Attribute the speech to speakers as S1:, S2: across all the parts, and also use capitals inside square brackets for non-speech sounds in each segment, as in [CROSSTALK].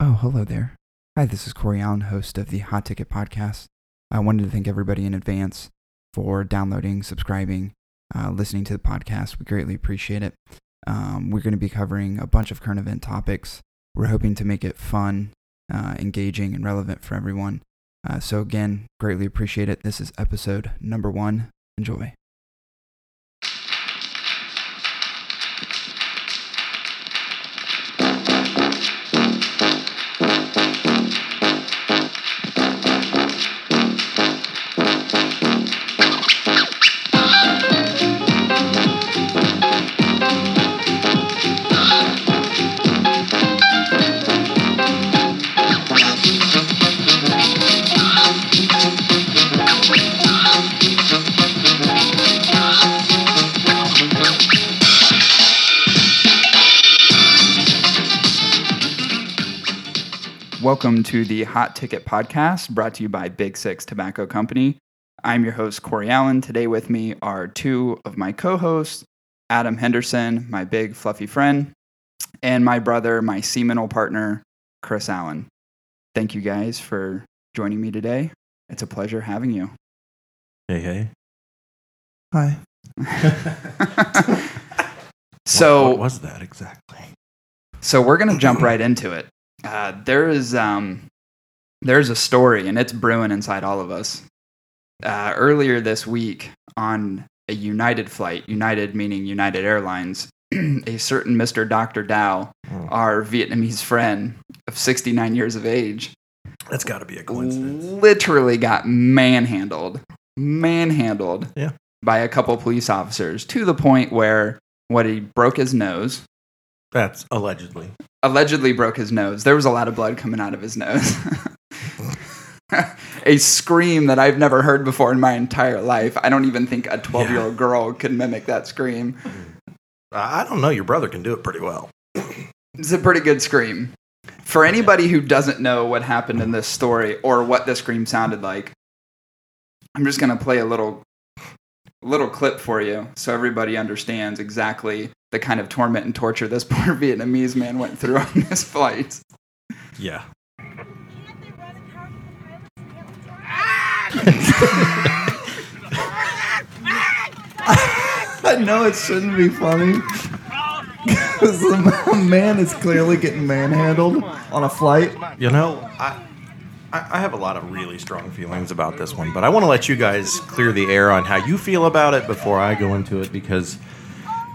S1: Oh, hello there. Hi, this is Corey Allen, host of the Hot Ticket Podcast. I wanted to thank everybody in advance for downloading, subscribing, uh, listening to the podcast. We greatly appreciate it. Um, we're going to be covering a bunch of current event topics. We're hoping to make it fun, uh, engaging, and relevant for everyone. Uh, so, again, greatly appreciate it. This is episode number one. Enjoy. Welcome to the Hot Ticket Podcast, brought to you by Big Six Tobacco Company. I'm your host, Corey Allen. Today with me are two of my co hosts, Adam Henderson, my big fluffy friend, and my brother, my seminal partner, Chris Allen. Thank you guys for joining me today. It's a pleasure having you.
S2: Hey, hey. [LAUGHS] Hi.
S1: so,
S2: what was that exactly?
S1: So we're gonna
S2: [CLEARS THROAT]
S1: jump right into it. Uh, there is um, there's a story, and it's brewing inside all of us. Uh, earlier this week, on a United flight, United meaning United Airlines, [CLEARS THROAT] a certain Mr. Dr. Dow,
S2: Mm.
S1: our Vietnamese friend of 69 years of age,
S2: That's got to be a coincidence.
S1: literally got manhandled, manhandled
S2: Yeah.
S1: by a couple police officers to the point where what he broke his nose,
S2: That's allegedly.
S1: allegedly broke his nose. There was a lot of blood coming out of his nose. [LAUGHS] a scream that I've never heard before in my entire life. I don't even think a 12 year old girl could mimic that scream.
S2: I I don't know. Your brother can do it pretty well.
S1: It's a pretty good scream. For anybody who doesn't know what happened in this story or what the scream sounded like, I'm just going to play a little little clip for you so everybody understands exactly the kind of torment and torture this [LAUGHS] poor Vietnamese man went through on this flight.
S2: Yeah.
S3: I know it shouldn't be funny. [LAUGHS] Because a man is clearly getting manhandled on a flight.
S2: You know, I, I I have a lot of really strong feelings about this one, but I want to let you guys clear the air on how you feel about it before I go into it because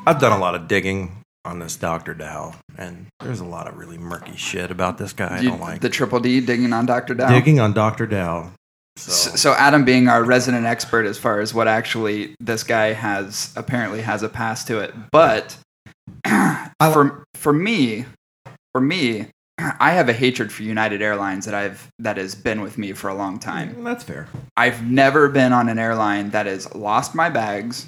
S2: I've done a lot of digging on this Dr. Dow, and there's a lot of really murky shit about this guy I
S1: You-
S2: don't like.
S1: the triple D digging on Dr. Dow.
S2: digging on Dr. Dow. So,
S1: S- So Adam being our resident expert as far as what actually this guy has apparently has a pass to it. But [CLEARS THROAT] for for me, for me, [CLEARS THROAT] I have a hatred for United Airlines that I've that has been with me for a long time.
S2: that's fair.
S1: I've never been on an airline that has lost my bags,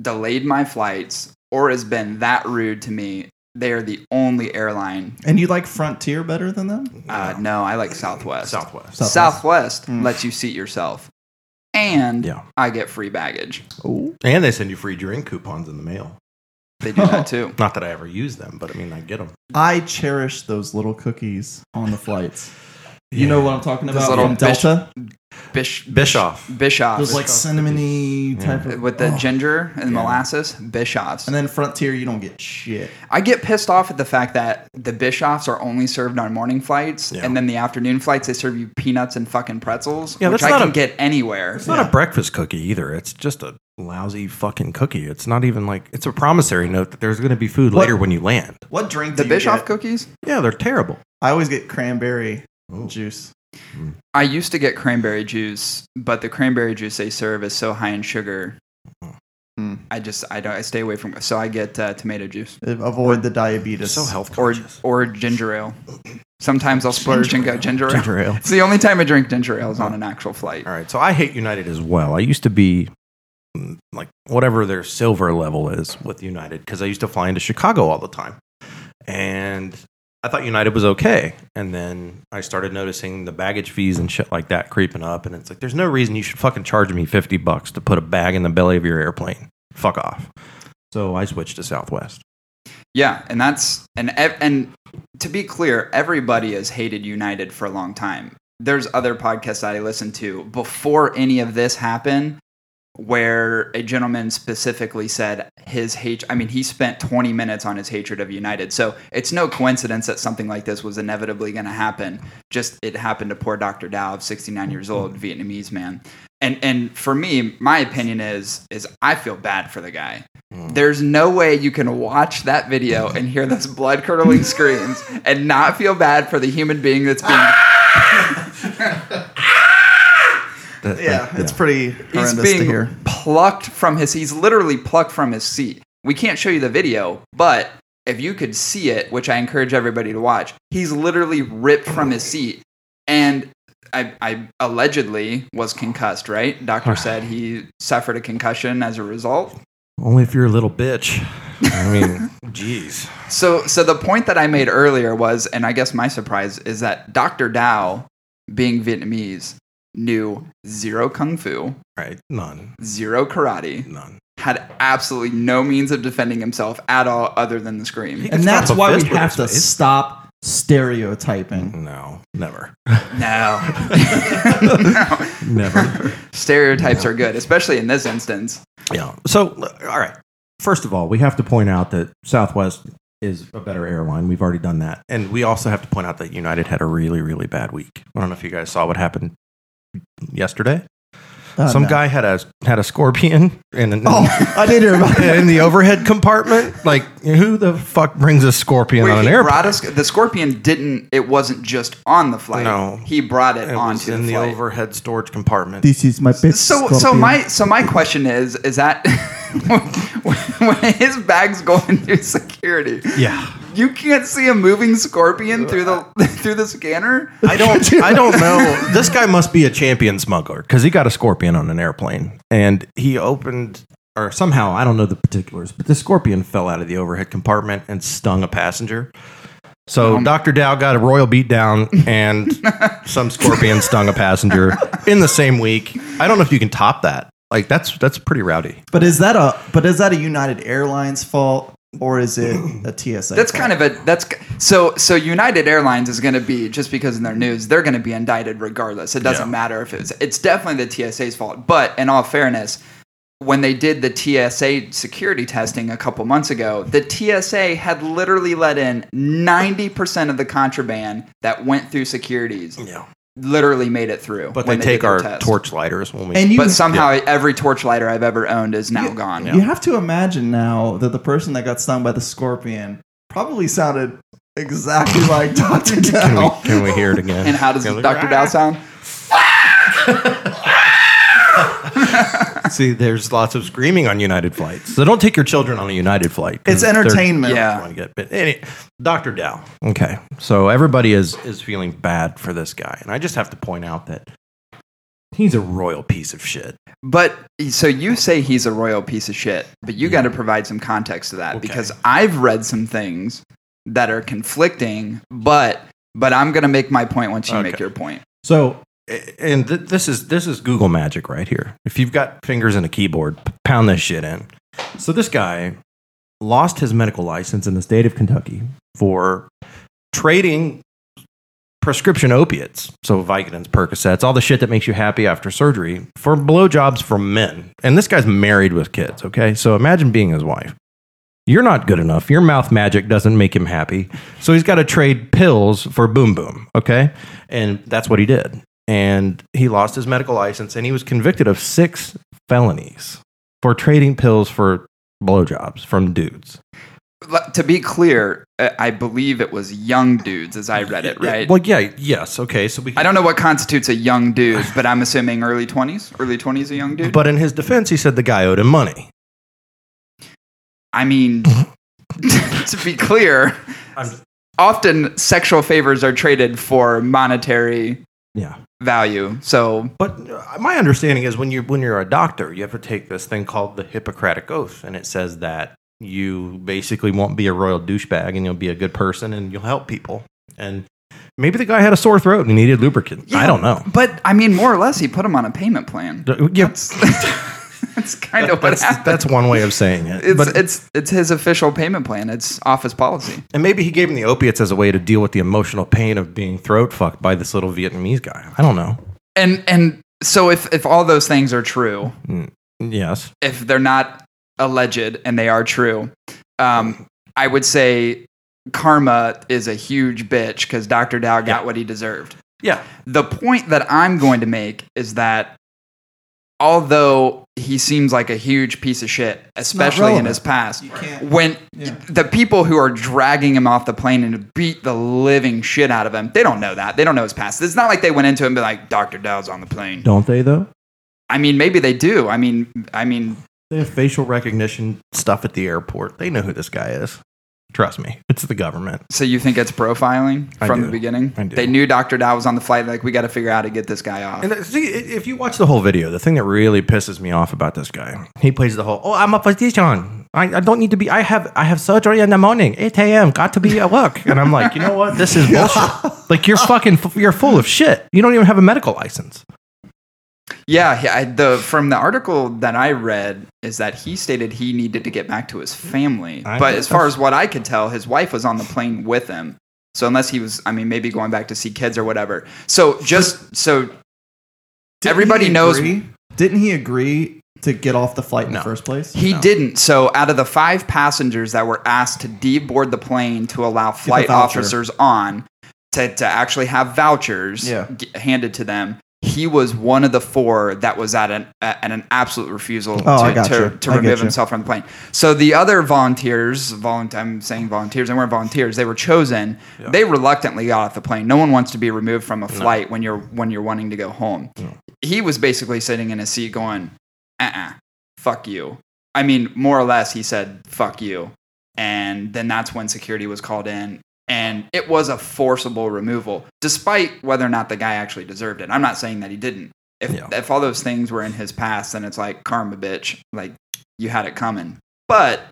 S1: delayed my flights, or has been that rude to me. They are the only airline.
S3: And you like Frontier better than them?
S1: Uh, no, I like Southwest.
S2: Southwest.
S3: Southwest.
S1: Southwest
S3: Mm.
S1: lets you seat yourself, and
S2: Yeah.
S1: I get free baggage.
S3: Oh.
S2: And they send you free drink coupons in the mail.
S1: They do
S3: [LAUGHS]
S1: that too.
S2: Not that I ever use them, but I mean, I get them.
S3: I cherish those little cookies on the flights. You know what I'm talking
S2: Those
S3: about
S1: little
S3: from
S1: bish-
S3: Delta?
S1: Bish
S2: Bischoff.
S1: Bischoffs
S3: Those like cinnamony
S2: Yeah.
S3: type of
S1: with the
S3: oh.
S1: ginger and
S2: Yeah.
S1: molasses. Bischoffs.
S3: And then Frontier, you don't get shit.
S1: I get pissed off at the fact that the Bischoffs are only served on morning flights,
S2: Yeah.
S1: and then the afternoon flights they serve you peanuts and fucking pretzels,
S2: Yeah,
S1: which
S2: that's
S1: I
S2: not
S1: can
S2: a-
S1: get anywhere.
S2: It's not a breakfast cookie either. It's just a lousy fucking cookie. It's not even like it's a promissory note that there's going to be food
S3: What?
S2: later when you land.
S3: What drink
S1: The
S3: do you
S1: Bischoff
S3: get?
S1: cookies.
S2: Yeah, they're terrible.
S3: I always get cranberry
S2: Oh.
S3: juice.
S1: I used to get cranberry juice, but the cranberry juice they serve is so high in sugar.
S3: Mm.
S1: I just I don't I stay away from. So I get uh, tomato juice.
S3: Avoid the diabetes.
S2: so health
S1: or
S2: conscious.
S1: or ginger ale. Sometimes I'll splurge and go ginger ale.
S2: Ginger ale.
S1: It's the only time I drink ginger ale is on an actual flight.
S2: All right, so I hate United as well. I used to be mm, like whatever their silver level is with United because I used to fly into Chicago all the time, and I thought United was okay. And then I started noticing the baggage fees and shit like that creeping up, and it's like there's no reason you should fucking charge me fifty bucks to put a bag in the belly of your airplane. Fuck off. So I switched to Southwest.
S1: Yeah, and that's and ev- and to be clear, everybody has hated United for a long time. There's other podcasts that I listen to before any of this happened where a gentleman specifically said his hate I mean he spent 20 minutes on his hatred of United. So it's no coincidence that something like this was inevitably going to happen. Just it happened to poor Dr. Dow, 69 years old, Vietnamese man. And and for me, my opinion is is I feel bad for the guy. There's no way you can watch that video and hear those blood curdling screams and not feel bad for the human being that's
S3: [SIGHS]
S1: being
S2: That- that-
S3: Yeah, it's pretty
S1: he's
S3: horrendous to
S1: being
S3: hear.
S1: plucked from his he's literally plucked from his seat. We can't show you the video, but if you could see it, which I encourage everybody to watch, he's literally ripped from his seat and I, I allegedly was concussed, right?
S3: [SIGHS]
S1: Doctor said he suffered a concussion as a result.
S2: Only if you're a little bitch. I mean, [LAUGHS] jeez.
S1: So, so the point that I made earlier was, and I guess my surprise is that Dr. Dow, being Vietnamese, knew zero kung fu,
S2: Right? None.
S1: zero karate,
S2: None.
S1: had absolutely no means of defending himself at all, other than the scream.
S3: [LAUGHS]
S2: It's
S3: And that's
S2: not
S3: why we
S2: buffet, but
S3: have to
S2: it's- it's-
S3: stop stereotyping.
S2: No. Never.
S1: No, [LAUGHS] No.
S2: [LAUGHS] Never.
S1: stereotypes are good, especially in this instance.
S2: yeah. So, all right. First of all, we have to point out that Southwest is a better airline. We've already done that. And we also have to point out that United had a really, really bad week. I don't know if you guys saw what happened yesterday.
S3: Uh,
S2: Mm-hmm. Some
S3: no.
S2: guy had a had a scorpion in an,
S3: Oh, I did hear about
S2: [LAUGHS]
S3: that.
S2: in the overhead compartment. Like, who the fuck brings a scorpion
S1: Wait,
S2: on an
S1: he
S2: airplane?
S1: brought us, the scorpion didn't. It wasn't just on the flight.
S2: No.
S1: he brought it,
S2: It was
S1: onto
S2: in
S1: the
S2: the
S1: flight.
S2: overhead storage compartment.
S3: This is my bitch.
S1: So, so
S3: scorpion.
S1: my so my question is is that [LAUGHS] when, when his bag's going through security,
S2: yeah.
S1: you can't see a moving scorpion through the [LAUGHS] through the scanner.
S2: [LAUGHS] I don't. I don't
S1: [LAUGHS]
S2: know. This guy must be a champion smuggler because he got a scorpion on an airplane, and he opened or somehow I don't know the particulars, but the scorpion fell out of the overhead compartment and stung a passenger. So
S1: Um,
S2: Dr. Dow got a royal beatdown,
S1: [LAUGHS]
S2: and some scorpion stung a passenger in the same week. I don't know if you can top that. Like that's that's pretty rowdy.
S3: But is that a but is that a United Airlines fault or
S1: [CLEARS THROAT]
S3: is it a TSA?
S1: That's kind of a that's so so United Airlines is going to be just because in their news they're going to be indicted regardless. It doesn't
S2: Yeah.
S1: matter if it's it's definitely the TSA's fault. But in all fairness, when they did the TSA security testing a couple months ago, the TSA had literally let in 90% of the contraband that went through securities.
S2: Yeah,
S1: Literally made it through.
S2: but they,
S1: when did
S2: take
S1: their
S2: our
S1: test.
S2: torch lighters when we.
S3: and you
S1: But somehow every torchlighter I've ever owned is now gone.
S3: you have to imagine now that the person that got stung by the scorpion probably sounded exactly
S1: [LAUGHS]
S3: like
S2: can,
S3: Dr.
S2: we,
S3: Dow.
S2: can we hear it again?
S1: And how does
S2: Can we-
S1: Dr. Dow sound?
S2: See, there's lots of screaming on United flights. So don't take your children on a United flight. 'cause
S3: It's
S2: they're
S3: entertainment.
S1: Yeah.
S2: going to get bit. Any, Dr. Dow. Okay. So everybody is, is feeling bad for this guy. And I just have to point out that he's a royal piece of shit.
S1: But so you say he's a royal piece of shit, but you got to provide some context to that
S2: Mm-hmm. Okay.
S1: because I've read some things that are conflicting, but but I'm going to make my point once you make
S2: Okay.
S1: your point.
S2: So, a- and th- this is this is Google magic right here. If you've got fingers and a keyboard, p- pound this shit in. So this guy lost his medical license in the state of Kentucky for trading prescription opiates, so Vicodins, Percocets, all the shit that makes you happy after surgery, for blowjobs from men. And this guy's married with kids. Okay, so imagine being his wife. You're not good enough. Your mouth magic doesn't make him happy. So he's got to trade pills for boom boom. Okay. And that's what he did. And he lost his medical license and he was convicted of six felonies for trading pills for blowjobs from dudes.
S1: But to be clear, I I believe it was young dudes as
S2: [LAUGHS]
S1: I read it, right?
S2: Well, yeah. Yes. Okay. So we.
S1: I don't know what constitutes a young
S2: [LAUGHS]
S1: dude, but I'm assuming early 20s. Early 20s a young dude?
S2: But in his defense, he said the guy owed him money.
S1: I
S2: [LAUGHS]
S1: mean [LAUGHS] to be clear, often sexual favors are traded for monetary
S2: yeah.
S1: value. So
S2: But uh, my understanding is when you when you're a doctor, you have to take this thing called the Hippocratic Oath, and it says that you basically won't be a royal douchebag, and you'll be a good person, and you'll help people. And maybe the guy had a sore throat and he needed lubricant. I don't know.
S1: But I mean, more or less, he put him on a payment plan.
S2: D- yeah,
S1: That's- [LAUGHS] That's kind of what
S2: that's,
S1: happened.
S2: that's one way of saying it.
S1: it's,
S2: but
S1: it's it's his official payment plan. It's office policy.
S2: and maybe he gave him the opiates as a way to deal with the emotional pain of being throat fucked by this little Vietnamese guy. I don't know.
S1: And and so if if all those things are true,
S2: Yes.
S1: if they're not alleged and they are true, um, I would say karma is a huge bitch because Dr. Dow got what he deserved.
S2: Yeah.
S1: The point that I'm going to make is that although he seems like a huge piece of shit,
S3: not
S1: especially in
S3: relevant.
S1: his past,
S3: You can't.
S1: when
S3: Yeah.
S1: the people who are dragging him off the plane and beat the living shit out of him, they don't know that. They don't know his past. It's not like they went into him and be like, Dr. Dow's on the plane.
S2: Don't they though?
S1: I mean, maybe they do. I mean, I mean,
S2: They have facial recognition stuff at the airport. They know who this guy is. Trust me. It's the government.
S1: So you think it's profiling
S2: I
S1: from
S2: do.
S1: the beginning?
S2: I do.
S1: They knew Dr. Dow was on the flight. Like, we got to figure out how to get this guy off.
S2: And that- see, i- if you watch the whole video, the thing that really pisses me off about this guy, he plays the whole, "Oh, I'm a physician. I, I don't need to be. I have I have surgery in the morning, 8 a.m. Got to be at work." And I'm like, you know what? This is bullshit. Like you're fucking, f- you're full of shit. You don't even have a medical license.
S1: yeah, he- I, the from the article that I read is that he stated he needed to get back to his family.
S2: I
S1: but
S2: know
S1: as far
S2: that's-
S1: as what I could tell, his wife was on the plane with him. So unless he was, I mean, maybe going back to see kids or whatever. So just so
S3: Didn't
S1: everybody
S3: he
S1: knows
S3: agree- Didn't he agree to get off the flight in
S2: No.
S3: the first place?
S1: He didn't. So, out of the five passengers that were asked to deboard the plane to allow flight
S3: voucher.
S1: officers on to, to actually have vouchers
S3: Yeah.
S1: g- handed to them, he was one of the four that was at an at an absolute refusal
S3: Oh, I
S1: to,
S3: got you.
S1: to, to
S3: I get
S1: remove
S3: you.
S1: himself from the plane. So the other volunteers, volun- I'm saying volunteers, they weren't volunteers. They were chosen. They reluctantly got off the plane. No one wants to be removed from a flight when you're when you're wanting to go home. He was basically sitting in his seat going, uh-uh, fuck you. I mean, more or less, he said, fuck you. And then that's when security was called in. And it was a forcible removal, despite whether or not the guy actually deserved it. I'm not saying that he didn't. If,
S2: Yeah.
S1: if all those things were in his past, then it's like karma, bitch. Like you had it coming. But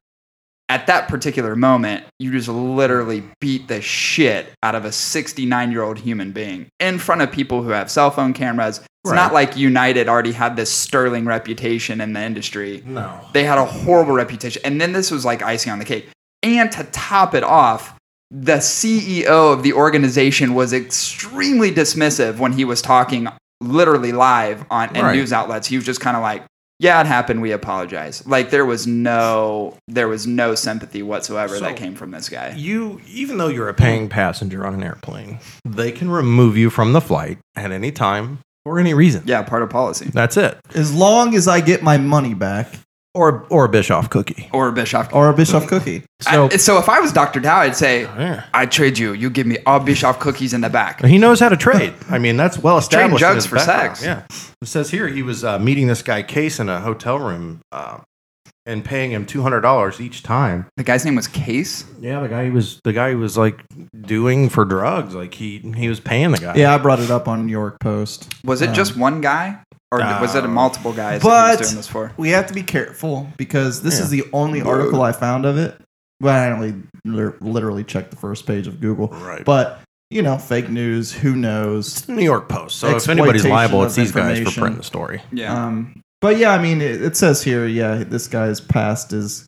S1: at that particular moment, you just literally beat the shit out of a 69 year old human being in front of people who have cell phone cameras. It's not like United already had this sterling reputation in the industry.
S2: No.
S1: They had a horrible reputation. And then this was like icing on the cake. And to top it off, the CEO of the organization was extremely dismissive when he was talking literally live on in
S2: Right.
S1: news outlets. He was just kind of like, yeah, it happened. We apologize. Like there was no there was no sympathy whatsoever
S2: So-
S1: that came from this guy.
S2: You, even though you're a paying passenger on an airplane, they can remove you from the flight at any time for any reason.
S1: Yeah, part of policy.
S2: That's it.
S3: As long as I get my money back
S2: Or or a Bischoff cookie.
S1: Or Bischoff.
S3: or a Bischoff cookie.
S2: So
S1: I- Oh, so if I was Dr. Dow, I'd say,
S2: Yeah.
S1: I trade you. You give me all Bischoff cookies in the back.
S2: He knows how to trade. I mean, that's well
S1: trading
S2: established. in
S1: jugs
S2: his
S1: for
S2: background.
S1: sex.
S2: Yeah. It says here he was uh, meeting this guy Case in a hotel room uh, and paying him two hundred dollars each time.
S1: The guy's name was Case.
S2: Yeah, the guy he was the guy he was like doing for drugs. Like he he was paying the guy.
S3: Yeah, I brought it up on York Post.
S1: Was it just one guy, or was it
S2: Uh,
S1: multiple guys? that he
S3: but
S1: was doing this for?
S3: we have to be careful because this
S2: Yeah.
S3: is the only article I found of it. Well, I only lir- literally checked the first page of Google,
S2: Right.
S3: but you know, fake news. Who knows?
S2: New York Post. So if anybody's
S3: Exploitation
S2: liable,
S3: of
S2: it's these guys for
S3: information.
S2: printing the story.
S1: Yeah,
S3: Um, but yeah, I mean, it, it says here, yeah, this guy's past is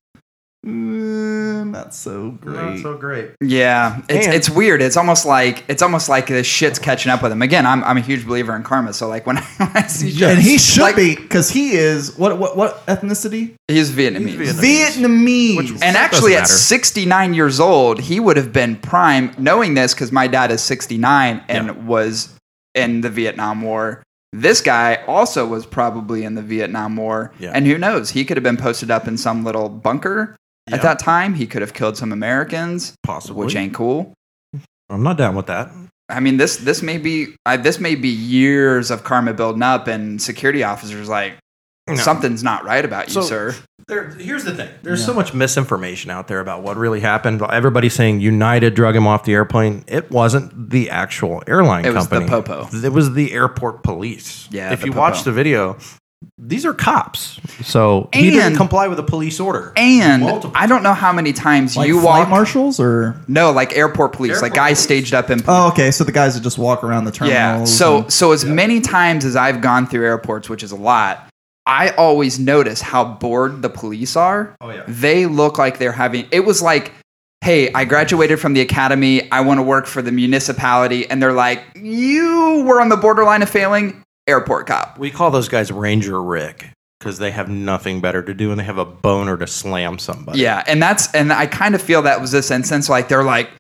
S3: mm, not so great.
S2: great.
S1: yeah. It's
S2: and-
S1: it's weird. It's almost like it's almost like this shit's catching up with him. Again, I'm I'm a huge believer in karma. So like when [LAUGHS] I, when I see shit,
S3: and he should
S1: like-
S3: be because he is what what what ethnicity?
S1: he's Vietnamese.
S2: He's Vietnamese.
S3: Vietnamese.
S2: Which-
S1: And
S2: Doesn't
S1: actually, at
S2: matter.
S1: 69 years old, he would have been prime knowing this because my dad is 69 and
S2: Yeah.
S1: was in the Vietnam War. This guy also was probably in the Vietnam War.
S2: Yeah.
S1: And who knows? He could have been posted up in some little bunker
S2: Yeah.
S1: at that time. He could have killed some Americans,
S2: Possibly.
S1: which ain't cool.
S2: I'm not down with that.
S1: I mean, this this may be I, this may be years of karma building up, and security officers like
S2: No.
S1: something's not right about you,
S2: So-
S1: sir.
S2: There, here's the thing. There's
S3: Yeah.
S2: so much misinformation out there about what really happened. Everybody's saying United drug him off the airplane. It wasn't the actual airline
S1: It was the
S2: company.
S1: popo.
S2: It was the airport police.
S1: Yeah,
S2: If
S1: the
S2: you
S1: popo.
S2: watch the video, these are cops. So he didn't
S1: And-
S2: comply with a police order.
S1: And
S2: Multiple.
S1: I don't know how many times
S3: like
S1: you
S3: flight
S1: walk.
S3: marshals or
S1: No, like airport police,
S2: Airport
S1: like guys
S2: police.
S1: staged up in.
S3: oh, okay, so the guys that just walk around the terminals.
S1: yeah. So
S3: and-
S1: so as many times as I've gone through airports, which is a lot, I always notice how bored the police are.
S2: Oh yeah.
S1: They look like they're having it was like, hey, I graduated from the academy, I want to work for the municipality, and they're like, You were on the borderline of failing, airport cop.
S2: We call those guys Ranger Rick because they have nothing better to do and they have a boner to slam somebody.
S1: Yeah, and that's and I kind of feel that was this instance. Like they're like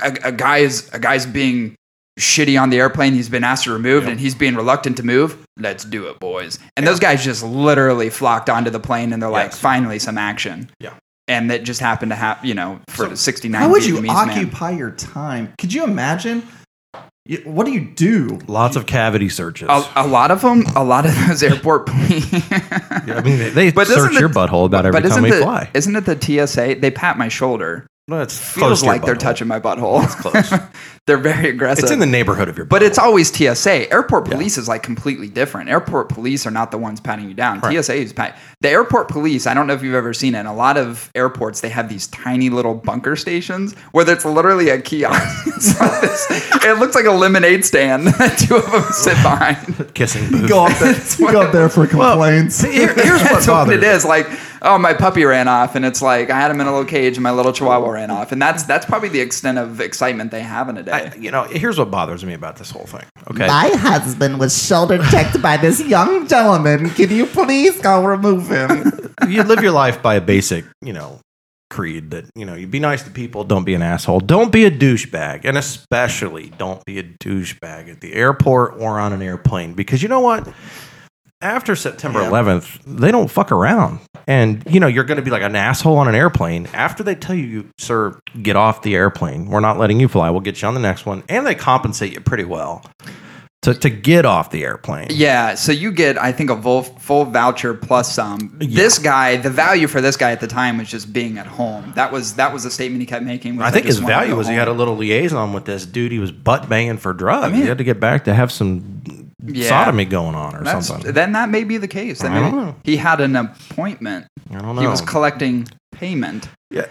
S1: a, a guy is a guy's being shitty on the airplane. He's been asked to remove,
S2: Yep.
S1: and he's being reluctant to move. Let's do it, boys. And those guys just literally flocked onto the plane, and they're like,
S2: Yes.
S1: finally some action.
S2: Yeah.
S1: And that just happened to happen, you know, for
S2: So,
S1: 69
S3: How would you
S1: Vietnamese men.
S3: occupy your time? Could you imagine? You- What do you
S2: [LAUGHS]
S3: do?
S2: Lots of cavity searches.
S1: A, a lot of them, a lot of those airport [LAUGHS] police.
S2: Yeah, I mean, they, they
S1: [LAUGHS] But
S2: search
S1: isn't
S2: your
S1: it-
S2: butthole about every
S1: but isn't
S2: time we
S1: the,
S2: fly.
S1: isn't it the TSA? They pat my shoulder.
S2: No, it's close
S1: Feels
S2: to your
S1: like they're
S2: butthole.
S1: touching my butthole. [LAUGHS] It's
S2: [LAUGHS] close.
S1: they're very aggressive.
S2: It's in the neighborhood of your.
S1: But it's
S2: butthole.
S1: always TSA. Airport police is like completely different. Airport police are not the ones patting you down.
S2: Correct.
S1: TSA is pat. The airport police. I don't know if you've ever seen it. In a lot of airports, they have these tiny little bunker stations where it's literally a kiosk. [LAUGHS] It's like this- it looks like a lemonade stand. [LAUGHS] that Two of them sit behind.
S2: [LAUGHS] kissing booth.
S3: Go up there, you go up there for
S2: [LAUGHS]
S3: complaints.
S2: here's
S1: [LAUGHS]
S2: what
S1: That's what
S2: bothers
S1: it
S2: me.
S1: is. Like, oh, my puppy ran off, and it's like I had him in a little cage, and my little chihuahua ran off, and that's that's probably the extent of excitement they have in a day.
S2: I, you know, here's what bothers me about this whole thing. Okay,
S3: [LAUGHS] My husband was shoulder checked by this young gentleman. Can you please go remove him?
S2: you live your life by a basic, you know, creed that you know you be nice to people, don't be an asshole, don't be a douchebag, and especially don't be a douchebag at the airport or on an airplane because you know what. After September 11th, they don't fuck around. And, you know, you're going to be like an asshole on an airplane. After they tell you, sir, get off the airplane. We're not letting you fly. We'll get you on the next one. And they compensate you pretty well to, to get off the airplane.
S1: Yeah, so you get I think a full, full voucher plus some.
S2: Yeah.
S1: This guy, the value for this guy at the time was just being at home. That was that was a statement he kept making. was,
S2: I think
S1: just
S2: his
S1: wanna
S2: value
S1: go
S2: was he
S1: home."
S2: had a little liaison with this dude. He was butt banging for drugs.
S1: mean-
S2: he had to get back to have some
S1: Yeah.
S2: sodomy going on or
S1: That's-
S2: something.
S1: Then that may be the case. Then
S2: I don't
S1: maybe-
S2: know. Oh.
S1: He had an appointment.
S2: I don't know.
S1: He was collecting payment.
S2: yeah.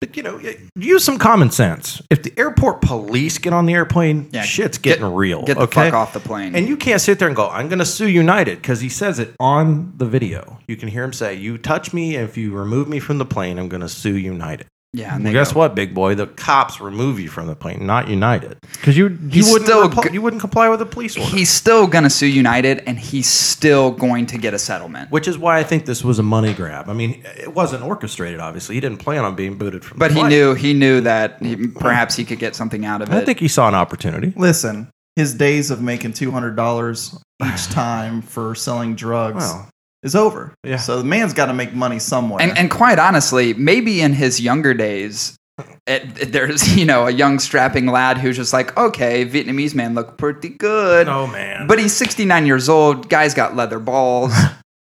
S2: But you know, y- use some common sense. If the airport police get on the airplane,
S1: Yeah,
S2: shit's getting real.
S1: Get the
S2: okay?
S1: fuck off the plane.
S2: And you can't sit there and go, I'm going to sue United because he says it on the video. You can hear him say, You touch me, if you remove me from the plane, I'm going to sue United.
S1: yeah, and
S2: Well,
S1: they
S2: guess
S1: go,
S2: what, big boy? The cops remove you from the plane, not United, because you you
S1: He's
S2: wouldn't
S1: still
S2: repli-
S1: g-
S2: you wouldn't comply with a police order.
S1: He's still gonna sue United, and he's still going to get a settlement.
S2: which is why I think this was a money grab. I mean, it wasn't orchestrated. Obviously, he didn't plan on being booted from.
S1: But
S2: the
S1: he
S2: flight.
S1: knew he knew that he, perhaps he could get something out of
S2: I
S1: it.
S2: think he saw an opportunity.
S3: [LAUGHS] Listen, his days of making two hundred dollars each time for selling drugs
S2: Well,
S3: is over.
S2: Yeah.
S3: So the man's got to make money somewhere.
S1: And, and quite honestly, maybe in his younger days, it, it- there's [LAUGHS] you know a young strapping lad who's just like, okay, Vietnamese man look pretty good,
S2: oh man.
S1: but he's 69 years old. Guy's got leather balls.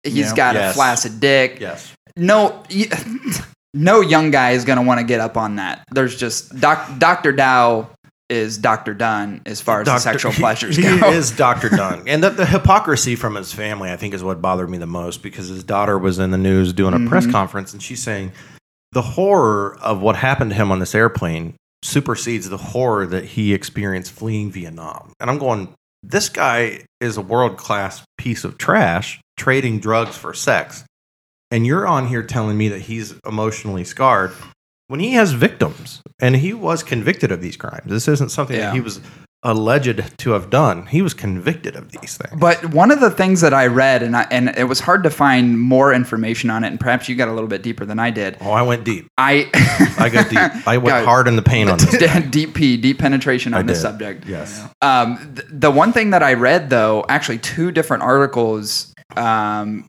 S1: He's
S3: Yeah.
S1: got
S2: Yes.
S1: a flaccid dick.
S2: yes,
S1: No. y- [LAUGHS] No young guy is going to want to get up on that. There's just doc, Dr. Dow is Dr. Dunn as far as the sexual pleasures
S2: [LAUGHS] he
S1: go.
S2: is Doctor Dunn, and the, the hypocrisy from his family, I think, is what bothered me the most because his daughter was in the news doing a press
S1: Mhm.
S2: conference, and she's saying the horror of what happened to him on this airplane supersedes the horror that he experienced fleeing Vietnam. And I'm going, this guy is a world class piece of trash trading drugs for sex. And you're on here telling me that he's emotionally scarred when he has victims and he was convicted of these crimes. This isn't something
S1: Yeah.
S2: that he was alleged to have done. He was convicted of these things.
S1: But one of the things that I read, and I, and it was hard to find more information on it, and perhaps you got a little bit deeper than I did.
S2: Oh, I went deep.
S1: I [LAUGHS]
S2: I got deep. I went
S1: Guys,
S2: hard in the pain
S1: [LAUGHS]
S2: on this.
S1: deep pee, deep penetration
S2: I
S1: on this
S2: did.
S1: subject.
S2: Yes.
S1: Um, th- the one thing that I read, though, actually two different articles um,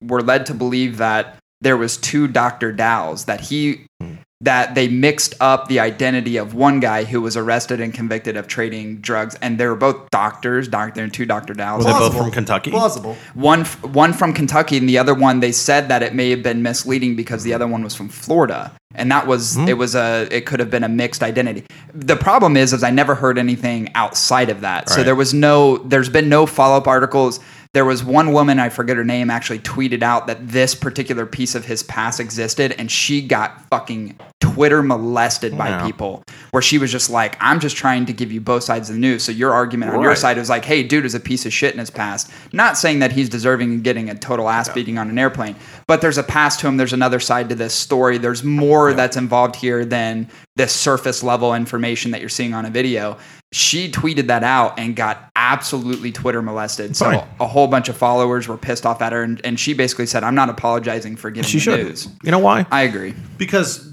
S1: were led to believe that there was two Dr. Dows that he
S2: Hmm.
S1: that they mixed up the identity of one guy who was arrested and convicted of trading drugs, and they were both doctors, doctor and two Dr. Dows.
S2: Were they both
S3: Plausible.
S2: from Kentucky?
S3: plausible.
S1: one f- one from Kentucky and the other one they said that it may have been misleading because the other one was from Florida and that was it was a it could have been a mixed identity. The problem is is I never heard anything outside of that. So
S2: Right.
S1: there was no there's been no follow-up articles. There was one woman, I forget her name, actually tweeted out that this particular piece of his past existed, and she got fucking Twitter molested by
S2: Wow.
S1: people where she was just like, I'm just trying to give you both sides of the news. So your argument on your
S2: Right.
S1: side was like, hey, dude is a piece of shit in his past. Not saying that he's deserving of getting a total ass beating on an airplane, but there's a past to him. There's another side to this story. There's more that's involved here than this surface level information that you're seeing on a video. She tweeted that out and got absolutely Twitter molested. So
S2: Fine.
S1: a whole bunch of followers were pissed off at her, and, and she basically said, "I'm not apologizing for giving
S2: She
S1: the
S2: should.
S1: news."
S2: You know why?
S1: I agree.
S2: because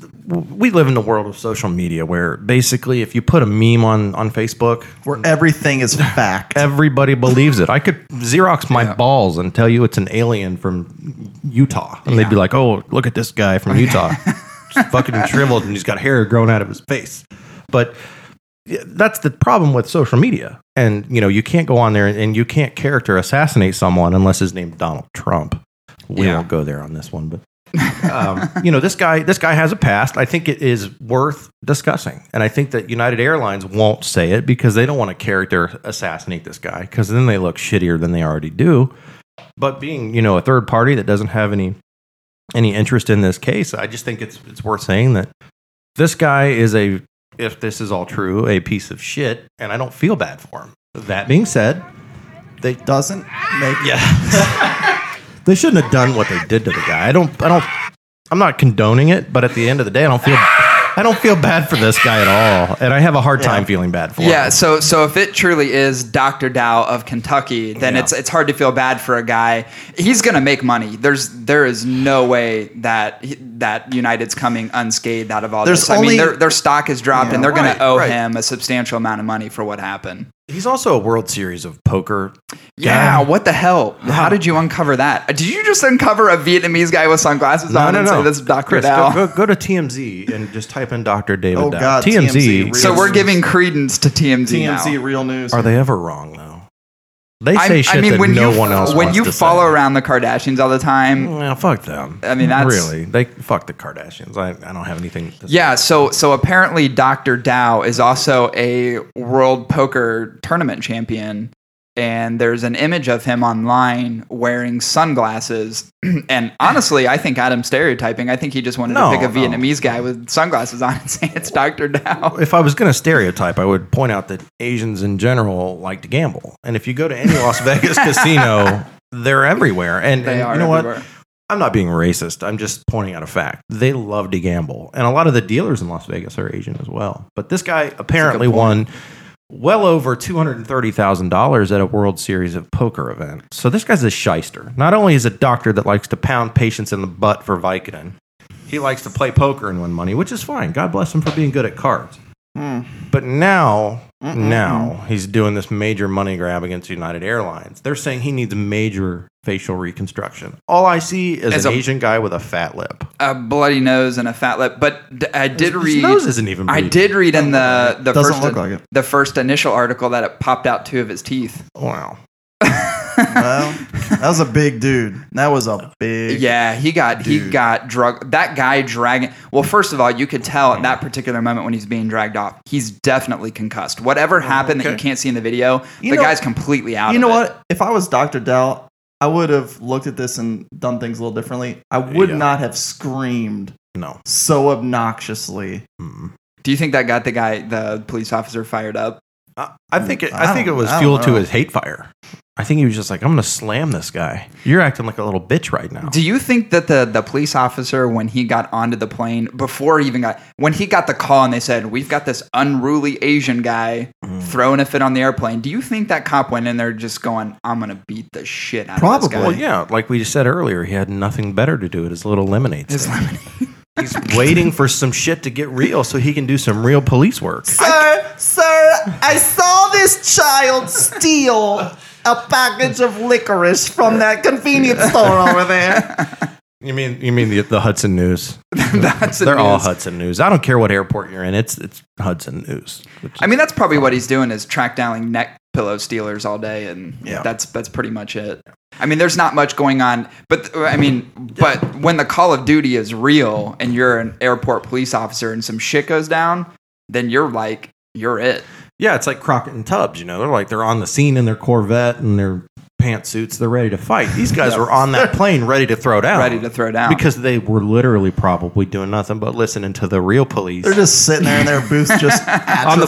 S2: we live in a world of social media where basically if you put a meme on on Facebook,
S3: Where everything
S2: [LAUGHS]
S3: is fact.
S2: everybody believes it. I could Xerox my balls and tell you it's an alien from Utah, and they'd be like, "Oh, look at this guy from Utah, He's fucking shriveled, and he's got hair growing out of his face." But yeah, that's the problem with social media, and you know you can't go on there and, and you can't character assassinate someone unless his name's Donald Trump. We
S1: Yeah.
S2: won't go there on this one, but um, [LAUGHS] you know this guy this guy has a past i think it is worth discussing and i think that united airlines won't say it because they don't want to character assassinate this guy because then they look shittier than they already do but being you know a third party that doesn't have any any interest in this case i just think it's it's worth saying that this guy is a if this is all true a piece of shit and i don't feel bad for him that being said
S3: They doesn't make
S2: yeah. they shouldn't have done what they did to the guy. I don't I don't I'm not condoning it, but at the end of the day I don't feel I don't feel bad for this guy at all. And I have a hard time feeling bad for
S1: Yeah,
S2: him.
S1: so so if it truly is Dr. Dow of Kentucky, then
S2: Yeah.
S1: it's it's hard to feel bad for a guy. He's gonna make money. There's there is no way that he- that United's coming unscathed out of all
S3: There's
S1: this. I
S3: only-
S1: mean, their their stock is dropped, and they're
S2: right,
S1: gonna owe
S2: right.
S1: him a substantial amount of money for what happened.
S2: He's also a World Series of poker.
S1: Yeah,
S2: guy.
S1: what the hell? How did you uncover that? Uh, Did you just uncover a Vietnamese guy with sunglasses
S2: No,
S1: on
S2: no,
S1: and
S2: no.
S1: say this is Dr.
S2: Chris,
S1: Dow?
S2: go, go, go to TMZ and just type in Dr. David
S3: Oh,
S2: Dow.
S3: God, TMZ,
S2: TMZ.
S3: really.
S1: so we're giving credence to TMZ, now.
S3: TMZ real news.
S2: Are they ever wrong though? They
S1: I'm-
S2: say shit that no one else
S1: when
S2: wants
S1: you
S2: to
S1: follow
S2: say.
S1: around the Kardashians all the time,
S2: Well, fuck them.
S1: I mean, that's-
S2: really they fuck the Kardashians. I, I don't have anything. To say.
S1: Yeah, so so apparently Dr. Dow is also a world poker tournament champion and there's an image of him online wearing sunglasses [CLEARS THROAT] and honestly I think Adam's stereotyping. I think he just wanted
S2: No,
S1: to pick a
S2: no.
S1: Vietnamese guy with sunglasses on and [LAUGHS] say it's Dr. Dow.
S2: if I was going to stereotype, I would point out that Asians in general like to gamble, and if you go to any
S1: [LAUGHS]
S2: Las Vegas casino, they're everywhere.
S1: [LAUGHS]
S2: And,
S1: They
S2: and
S1: are
S2: you know
S1: everywhere.
S2: what? I'm not being racist. I'm just pointing out a fact. They love to gamble, and a lot of the dealers in Las Vegas are Asian as well. But this guy apparently won well over two hundred and thirty thousand dollars at a World Series of Poker event. So this guy's a shyster. Not only is a doctor that likes to pound patients in the butt for Vicodin, he likes to play poker and win money, which is fine. God bless him for being good at cards.
S3: Hmm.
S2: But now, now he's doing this major money grab against United Airlines. They're saying he needs major facial reconstruction. All I see is
S1: As
S2: an
S1: a-
S2: Asian guy with a fat lip.
S1: A bloody nose and a fat lip, but d- I did
S2: His
S1: read
S2: nose isn't even.
S1: I
S2: Bleeding.
S1: did read in the the
S3: Doesn't
S1: first
S3: look like it.
S1: the first initial article that it popped out two of his teeth. [LAUGHS]
S2: Wow.
S3: Well, that was a big dude. That was a big.
S1: Yeah, he got he
S3: Dude.
S1: got drug. That guy dragging. Well, first of all, you could tell at
S3: Mm.
S1: that particular moment when he's being dragged off, he's definitely concussed. Whatever happened that you
S3: Oh, okay.
S1: can't see in the video,
S3: You
S1: the
S3: know-
S1: guy's completely out.
S3: You
S1: of
S3: know
S1: it.
S3: what? If I was Dr. Dow, I would have looked at this and done things a little differently. I would
S2: Yeah.
S3: not have screamed
S2: No.
S3: so obnoxiously.
S2: Mm.
S1: Do you think that got the guy, the police officer, fired up?
S2: I, I think it.
S3: I
S2: I,
S3: don't-
S2: think it was
S3: I don't
S2: fuel to
S3: know.
S2: his hate fire. I think he was just like, I'm gonna slam this guy. You're acting like a little bitch right now.
S1: Do you think that the the police officer, when he got onto the plane, before he even got when he got the call and they said we've got this unruly Asian guy
S3: Mm.
S1: throwing a fit on the airplane, do you think that cop went in there just going, "I'm gonna beat the shit out of this guy"?
S2: Well, yeah, like we said earlier, he had nothing better to do at his little lemonade.
S1: His
S2: stand.
S1: lemonade.
S2: He's waiting for some shit to get real so he can do some real police work.
S3: Sir, sir, I saw this child steal a package of licorice from that convenience store over there.
S2: You mean you mean the, the Hudson News?
S1: [LAUGHS] That's the
S2: They're all
S1: news.
S2: Hudson News. I don't care what airport you're in. It's it's Hudson News. Which
S1: I mean, that's probably what he's doing is track down neck pillow stealers all day, and
S2: Yeah.
S1: that's that's pretty much it. I mean, there's not much going on, but th- I mean, but when the Call of Duty is real and you're an airport police officer and some shit goes down, then you're like, you're it.
S2: yeah, it's like Crockett and Tubbs. You know, they're like they're on the scene in their Corvette and they're pantsuits. They're ready to fight. These guys were on
S1: [LAUGHS]
S2: that plane ready to throw down.
S1: ready to throw down.
S2: Because they were literally probably doing nothing but listening to the real police.
S3: They're just sitting there in their booths,
S2: [LAUGHS]
S3: just
S2: on the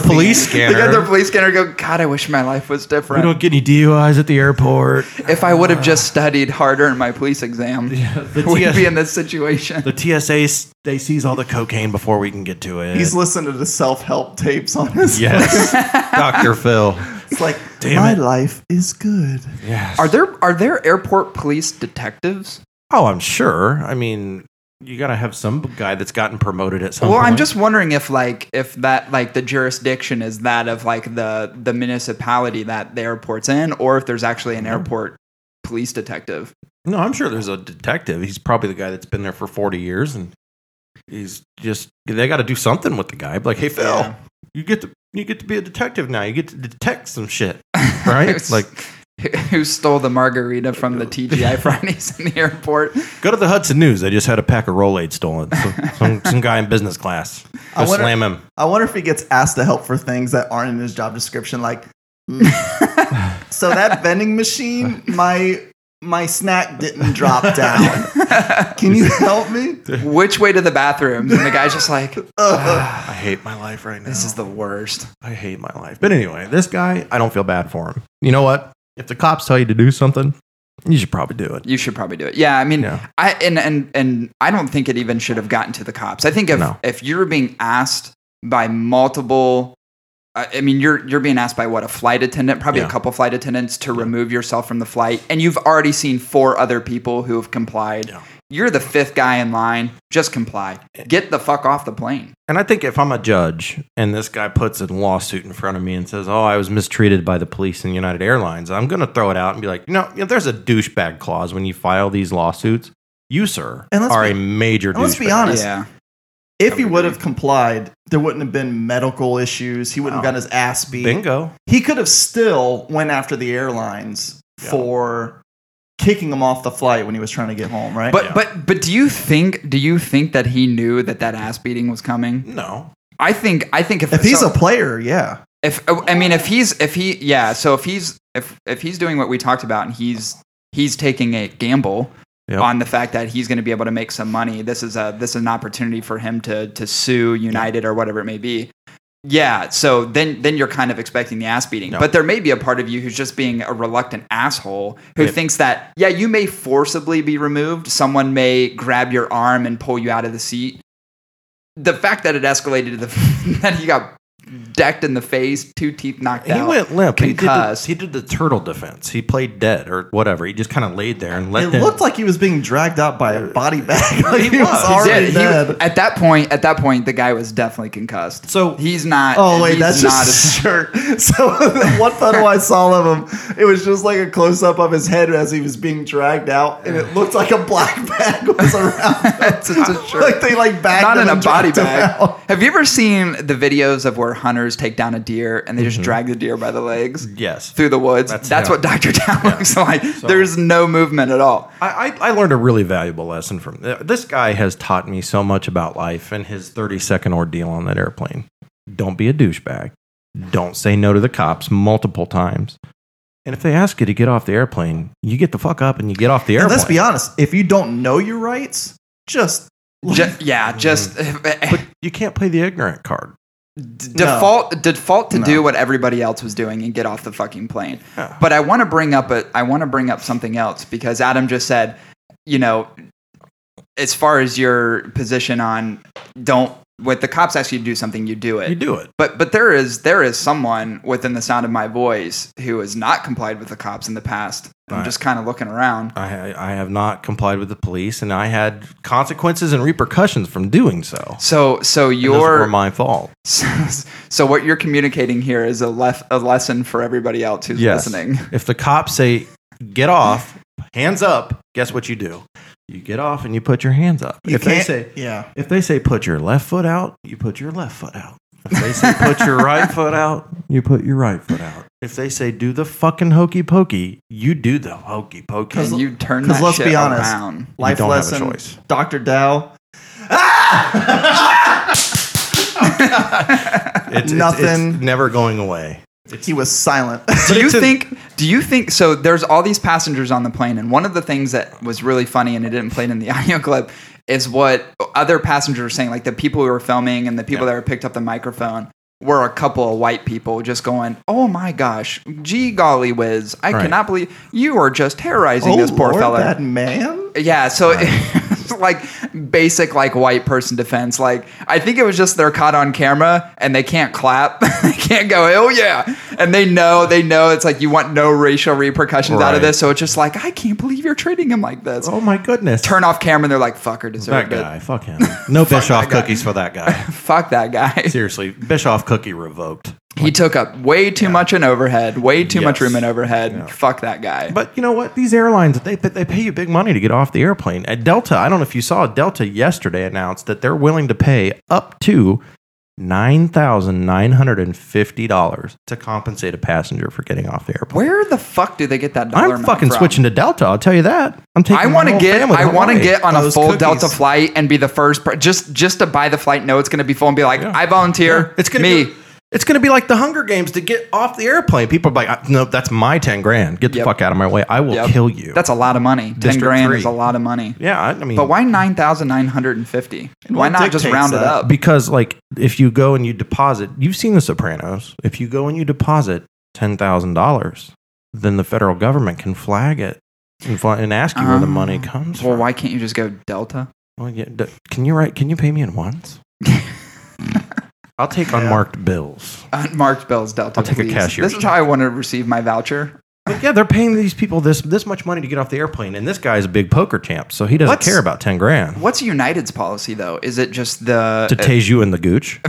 S1: [LAUGHS]
S2: police
S1: they got their
S2: scanner.
S1: police scanner go, God, I wish my life was
S2: We
S1: different.
S2: don't Ah. get any DUIs at the airport.
S1: If I would have just studied harder in my police exam,
S2: The,
S1: [LAUGHS] we'd be
S2: TS
S1: in this situation.
S2: the TSA, s- they seize all the cocaine before we can get to it.
S3: He's listening to self help tapes on
S1: [LAUGHS]
S3: his.
S2: yes, Dr. Phil.
S3: It's like,
S2: Damn
S3: my
S2: it.
S3: life is good.
S2: Yes.
S1: Are there are there airport police detectives?
S2: Oh, I'm sure. I mean, you got to have some guy that's gotten promoted at some
S1: Well,
S2: point.
S1: I'm just wondering if like if that like the jurisdiction is that of like the the municipality that the airport's in, or if there's actually an airport police detective. [LAUGHS]
S2: No, I'm sure there's a detective. He's probably the guy that's been there for 40 years and he's just they got to do something with the guy. Like, "Hey Phil,
S1: Yeah.
S2: you get to you get to be a detective now. You get to detect
S1: [LAUGHS]
S2: some shit." Right?
S1: Who's-
S2: like,
S1: who stole the margarita from the TGI Fridays in the airport?
S2: go to the Hudson News. They just had a pack of Rolade stolen. So,
S1: [LAUGHS]
S2: some some guy in business class. Go
S3: I wonder-
S2: slam him.
S3: I wonder if he gets asked to help for things that aren't in his job description. Like, "Mm, so that vending machine, my my snack didn't drop down. Can you help me?
S1: Which way to the bathrooms? And the guy's just like,
S3: Ugh.
S2: I hate my life right now.
S1: this is the worst.
S2: I hate my life. But anyway, this guy, I don't feel bad for him. You know what? If the cops tell you to do something, you should probably do it.
S1: You should probably do it. Yeah, I mean,
S2: Yeah.
S1: I and and and I don't think it even should have gotten to the cops. I think if
S2: No.
S1: if you're being asked by multiple, I I mean, you're you're being asked by what a flight attendant, probably
S2: Yeah.
S1: a couple flight attendants, to remove yourself from the flight, and you've already seen four other people who have complied.
S2: Yeah.
S1: You're the fifth guy in line. Just comply. Get the fuck off the plane.
S2: And I think if I'm a judge and this guy puts a lawsuit in front of me and says, "Oh, I was mistreated by the police and United Airlines," I'm going to throw it out and be like, "You know, you know, there's a douchebag clause when you file these lawsuits. You, sir,
S3: And let's
S2: are
S3: be-
S2: a major douchebag."
S3: and let's be honest.
S1: Yeah.
S3: If he would have complied, there wouldn't have been medical issues. He wouldn't have
S2: Wow.
S3: gotten his ass beat.
S2: Bingo.
S3: He could have still went after the airlines
S2: Yeah.
S3: for kicking him off the flight when he was trying to get home. Right?
S1: But
S2: Yeah.
S1: but but do you think do you think that he knew that that ass beating was coming?
S2: No.
S1: I think I think if,
S3: if he's
S1: so-
S3: a player, yeah.
S1: if I mean if he's if he yeah so if he's if if he's doing what we talked about and he's he's taking a gamble
S2: Yep.
S1: on the fact that he's going to be able to make some money this is a this is an opportunity for him to to sue United or whatever it may be yeah so then then you're kind of expecting the ass beating
S2: No.
S1: but there may be a part of you who's just being a reluctant asshole who
S2: Yeah.
S1: thinks that yeah you may forcibly be removed someone may grab your arm and pull you out of the seat the fact that it escalated to the [LAUGHS] that he got decked in the face, two teeth knocked
S2: He
S1: out.
S2: went limp. He did, the,
S1: concussed.
S2: he did the turtle defense. He played dead or whatever. He just kind of laid there and let
S3: It
S2: them.
S3: looked like he was being dragged out by a body bag. [LAUGHS] Like he,
S2: He
S3: was,
S2: was.
S1: He
S2: He
S3: already
S1: did. He-
S3: dead.
S1: at that point, at that point, the guy was definitely concussed.
S2: so
S1: He's not.
S3: Oh wait,
S1: he's
S3: that's
S1: not
S3: just [LAUGHS] his shirt. So the one photo I saw of him, it was just like a close up of his head as he was being dragged out, and it looked like a black bag was around.
S1: a, it's just a shirt.
S3: like they like bagged
S1: not
S3: him
S1: in a
S3: and
S1: body
S3: dragged him
S1: bag.
S3: out.
S1: Have you ever seen the videos of where hunters take down a deer and they just drag the deer by the legs
S2: Mm-hmm. yes,
S1: through the woods? That's,
S2: That's-
S1: what Dr. Down [LAUGHS] looks like. There's no movement at
S2: [LAUGHS]
S1: all.
S2: I, I, I learned a really valuable lesson from this guy has taught me so much about life and his 30 second ordeal on that airplane don't be a douchebag don't say no to the cops multiple times and if they ask you to get off the airplane you get the fuck up and you get off the
S3: And
S2: airplane
S3: let's be honest, if you don't know your rights, just
S1: Ju- yeah, just [LAUGHS]
S2: but you can't play the ignorant card
S1: d- default default to
S3: No.
S1: do what everybody else was doing and get off the fucking plane.
S2: Yeah.
S1: But I want to bring up a I want to bring up something else because Adam just said, you know, as far as your position on don't with the cops ask you to do something, you do it.
S2: you do it
S1: But but there is there is someone within the sound of my voice who has not complied with the cops in the past. I'm
S2: Right.
S1: just kind of looking around.
S2: I, I have not complied with the police and i had consequences and repercussions from doing so
S1: So so
S2: And those
S1: your
S2: were my fault
S1: so, [LAUGHS] so what you're communicating here is a lef, a lesson for everybody else who's
S2: Yes.
S1: listening. [LAUGHS]
S2: If the cops say, get off, hands up, guess what you do? You get off and you put your hands up.
S3: you
S2: if they
S3: can't-
S2: say
S3: yeah,
S2: if they say put your left foot out, you put your left foot out. If they say put your right foot out, you put your right foot out. If they say do the fucking hokey pokey, you do the hokey pokey.
S1: Can you turn
S3: 'cause
S1: that
S3: let's
S1: shit
S3: be honest.
S1: around?
S3: life
S2: don't have a
S3: lesson,
S2: choice.
S3: Doctor Dow.
S2: It's, it's-
S3: Nothing.
S2: it's never going away. It's,
S3: He was silent.
S1: do you
S2: it's a-
S1: think do you think so there's all these passengers on the plane and one of the things that was really funny and it didn't play in the [LAUGHS] audio clip is what other passengers were saying like the people who were filming and the people that were picked up the microphone were a couple of white people just going oh my gosh gee golly whiz i
S2: Right.
S1: cannot believe you are just terrorizing
S3: oh,
S1: this poor
S3: Lord,
S1: fella
S3: that man.
S1: yeah, so it's [LAUGHS] like basic like white person defense. Like I think it was just they're caught on camera and they can't clap. [LAUGHS] they can't go, oh yeah. And they know, they know it's like you want no racial repercussions out of
S2: Right.
S1: this. So it's just like, I can't believe you're treating him like this.
S2: oh my goodness.
S1: Turn off camera and they're like, fucker
S2: that
S1: deserved
S2: guy. Fuck him. No Bischoff cookies for that guy.
S1: it. Fuck that guy.
S2: [LAUGHS] Seriously, Bischoff cookie revoked.
S1: He took up way too much in overhead, way too much
S2: Yes.
S1: room in overhead. Fuck that guy.
S2: But you know what? These airlines they they pay you big money to get off the airplane. At Delta, I don't know if you saw Delta yesterday announced that they're willing to pay up to nine thousand nine hundred and fifty dollars to compensate a passenger for getting off the airplane.
S1: Where the fuck do they get that dollar
S2: I'm
S1: amount
S2: fucking
S1: from?
S2: switching to Delta. I'll tell you that. I'm taking.
S1: I
S2: my
S1: want to
S2: whole
S1: get.
S2: family
S1: I want to
S2: Hawaii.
S1: get on a
S3: Those
S1: full
S3: cookies.
S1: Delta flight and be the first. Per- just just to buy the flight. No, it's going to be full and be like, I volunteer.
S2: It's gonna
S1: me.
S2: Be, it's gonna be like the Hunger Games to get off the airplane. People are like, "Uh, no, that's my ten grand. Get the
S1: Yep.
S2: fuck out of my way. I will
S1: Yep.
S2: kill you.
S1: That's a lot of money. Ten
S2: District
S1: grand
S2: three.
S1: is a lot of money.
S2: yeah. I, I mean,
S1: But why nine thousand nine hundred and fifty? Why
S3: what
S1: not just
S3: dictates
S1: round it
S3: that?
S1: up?
S2: Because like, if you go and you deposit, you've seen The Sopranos. If you go and you deposit ten thousand dollars, then the federal government can flag it and, fla- and ask you where the
S1: Um,
S2: money comes
S1: Well,
S2: from.
S1: why can't you just go Delta? [LAUGHS]
S2: Well, yeah, d- can you write? Can you pay me in ones? I'll take unmarked bills.
S1: Unmarked bills, Delta.
S2: I'll take a
S1: please.
S2: cashier's
S1: This is how I want to receive my voucher.
S2: But yeah, they're paying these people this this much money to get off the airplane, and this guy's a big poker champ, so he doesn't
S1: What's-
S2: care about ten grand.
S1: What's United's policy though? Is it just the uh,
S2: to tase you in the gooch.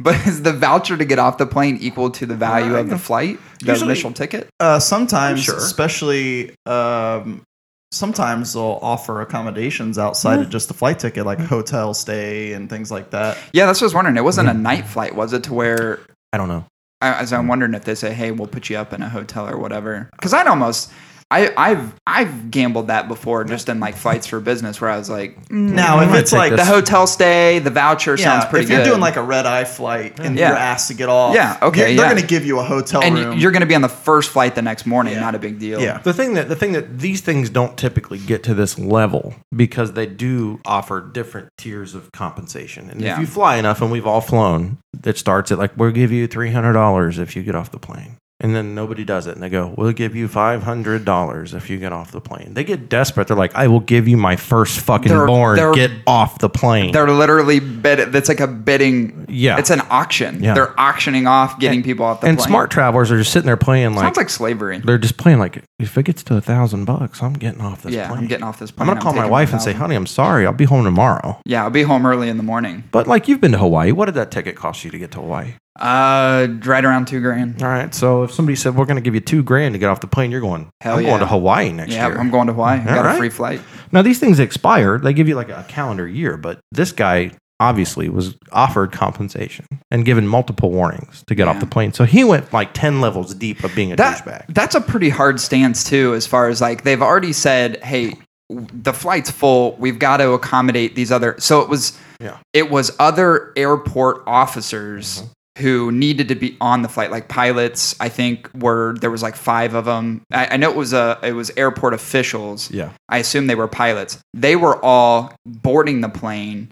S1: but [LAUGHS] is the voucher to get off the plane equal to the value of the flight, the
S2: Usually-
S1: initial ticket?
S3: Uh, sometimes,
S2: I'm sure.
S3: especially um, sometimes they'll offer accommodations outside
S1: Mm.
S3: of just the flight ticket, like hotel stay and things like that.
S1: Yeah, that's what I was wondering. It wasn't a night flight, was it? To where
S2: I don't know.
S1: I, as I'm wondering if they say, "Hey, we'll put you up in a hotel or whatever," because I'd almost, I, I've, I've gambled that before, just in like flights for business, where I was like, mm,
S3: Now,
S2: I
S3: if
S2: might
S3: it's
S2: take
S3: like
S2: this.
S1: the hotel stay, the voucher sounds pretty
S3: if you're
S1: good.
S3: doing like a red eye flight and
S1: Yeah.
S3: you're asked to get off,
S1: Yeah, okay,
S3: you're- they're
S1: yeah.
S3: going to give you a hotel
S1: and
S3: room.
S1: you're going to be on the first flight the next morning,
S3: Yeah.
S1: not a big deal.
S3: yeah,
S2: The thing that the thing that these things don't typically get to this level because they do offer different tiers of compensation. And
S1: Yeah.
S2: if you fly enough, and we've all flown, it starts at like we'll give you three hundred dollars if you get off the plane, and then nobody does it, and they go, we'll give you five hundred dollars if you get off the plane. They get desperate. They're like, I will give you my first fucking
S1: They're-
S2: born.
S1: they're-
S2: get off the plane.
S1: They're literally bid. That's like a bidding.
S2: Yeah.
S1: it's an auction.
S2: Yeah.
S1: They're auctioning off, getting people off the
S2: and
S1: plane.
S2: smart travelers are just sitting there playing like,
S1: sounds like slavery.
S2: they're just playing like if it gets to a thousand bucks, I'm getting off this
S1: Yeah,
S2: plane.
S1: I'm getting off this
S2: I'm
S1: plane.
S2: gonna call my
S1: taking
S2: wife and say,
S1: $1,000.
S2: "Honey, I'm sorry. I'll be home tomorrow."
S1: Yeah, I'll be home early in the morning.
S2: But like, you've been to Hawaii. What did that ticket cost you to get to Hawaii?
S1: Uh, right around two grand.
S2: All right. So if somebody said we're going to give you two grand to get off the plane, you're going.
S1: Hell
S2: I'm
S1: yeah.
S2: going to Hawaii next
S1: yeah,
S2: year.
S1: I'm going to Hawaii. I got
S2: Alright.
S1: a free flight.
S2: now these things expire. They give you like a calendar year, but this guy obviously was offered compensation and given multiple warnings to get
S1: Yeah.
S2: off the plane. So he went like ten levels deep of being a
S1: That,
S2: douchebag.
S1: that's a pretty hard stance too, as far as like they've already said, hey, w- the flight's full. We've got to accommodate these other. So it was,
S2: Yeah.
S1: it was other airport officers
S2: Mm-hmm.
S1: who needed to be on the flight, like pilots. I think were there was like five of them. I, I know it was a it was airport officials.
S2: Yeah.
S1: I assume they were pilots. They were all boarding the plane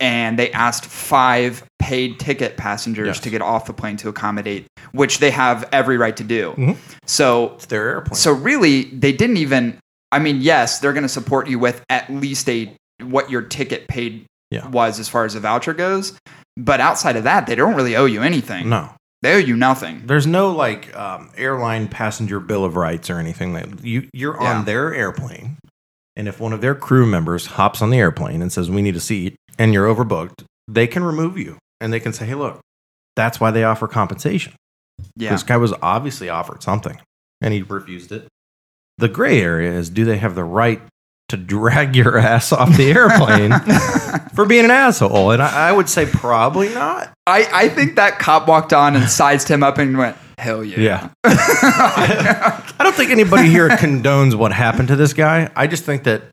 S1: and they asked five paid ticket passengers
S2: Yes.
S1: to get off the plane to accommodate, which they have every right to do.
S2: Mhm.
S1: So
S2: It's their airplane.
S1: so really they didn't even I mean, yes, they're gonna support you with at least a what your ticket paid
S2: Yeah.
S1: was as far as a voucher goes. But outside of that, they don't really owe you anything.
S2: no.
S1: They owe you nothing.
S2: There's no like um, airline passenger bill of rights or anything that you you're
S1: Yeah.
S2: on their airplane, and if one of their crew members hops on the airplane and says we need a seat and you're overbooked, they can remove you and they can say, hey, look, that's why they offer compensation.
S1: Yeah.
S2: This guy was obviously offered something and he refused it. The gray area is do they have the right to drag [LAUGHS] your ass off the
S1: [LAUGHS]
S2: airplane for being an asshole? And I, I would say probably not.
S1: I, I think that cop walked on and [LAUGHS] sized him up and went, Hell yeah. [LAUGHS]
S2: [LAUGHS] I don't think anybody here condones what happened to this guy. I just think that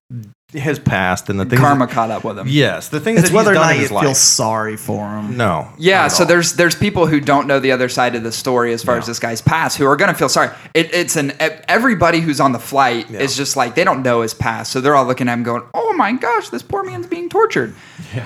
S2: has passed and the things
S1: Karma caught up with him.
S2: Yes, the things
S3: It's
S2: that
S3: whether or
S2: he's done
S3: not
S2: in
S3: you
S2: his
S3: feel
S2: life.
S3: sorry for him.
S2: no. not
S1: Yeah,
S2: at
S1: so
S2: all.
S1: there's there's people who don't know the other side of the story as far as this guy's past who are gonna feel sorry. It, it's an ev- everybody who's on the flight
S2: Yeah.
S1: is just like they don't know his past, so they're all looking at him going, "Oh my gosh, this poor man's being tortured."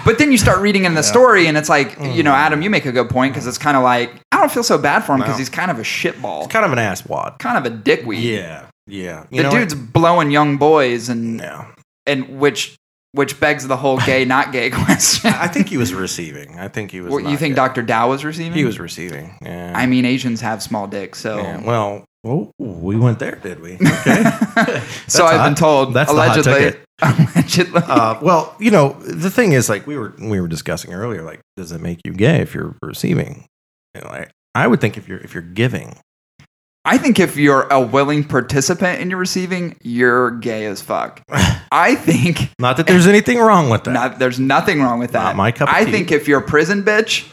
S1: But then you start reading
S2: [LAUGHS]
S1: in the story, and it's like
S2: Mm.
S1: you know, Adam, you make a good point because it's kind of like I don't feel so bad for him because
S2: No.
S1: he's kind of a shitball,
S2: kind of an asswad.
S1: kind of a dickweed.
S2: Yeah, yeah. You
S1: the
S2: know,
S1: dude's blowing young boys, and
S2: no.
S1: and which which begs the whole gay not gay [LAUGHS]
S2: [LAUGHS]
S1: question.
S2: I think he was receiving. I think he was.
S1: What, you
S2: not
S1: think
S2: gay.
S1: Dr. Dow was receiving?
S2: He was receiving. Yeah.
S1: I mean, Asians have small dicks, so.
S2: Yeah, well, oh, we went there, did we?
S1: [LAUGHS]
S2: Okay. [LAUGHS]
S1: so
S2: That's
S1: I've been
S2: hot.
S1: told
S2: That's the hot
S1: allegedly.
S2: ticket.
S1: [LAUGHS] allegedly.
S2: uh, well, you know, the thing is, like we were we were discussing earlier, like does it make you gay if you're receiving? You know, I, I would think if you're if you're giving,
S1: I think if you're a willing participant and you're receiving, you're gay as
S2: [LAUGHS]
S1: fuck. I think
S2: not that there's anything wrong with that.
S1: not, there's nothing wrong with that.
S2: Not my cup of
S1: I
S2: tea.
S1: think if you're a prison bitch,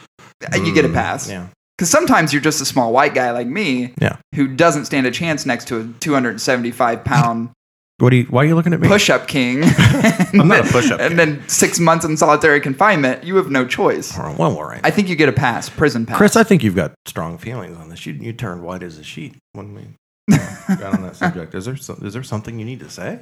S1: you get a
S2: Mm,
S1: pass.
S2: Yeah,
S1: Because sometimes you're just a small white guy like me
S2: Yeah.
S1: who doesn't stand a chance next to a 275
S2: [LAUGHS]
S1: pound
S2: what do you? Why are you looking at me?
S1: push up king.
S2: [LAUGHS] I'm not a push-up
S1: And then six months in solitary confinement, you have no choice.
S2: Well, all right.
S1: I think you get a pass, prison pass.
S2: Chris, I think you've got strong feelings on this. You, you turned white as a sheet when we
S1: [LAUGHS]
S2: got on that subject. Is there so, is there something you need to say?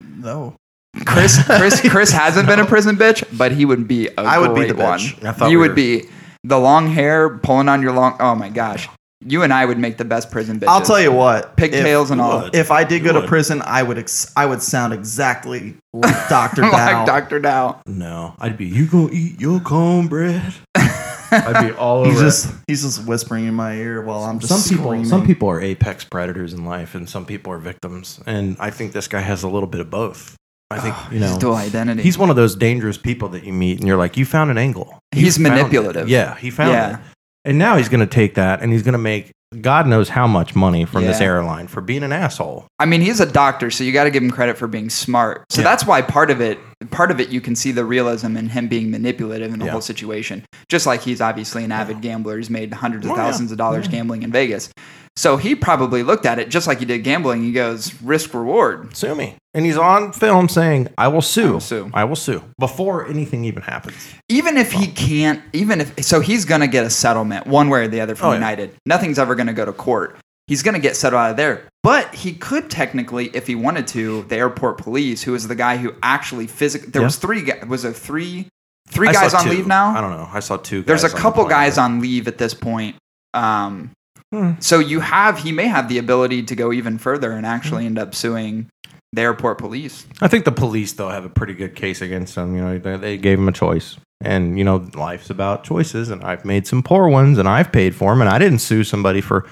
S3: No.
S2: [LAUGHS]
S1: Chris, Chris, Chris hasn't been a prison bitch, but he would be. A
S3: I would be
S1: great
S3: the
S1: one.
S3: bitch.
S2: I thought
S1: You
S2: we
S1: would
S2: were-
S1: be the long hair pulling on your long. Oh my gosh, you and I would make the best prison bitches. [LAUGHS]
S3: I'll tell you what.
S1: pigtails and
S2: You
S1: all.
S2: would.
S3: If, if I did
S2: You
S3: go to
S2: would.
S3: prison, I would ex- I would sound
S1: [LAUGHS]
S3: exactly like Doctor Dow.
S1: like Doctor Dow.
S2: No, I'd be. You gonna eat
S1: [LAUGHS]
S2: your cornbread? I'd be all over.
S3: He's
S2: it.
S3: just he's just whispering in my ear while I'm just
S2: some people,
S3: screaming.
S2: some people are apex predators in life, and some people are victims. And I think this guy has a little bit of both. I think you know.
S1: Ah, His dual identity.
S2: He's one of those dangerous people that you meet, and you're like, you found an angle. You
S1: He's
S2: found it.
S1: manipulative.
S2: Yeah, he found
S1: Yeah.
S2: it. And now he's going to take that and he's going to make God knows how much money from this
S1: Yeah.
S2: airline for being an asshole.
S1: I mean, he's a doctor, so you got to give him credit for being smart. So
S2: Yeah.
S1: that's why part of it, part of it, you can see the realism in him being manipulative in the
S2: Yeah.
S1: whole situation. Just like he's obviously an avid gambler, he's made hundreds of
S2: Oh, yeah.
S1: thousands of dollars gambling in Vegas. So he probably looked at it just like he did gambling. He goes risk reward.
S2: Sue me. And he's on film saying, I will sue. I will
S1: sue.
S2: I will sue. Before anything even happens.
S1: Even if he can't, even if so, he's going to get a settlement one way or the other from
S2: Oh, yeah.
S1: United. Nothing's ever going to go to court. He's going to get settled out of there. But he could technically, if he wanted to, the airport police, who is the guy who actually physically there
S2: Yeah.
S1: was three guys. Was there three three
S2: I saw
S1: guys on
S2: two.
S1: leave now?
S2: I don't know. I saw two
S1: There's a
S2: guys on the
S1: couple
S2: plane.
S1: guys on leave at this point. Um,
S2: Hmm.
S1: So you have he may have the ability to go even further and actually
S2: Hmm.
S1: end up suing the airport police.
S2: I think the police, though, have a pretty good case against him. You know, they, they gave him a choice. And, you know, life's about choices. And I've made some poor ones and I've paid for them. And I didn't sue somebody for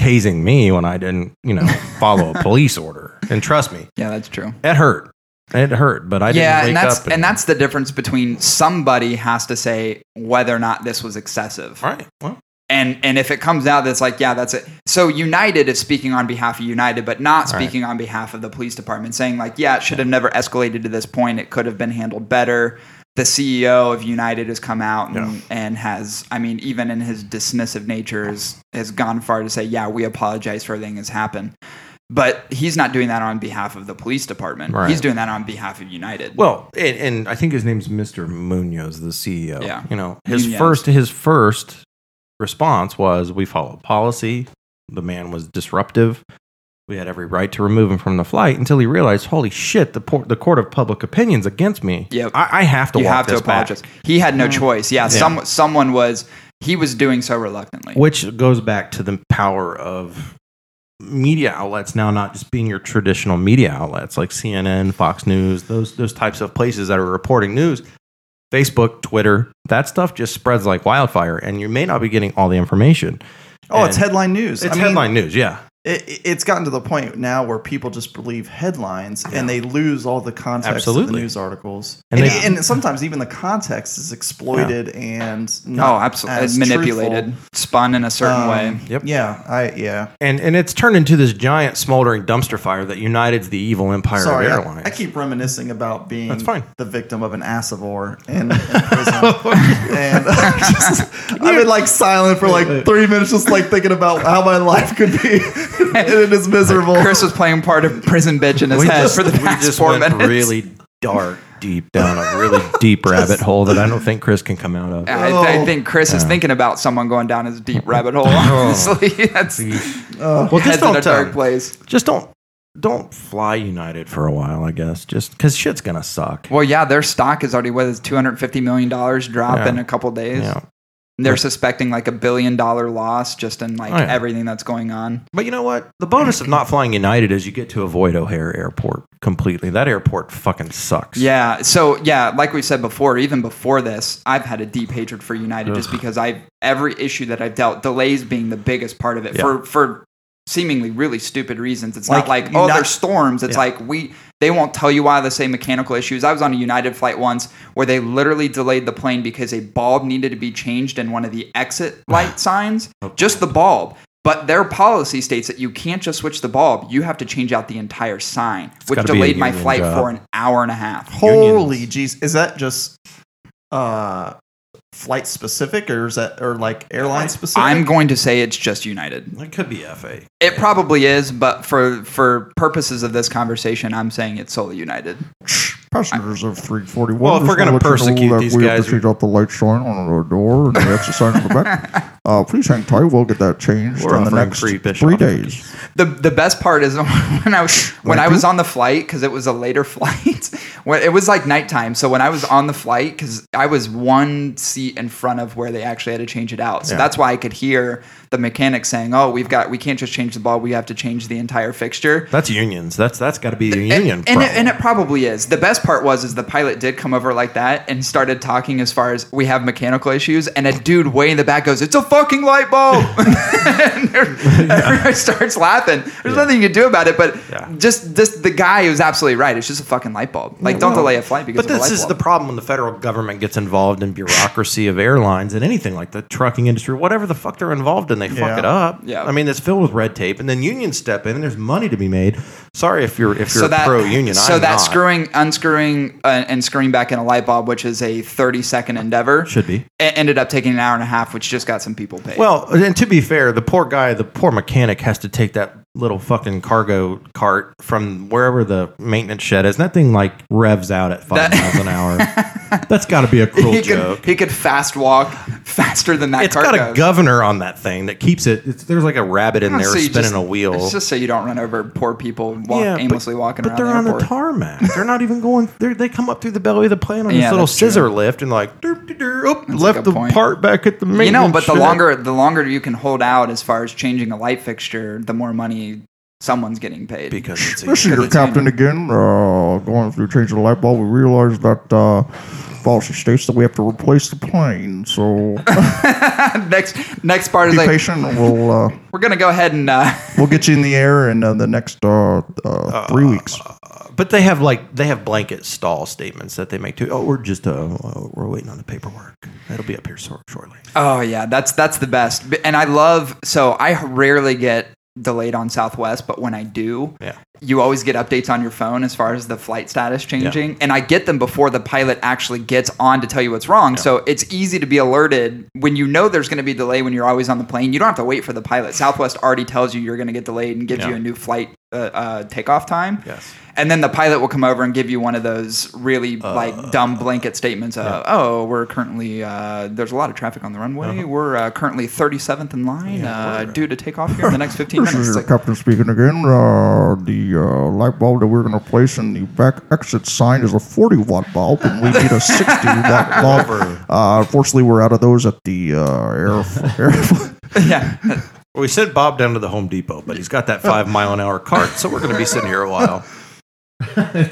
S2: tasing me when I didn't, you know, follow
S1: [LAUGHS]
S2: a police order. And trust me,
S1: Yeah, that's true.
S2: It hurt. It hurt, but I
S1: yeah,
S2: didn't wake
S1: and that's
S2: up.
S1: and, that's the difference between somebody has to say whether or not this was excessive.
S2: all right. Well,
S1: And and if it comes out that's like, yeah, that's it. So United is speaking on behalf of United, but not
S2: Right.
S1: speaking on behalf of the police department, saying like, yeah, it should have never escalated to this point. It could have been handled better. The CEO of United has come out and,
S2: Yeah.
S1: and has, I mean, even in his dismissive nature, has, has gone far to say, yeah, we apologize for everything that's happened. But he's not doing that on behalf of the police department.
S2: Right.
S1: He's doing that on behalf of United.
S2: well, and, and I think his name's Mr. Munoz, the CEO.
S1: Yeah.
S2: you know his
S1: Munoz.
S2: first his first response was, "We follow policy. The man was disruptive. We had every right to remove him from the flight." Until he realized, "Holy shit! The por- the court of public opinion's against me.
S1: Yep.
S2: I, I have to.
S1: you
S2: walk
S1: have to
S2: this back."
S1: apologize. He had
S3: Mm.
S1: no choice. Yeah,
S2: Yeah.
S1: some someone was he was doing so reluctantly.
S2: Which goes back to the power of media outlets now not just being your traditional media outlets like CNN, Fox News, those those types of places that are reporting news. Facebook, Twitter, that stuff just spreads like wildfire and you may not be getting all the information.
S3: Oh, it's
S2: And
S3: headline news.
S2: it's
S3: I mean,
S2: headline news, yeah.
S3: It, it- it's gotten to the point now where people just believe headlines and they lose all the context of
S2: Absolutely.
S3: the news articles.
S2: And
S3: And,
S2: they-
S3: and sometimes even the context is exploited and
S1: Oh,
S3: not as
S1: absolutely manipulated,
S3: truthful.
S1: spun in a certain
S3: Um,
S1: way.
S2: Yep.
S3: Yeah, I yeah.
S2: And and it's turned into this giant smoldering dumpster fire that United's the evil empire
S3: Sorry,
S2: of
S3: I-
S2: airlines.
S3: I, keep reminiscing about being
S2: That's fine.
S3: the victim of an assivore in, in prison. and [LAUGHS] I just, I've been like silent for like three minutes, just like thinking about how my life could be [LAUGHS] it is miserable.
S1: Chris was playing part of prison bitch in his
S2: we
S1: head
S2: just,
S1: for the
S2: we
S1: past
S2: just
S1: four
S2: went
S1: minutes. [LAUGHS]
S2: really dark, deep down a really deep rabbit hole that I don't think Chris can come out of.
S1: I, th- I
S3: Oh.
S1: think Chris is
S2: Yeah. Oh.
S1: thinking about someone going down his deep rabbit
S2: [LAUGHS]
S1: hole. Honestly, [LAUGHS] that's
S3: Ugh.
S2: Well, just
S1: heads in a
S2: don't,
S1: dark
S2: um,
S1: place.
S2: just don't don't fly United for a while, I guess. Just because shit's gonna suck.
S1: Well, yeah, their stock is already what is two hundred fifty million dollars drop
S2: Yeah.
S1: in a couple days.
S2: Yeah.
S1: And They're suspecting like a billion dollar loss just in like
S2: Oh, yeah.
S1: everything that's going on.
S2: But you know what? The bonus of not flying United is you get to avoid O'Hare Airport completely. That airport fucking sucks.
S1: Yeah. So yeah, like we said before, even before this, I've had a deep hatred for United just because I have every issue that I've dealt delays being the biggest part of it
S2: Yeah.
S1: for for seemingly really stupid reasons. It's not
S3: Like,
S1: like
S3: you
S1: oh
S3: not-
S1: there's storms. It's
S2: Yeah.
S1: like we they won't tell you why they say mechanical issues. I was on a United flight once where they literally delayed the plane because a bulb needed to be changed in one of the
S2: [SIGHS]
S1: exit light signs.
S2: Oh.
S1: Just the bulb. But their policy states that you can't just switch the bulb. You have to change out the entire sign, which
S2: gotta be a
S1: delayed my
S2: union
S1: flight
S2: job.
S1: for an hour and a half.
S3: Holy
S2: Unions.
S3: jeez, is that just uh flight specific or is that or like airline specific?
S1: I'm going to say it's just United.
S2: It could be FA.
S1: It probably is, but for for purposes of this conversation, I'm saying it's solely United.
S4: Passengers of 341.
S2: Well, if
S4: just
S2: we're gonna
S4: wanna let you
S2: persecute
S4: know that
S2: these
S4: we
S2: guys,
S4: appreciate up the light sign on our door and the exit sign on
S2: [LAUGHS]
S4: the back. Uh, please hang tight. We'll get that changed
S2: We're
S4: in the
S2: offering
S4: next
S2: free Bischoff
S4: three days.
S1: The the best part is [LAUGHS] when I was when I was on the flight because it was a later [LAUGHS] flight. When it was like nighttime, so when I was on the flight because I was one seat in front of where they actually had to change it out, so
S2: Yeah.
S1: that's why I could hear the mechanic saying, "Oh, we've got we can't just change the ball; we have to change the entire fixture."
S2: That's unions. That's that's got to be a union.
S1: and, and it,
S2: problem.
S1: and it probably is. The best part was is the pilot did come over like that and started talking as far as we have mechanical issues, and a dude way in the back goes, "It's a fucking light
S2: [LAUGHS]
S1: bulb," [LAUGHS] and there- everyone starts laughing. There's nothing you can do about it, but
S2: Yeah.
S1: just this the guy was absolutely right. It's just a fucking light bulb. Like, don't delay a flight because
S2: But
S1: of
S2: this
S1: a light
S2: is the
S1: bulb.
S2: problem when the federal government gets involved in bureaucracy of airlines and anything like the trucking industry, whatever the fuck they're involved in, they fuck
S3: Yeah.
S2: it up.
S1: Yeah.
S2: I mean, it's filled with red tape, and then unions step in, and there's money to be made. Sorry if you're if you're pro union.
S1: So
S2: I'm
S1: that
S2: not.
S1: screwing, unscrewing, uh, and screwing back in a light bulb, which is a 30 second endeavor,
S2: should be.
S1: e- ended up taking an hour and a half, which just got some people paid.
S2: Well, and to be fair, the poor guy, the poor mechanic, has to take that little fucking cargo cart from wherever the maintenance shed is. And that thing like revs out at
S1: That-
S2: five miles an hour.
S1: [LAUGHS]
S2: That's got to be a cruel
S1: he
S2: joke.
S1: could he could fast walk faster than that
S2: it's
S1: car
S2: got a
S1: goes.
S2: governor on that thing that keeps it. It's, there's like a rabbit in
S1: Yeah,
S2: there
S1: Oh, so you
S2: spinning
S1: just-
S2: a wheel.
S1: It's just so you don't run over poor people walk,
S2: Yeah, but-
S1: aimlessly walking around
S2: but they're
S1: the
S2: on
S1: airport.
S2: the tarmac. they're not even going. They're, they come up through the belly of the plane on
S1: Yeah,
S2: this little
S1: that's true.
S2: scissor lift and like derp, derp, derp, oop,
S1: That's a
S2: left
S1: good
S2: the
S1: point.
S2: part back at the maintenance.
S1: you know, but the
S2: shed.
S1: longer the longer you can hold out as far as changing a light fixture, the more money someone's getting paid.
S2: because it's a-
S4: This is your
S1: it's union.
S4: captain again. Uh, going through changing the light bulb, we realized that uh, policy states that we have to replace the plane.
S2: [LAUGHS]
S4: So
S1: [LAUGHS] next next part is
S4: be
S1: like
S4: patient. We'll uh,
S1: we're gonna go ahead and uh, [LAUGHS]
S4: we'll get you in the air in uh, the next uh, uh, three weeks.
S2: But they have like they have blanket stall statements that they make too. Oh, we're just uh, uh, we're waiting on the paperwork. It'll be up here sor- shortly.
S1: oh yeah, that's that's the best. B- And I love so I rarely get delayed on Southwest, but when I do,
S2: Yeah.
S1: you always get updates on your phone as far as the flight status changing and i get them before the pilot actually gets on to tell you what's wrong so it's easy to be alerted when you know there's going to be delay when you're always on the plane you don't have to wait for the pilot southwest already tells you you're going to get delayed and gives
S2: Yeah.
S1: you a new flight uh, uh, takeoff time
S2: Yes.
S1: and then the pilot will come over and give you one of those really
S2: Uh,
S1: like dumb blanket statements of, oh, we're currently, uh, there's a lot of traffic on the runway.
S2: Uh-huh.
S1: We're uh, currently 37th in line, uh, due to take off here in the next
S2: [LAUGHS]
S1: 15
S4: This
S1: minutes.
S4: is
S1: It's
S4: your
S1: like,
S4: captain speaking again. Uh, the uh, light bulb that we're going to place in the back exit sign is a 40 watt bulb, and we need a 60
S1: [LAUGHS]
S4: watt bulb. Uh, unfortunately, we're out of those at the uh, air. [LAUGHS] air
S1: [LAUGHS] yeah.
S2: Well, we sent Bob down to the Home Depot, but he's got that [LAUGHS] five mile an hour cart, so we're going to be sitting here a [LAUGHS] while.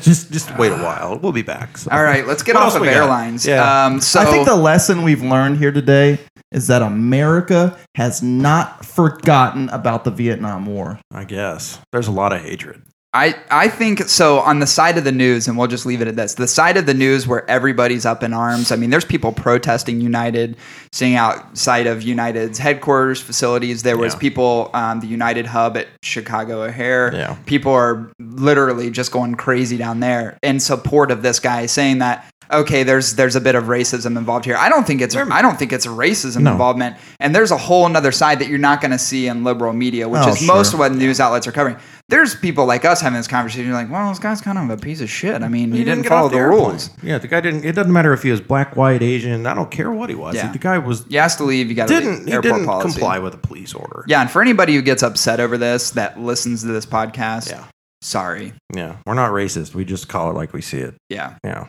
S2: just just wait a while. We'll be back. So.
S1: All right, let's get
S2: What
S1: off
S2: else
S1: of
S2: we got?
S1: airlines.
S2: Yeah.
S1: Um, so
S3: I think the lesson we've learned here today is that America has not forgotten about the Vietnam War.
S2: I guess there's a lot of hatred.
S1: I, I think so on the side of the news, and we'll just leave it at this the side of the news where everybody's up in arms. I mean, there's people protesting United, seeing outside of United's headquarters facilities. There was
S2: Yeah.
S1: people on the United hub at Chicago O'Hare.
S2: Yeah.
S1: People are literally just going crazy down there in support of this guy saying that. okay, there's there's a bit of racism involved here. I don't think it's I don't think it's racism
S2: No.
S1: involvement. And there's a whole another side that you're not going to see in liberal media, which
S4: Oh,
S1: is
S4: sure.
S1: most of what news outlets are covering. There's people like us having this conversation. You're like, well, this guy's kind of a piece of shit. I mean, he, didn't,
S2: get
S1: follow
S2: off
S1: the,
S2: airplane.
S1: rules.
S2: Yeah, the guy didn't. It doesn't matter if he was black, white, Asian. I don't care what he was.
S1: Yeah.
S2: The guy was
S1: You have to leave. You got to
S2: didn't he
S1: airport
S2: didn't
S1: policy.
S2: comply with a police order.
S1: Yeah, and for anybody who gets upset over this, that listens to this podcast,
S2: Yeah.
S1: sorry.
S2: Yeah, we're not racist. We just call it like we see it.
S1: Yeah.
S2: Yeah,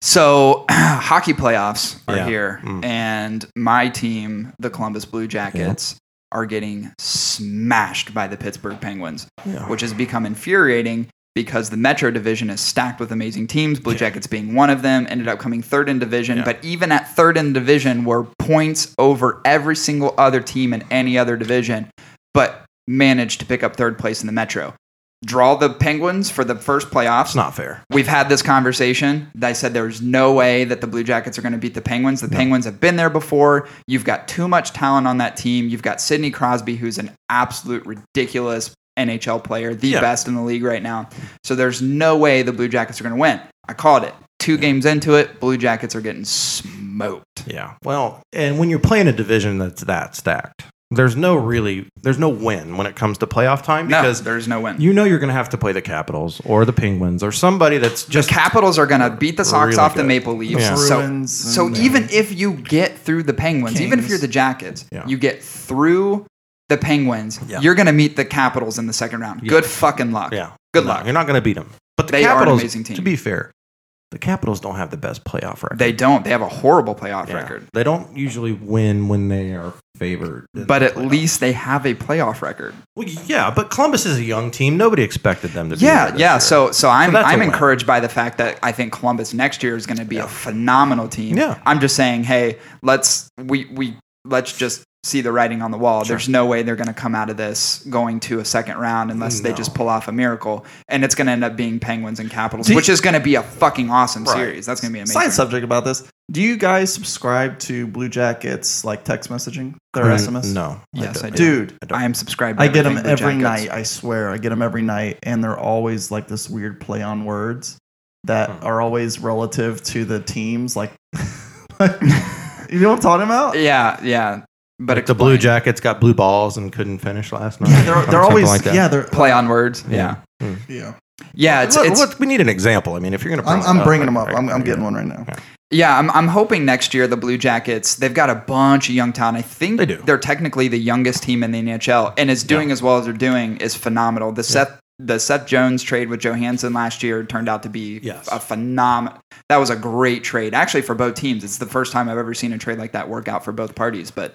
S1: So [CLEARS THROAT] hockey playoffs are
S2: Yeah.
S1: here,
S2: Mm.
S1: and my team, the Columbus Blue Jackets, are getting smashed by the Pittsburgh Penguins,
S2: yeah.
S1: which has become infuriating because the Metro Division is stacked with amazing teams. Blue Jackets being one of them, ended up coming third in division.
S2: Yeah.
S1: But even at third in division, were points over every single other team in any other division, but managed to pick up third place in the Metro. Draw the Penguins for the first playoffs.
S2: it's not fair.
S1: We've had this conversation. I said there's no way that the Blue Jackets are going to beat the Penguins. The Penguins have been there before. You've got too much talent on that team. You've got Sidney Crosby, who's an absolute ridiculous NHL player, the
S2: Yeah.
S1: best in the league right now. So there's no way the Blue Jackets are going to win. I called it. Two games into it, Blue Jackets are getting smoked.
S2: Yeah. Well, and when you're playing a division that's that stacked, there's no really there's no win when it comes to playoff time because
S1: no, there's no win.
S2: you know you're going to have to play the Capitals or the Penguins or somebody that's
S1: the
S2: just
S1: Capitals are going to beat the Sox
S2: Really
S1: off the
S2: good.
S1: Maple Leafs.
S2: Yeah.
S1: So,
S3: Bruins
S1: so
S3: and-
S1: even if you get through the Penguins, even if
S3: Kings.
S1: you're the Jackets,
S2: Yeah.
S1: you get through the Penguins,
S2: Yeah.
S1: you're going to meet the Capitals in the second round.
S2: Yeah.
S1: Good fucking luck.
S2: yeah.
S1: Good
S2: No,
S1: luck.
S2: You're not going to beat them. But the
S1: They are an
S2: Capitals,
S1: amazing team.
S2: to be fair, the Capitals don't have the best playoff record.
S1: They don't. They have a horrible playoff
S2: Yeah.
S1: record.
S2: They don't usually win when they are favored. in
S1: But
S2: the
S1: at
S2: playoff.
S1: least they have a playoff record.
S2: well, yeah. But Columbus is a young team. Nobody expected them to. be
S1: Yeah,
S2: there this
S1: yeah.
S2: year.
S1: So, so I'm
S2: that's a
S1: I'm
S2: win.
S1: encouraged by the fact that I think Columbus next year is going to be a
S2: Yeah.
S1: phenomenal team.
S2: Yeah.
S1: I'm just saying, hey, let's we we let's just see the writing on the wall. There's no way they're going to come out of this going to a second round unless they
S2: No.
S1: just pull off a miracle, and it's going to end up being Penguins and Capitals,
S3: Do you-
S1: which is going to be a fucking awesome
S2: Right.
S1: series. That's going to be amazing.
S3: Side subject about this. Do you guys subscribe to Blue Jackets like text messaging? Their
S2: Mm,
S3: SMS?
S2: No.
S1: Yes, I
S2: don't.
S1: do.
S3: Dude,
S1: I am subscribed. to
S3: I get them
S1: everything Blue
S3: every
S1: Jackets.
S3: night. I swear, I get them every night, and they're always like this weird play on words that
S2: Hmm.
S3: are always relative to the teams. Like, [LAUGHS] you know what I'm talking about?
S1: Yeah, yeah. But
S2: But
S1: it's
S2: the Blue Jackets got blue balls and couldn't finish last night.
S3: They're, they're always yeah. They're
S1: play on words. Yeah,
S3: yeah.
S1: yeah. It's,
S2: Look,
S1: it's
S2: look, we need an example. I mean, if you're going to,
S3: I'm, I'm bringing them up. I'm, I'm getting one right now.
S1: Yeah, I'm, I'm hoping next year the Blue Jackets, they've got a bunch of young talent. I think
S2: They do.
S1: are technically the youngest team in the NHL and is doing as well as they're doing is phenomenal. The Seth the Seth Jones trade with Johansson last year turned out to be
S2: Yes.
S1: a phenomenal. That was a great trade actually for both teams. It's the first time I've ever seen a trade like that work out for both parties, but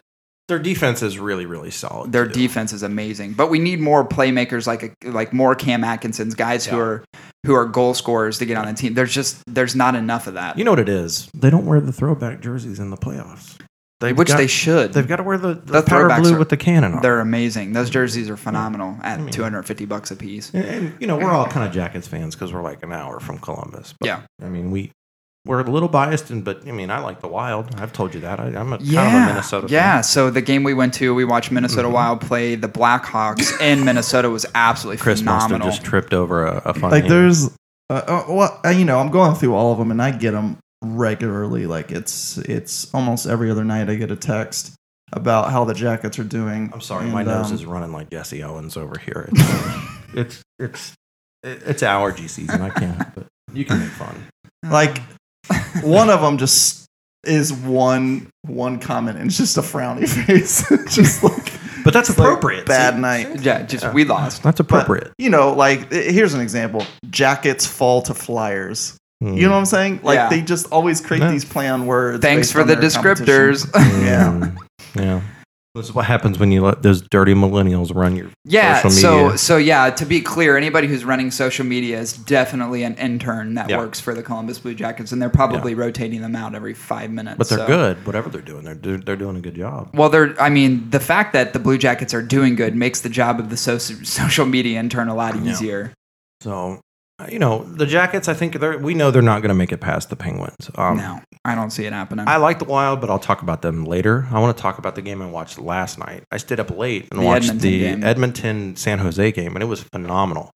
S2: Their defense is really, really solid.
S1: their
S2: too.
S1: defense is amazing. But we need more playmakers like a, like more Cam Atkinsons, guys who
S2: Yeah.
S1: are who are goal scorers to get on the team. There's just there's not enough of that.
S2: You know what it is? They don't wear the throwback jerseys in the playoffs. They've
S1: which
S2: got-
S1: they should.
S2: They've got to wear
S1: The
S2: the, the, powder
S1: throwbacks
S2: blue
S1: are-
S2: with the cannon on.
S1: They're amazing. Those jerseys are phenomenal at
S2: Mm. mean-
S1: 250 bucks a piece.
S2: And, and, you know, we're all kind of Jackets fans because we're like an hour from Columbus. But,
S1: Yeah.
S2: I mean, we we're a little biased, and but I mean, I like the Wild. I've told you that. I, I'm a kind of a Minnesota. Mm-hmm.
S1: yeah.
S2: fan.
S1: So the game we went to, we watched Minnesota Wild play the Blackhawks in Minnesota was absolutely
S2: Chris must have
S1: phenomenal.
S2: just tripped over a, a funny.
S3: Like, there's uh, uh, well, uh, you know, I'm going through all of them, and I get them regularly. Like, it's it's almost every other night I get a text about how the Jackets are doing.
S2: I'm sorry,
S3: And,
S2: my nose
S3: um,
S2: is running like Jesse Owens over here. It's it's it's, it's allergy season. I can't. But you can make fun.
S3: like
S1: Mm. [LAUGHS]
S3: one of them just is one one comment and it's just a frowny [LAUGHS] face It's just like
S2: But that's
S3: it's like
S2: appropriate.
S3: bad
S2: See?
S3: night
S1: yeah, just
S2: Yeah.
S1: we lost.
S2: That's
S3: But,
S2: appropriate.
S3: you know like eh, here's an example jackets fall to flyers
S2: Mm.
S3: you know what i'm saying like
S1: Yeah.
S3: they just always create
S2: Yeah.
S3: these play on words
S1: Thanks
S3: based
S1: for
S3: on
S1: the
S3: their competition.
S1: descriptors.
S2: Mm. yeah. This is what happens when you let those dirty millennials run your.
S1: [LAUGHS] yeah.
S2: Social
S1: So
S2: media.
S1: so yeah. To be clear, anybody who's running social media is definitely an intern that
S2: Yeah.
S1: works for the Columbus Blue Jackets, and they're probably rotating them out every five minutes.
S2: But they're
S1: so-
S2: good. Whatever they're doing, they're do- they're doing a good job.
S1: Well, they're. I mean, the fact that the Blue Jackets are doing good makes the job of the so- social media intern a lot
S2: Yeah.
S1: easier.
S2: So. uh, You know the Jackets. I think they're. We know they're not going to make it past the Penguins. Um,
S1: no, I don't see it happening.
S2: I like the Wild, but I'll talk about them later. I want to talk about the game I watched last night. I stayed up late and
S1: The
S2: watched
S1: Edmonton
S2: the
S1: game.
S2: Edmonton San Jose game, and it was phenomenal.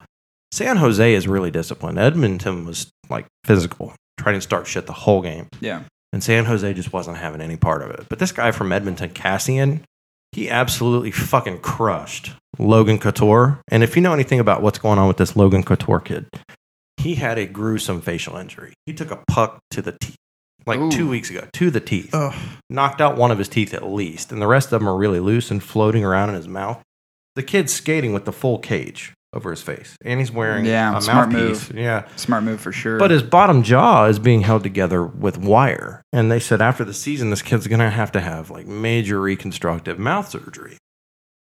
S2: San Jose is really disciplined. Edmonton was like physical, try to start shit the whole game.
S1: Yeah.
S2: And San Jose just wasn't having any part of it. But this guy from Edmonton, Cassian, he absolutely fucking crushed Logan Couture. And if you know anything about what's going on with this Logan Couture kid, he had a gruesome facial injury. He took a puck to the teeth like
S1: Ooh.
S2: two weeks ago, to the teeth.
S4: Ugh.
S2: Knocked out one of his teeth at least, and the rest of them are really loose and floating around in his mouth. The kid's skating with the full cage over his face, and he's wearing
S1: Yeah,
S2: a
S1: smart
S2: mouthpiece. Yeah.
S1: Smart move for sure.
S2: But his bottom jaw is being held together with wire. And they said after the season, this kid's going to have to have like major reconstructive mouth surgery.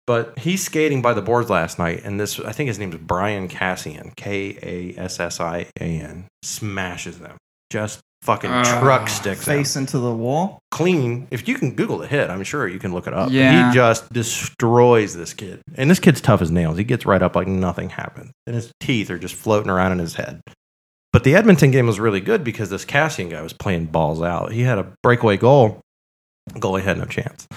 S2: But he's skating by the boards last night. And this, I think his name's Brian Cassian, K A S S I A N, smashes them. Just fucking
S1: Ah,
S2: truck sticks them.
S3: Face into the wall.
S2: Clean. If you can Google the hit, I'm sure you can look it up.
S1: Yeah.
S2: He just destroys this kid. And this kid's tough as nails. He gets right up like nothing happened. And his teeth are just floating around in his head. But the Edmonton game was really good because this Cassian guy was playing balls out. He had a breakaway goal. Goalie had no chance.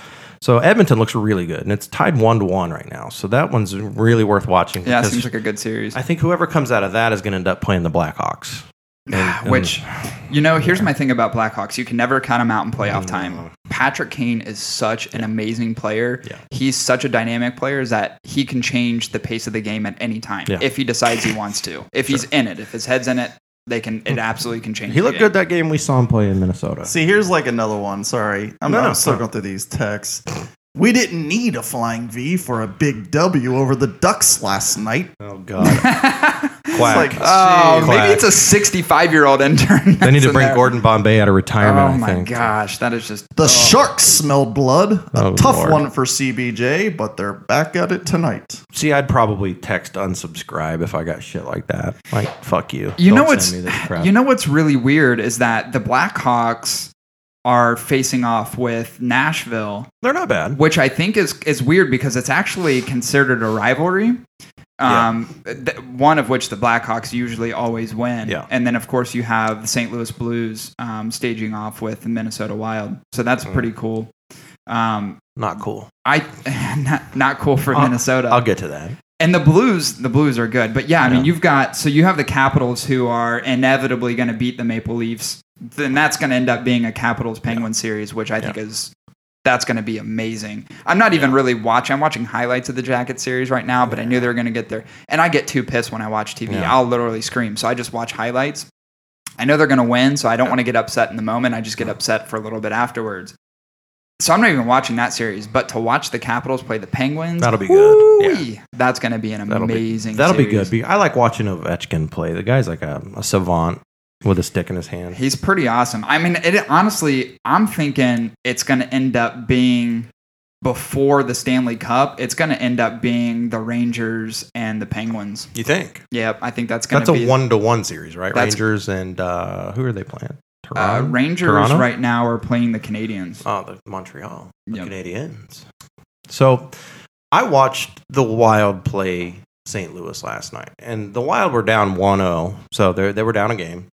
S2: So Edmonton looks really good, and it's tied one to one right now. So that one's really worth watching.
S1: yeah,
S2: because
S1: seems like a good series.
S2: I think whoever comes out of that is going to end up playing
S1: [SIGHS]
S2: the Blackhawks. And- and-
S1: Which, you know, here's my thing about Blackhawks. You can never count them out in playoff
S2: No.
S1: time. Patrick Kane is such an amazing player.
S2: Yeah.
S1: He's such a dynamic player is that he can change the pace of the game at any time
S2: Yeah.
S1: if he decides he wants to. If he's in it, if his head's in it, they can. It absolutely can change.
S2: he
S1: the
S2: looked
S1: game.
S2: good that game we saw him play in Minnesota.
S3: See, here's like another one. Sorry, I'm,
S2: No, no,
S3: I'm still
S2: no.
S3: going through these texts. We didn't need a flying V for a big W over the Ducks last night.
S2: Oh [LAUGHS] God, quack.
S3: like,
S1: Oh,
S2: Quack.
S1: maybe it's a 65 year old intern.
S2: they need
S1: that's
S2: to
S1: in
S2: bring
S1: there.
S2: Gordon Bombay out of retirement.
S1: Oh
S2: I
S1: my
S2: think.
S1: gosh, that is just
S3: The
S1: oh.
S3: Sharks smelled blood. A
S2: Oh,
S3: tough
S2: Lord.
S3: one for CBJ, but they're back at it tonight.
S2: See, I'd probably text unsubscribe if I got shit like that. Like, fuck you.
S1: You know
S2: Don't
S1: what's
S2: send me this
S1: [SIGHS]
S2: crap.
S1: you know what's really weird is that the Blackhawks are facing off with Nashville,
S2: they're not bad.
S1: which I think is is weird because it's actually considered a rivalry. Um, th- one of which the Blackhawks usually always win,
S2: Yeah.
S1: and then of course you have the St. Louis Blues um, staging off with the Minnesota Wild, so that's
S2: Mm.
S1: pretty cool. Um,
S2: Not cool.
S1: I [LAUGHS] not, not cool for
S2: I'll-
S1: Minnesota
S2: I'll get to that.
S1: and the blues the blues are good but yeah i
S2: Yeah.
S1: mean you've got so you have the capitals who are inevitably going to beat the maple leafs then that's going to end up being a capitals penguin series which i think is that's going to be amazing i'm not even really watching i'm watching highlights of the jacket series right now but i knew they were going to get there and i get too pissed when i watch tv
S2: Yeah.
S1: i'll literally scream so i just watch highlights i know they're going to win so i don't want to get upset in the moment i just get upset for a little bit afterwards so i'm not even watching that series but to watch the capitals play the penguins
S2: That'll be good. Yeah.
S1: Wee. That's going to be an
S2: That'll be-
S1: amazing.
S2: That'll be
S1: series.
S2: good. Be- I like watching Ovechkin play. The guy's like a, a savant with a stick in his hand.
S1: He's pretty awesome. I mean, it honestly, I'm thinking it's going to end up being before the Stanley Cup. It's going to end up being the Rangers and the Penguins.
S2: You think?
S1: Yep, I think that's going
S2: That's
S1: to be
S2: a one to one series, right?
S1: That's-
S2: Rangers and uh, who are they playing?
S1: Uh,
S2: Toronto.
S1: Rangers
S2: Toronto?
S1: right now are playing the Canadians.
S2: Oh, the Montreal, the
S1: Yep.
S2: Canadiens. So I watched the Wild play St. Louis last night, and the Wild were down 1 0. So they they were down a game.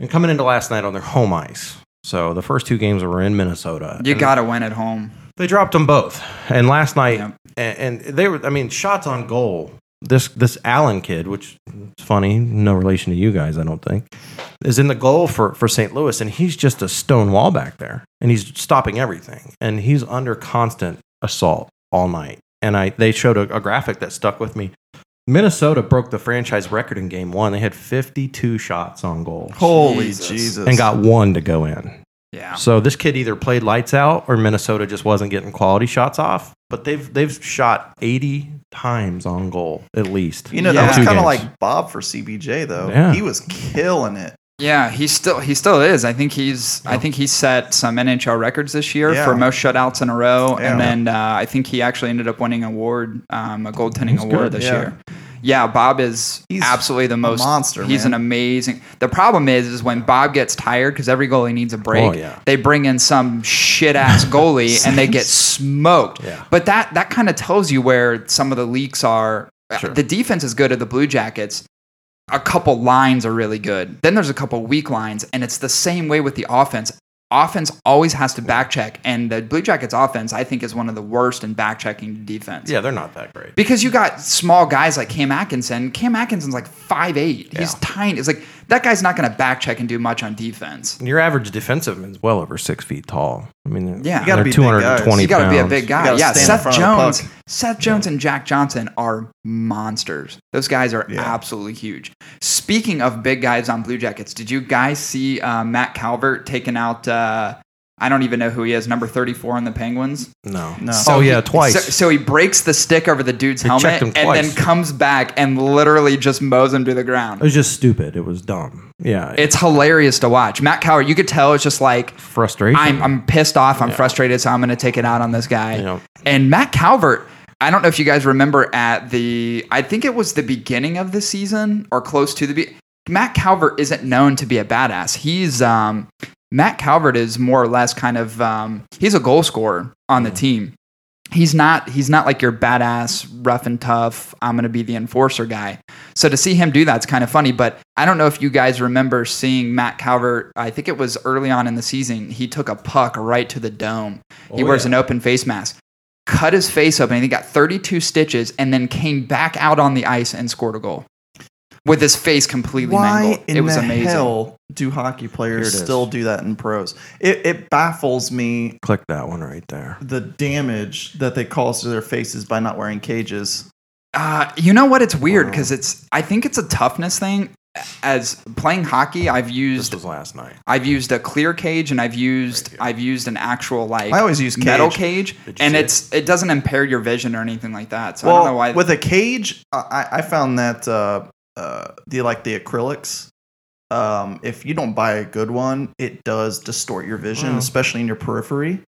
S2: And coming into last night on their home ice. So the first two games were in Minnesota.
S1: You
S2: And
S1: got to win at home.
S2: They dropped them both. And last night,
S1: Yep.
S2: and, and they were, I mean, shots on goal. This this Allen kid, which is funny, no relation to you guys, I don't think, is in the goal for, for St. Louis, and he's just a stone wall back there, and he's stopping everything, and he's under constant assault all night. And I they showed a, a graphic that stuck with me. Minnesota broke the franchise record in Game One. They had 52 shots on goal
S3: Holy
S1: Jesus.
S3: Jesus.
S2: and got one to go in.
S1: Yeah.
S2: So this kid either played lights out or Minnesota just wasn't getting quality shots off. But they've they've shot 80 times on goal at least.
S3: You know,
S1: Yeah.
S3: that
S2: Two
S3: was kind of
S2: games.
S3: like Bob for CBJ, though.
S2: Yeah.
S3: He was killing it.
S1: Yeah, he still he still is. I think he's I think he set some NHL records this year
S3: Yeah.
S1: for most shutouts in a row,
S3: Yeah.
S1: and then uh, I think he actually ended up winning an award um, a goaltending
S2: He's
S1: award
S2: good,
S1: this
S3: yeah.
S1: year. Yeah, Bob is
S3: He's
S1: absolutely the most
S3: monster,
S1: He's
S3: man.
S1: an amazing. The problem is, is when Bob gets tired because every goalie needs a break.
S2: Oh, yeah.
S1: They bring in some shit
S3: [LAUGHS]
S1: ass goalie and they get smoked.
S2: Yeah.
S1: But that that kind of tells you where some of the leaks are. Uh, The defense is good at the Blue Jackets a couple lines are really good. Then there's a couple weak lines, and it's the same way with the offense. offense always has to back check, and the Blue Jackets offense, I think, is one of the worst in back checking defense.
S2: Yeah, they're not that great.
S1: Because you got small guys like Cam Atkinson. Cam Atkinson's like 5'8. He's
S2: Yeah.
S1: tiny. It's like that guy's not going to back check and do much on defense.
S2: Your average defenseveman's well over six feet tall. I mean,
S1: Yeah. You
S2: they're
S1: gotta
S3: be big
S2: 220
S3: guys.
S1: You got to be a
S2: pounds.
S1: big guy.
S3: gotta
S1: Yeah,
S3: stand in
S1: Seth
S3: front of the
S1: Jones.
S3: puck.
S1: Seth Jones and Jack Johnson are monsters. Those guys are
S3: Yeah.
S1: absolutely huge. Speaking of big guys on Blue Jackets, did you guys see uh, Matt Calvert taking out? Uh, I don't even know who he is. Number thirty-four on the Penguins.
S2: No.
S3: No.
S2: oh, yeah,
S1: he-
S2: twice.
S1: So, so he breaks the stick over the dude's
S2: He checked
S1: helmet
S2: him
S1: and
S2: twice.
S1: then comes back and literally just mows him to the ground.
S2: it was just stupid. It was dumb. Yeah.
S1: It's hilarious to watch. Matt Coward, you could tell it's just like
S2: frustration.
S1: I'm I'm pissed off, I'm frustrated, so I'm gonna take it out on this guy.
S2: Yeah.
S1: And Matt Calvert, I don't know if you guys remember at the I think it was the beginning of the season or close to the be- Matt Calvert isn't known to be a badass. He's um Matt Calvert is more or less kind of um he's a goal scorer on the team. He's not he's not like your badass, rough and tough, I'm gonna be the enforcer guy. So to see him do that's kind of funny, but I don't know if you guys remember seeing Matt Calvert, I think it was early on in the season, he took a puck right to the dome. he
S2: Oh,
S1: wears
S2: yeah.
S1: an open face mask cut his face open and he got 32 stitches and then came back out on the ice and scored a goal with his face completely
S3: Why
S1: mangled.
S3: in
S1: It was
S3: the
S1: amazing.
S3: hell do hockey
S2: Here it
S3: players
S2: is.
S3: still do that in pros? It, it baffles me
S2: Click that one right there.
S3: the damage that they cause to their faces by not wearing cages.
S1: Uh, you know what? It's weird
S3: Oh.
S2: Wow.
S1: because it's, I think it's a toughness thing. As playing hockey, I've
S2: This
S1: used,
S2: was last night.
S1: I've used a clear cage and I've used,
S2: Right, yeah.
S1: I've used an actual like
S3: I always use cage.
S1: metal cage
S2: Did you
S1: and
S2: see it?
S1: it's, it doesn't impair your vision or anything like that. So
S3: well,
S1: I don't know why.
S3: with a cage, I, I- I found that uh, uh, the like the acrylics. Um, if you don't buy a good one, it does distort your vision,
S1: Hmm.
S2: Wow.
S3: especially in your periphery.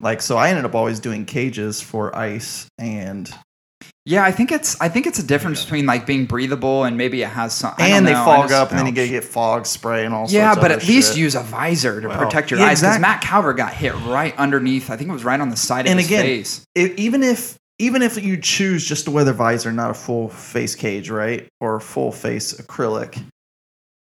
S3: Like so, I ended up always doing cages for ice and
S1: yeah, I think it's, I think it's a difference between like being breathable and maybe it has some, I don't
S3: and they
S1: know, I
S3: fog
S1: just-
S3: up, and then you
S2: Ouch.
S3: get, get fog spray and all.
S1: Yeah,
S3: sorts of
S1: but
S3: other
S1: at least
S3: shit.
S1: use a visor to
S2: Well,
S1: protect your
S3: yeah,
S1: eyes because
S3: exact-
S1: Matt Calvert got hit right underneath. I think it was right on the side of
S3: And
S1: his
S3: again,
S1: face.
S3: if, E, even if even if you choose just a weather visor, not a full face cage, right, or a full face acrylic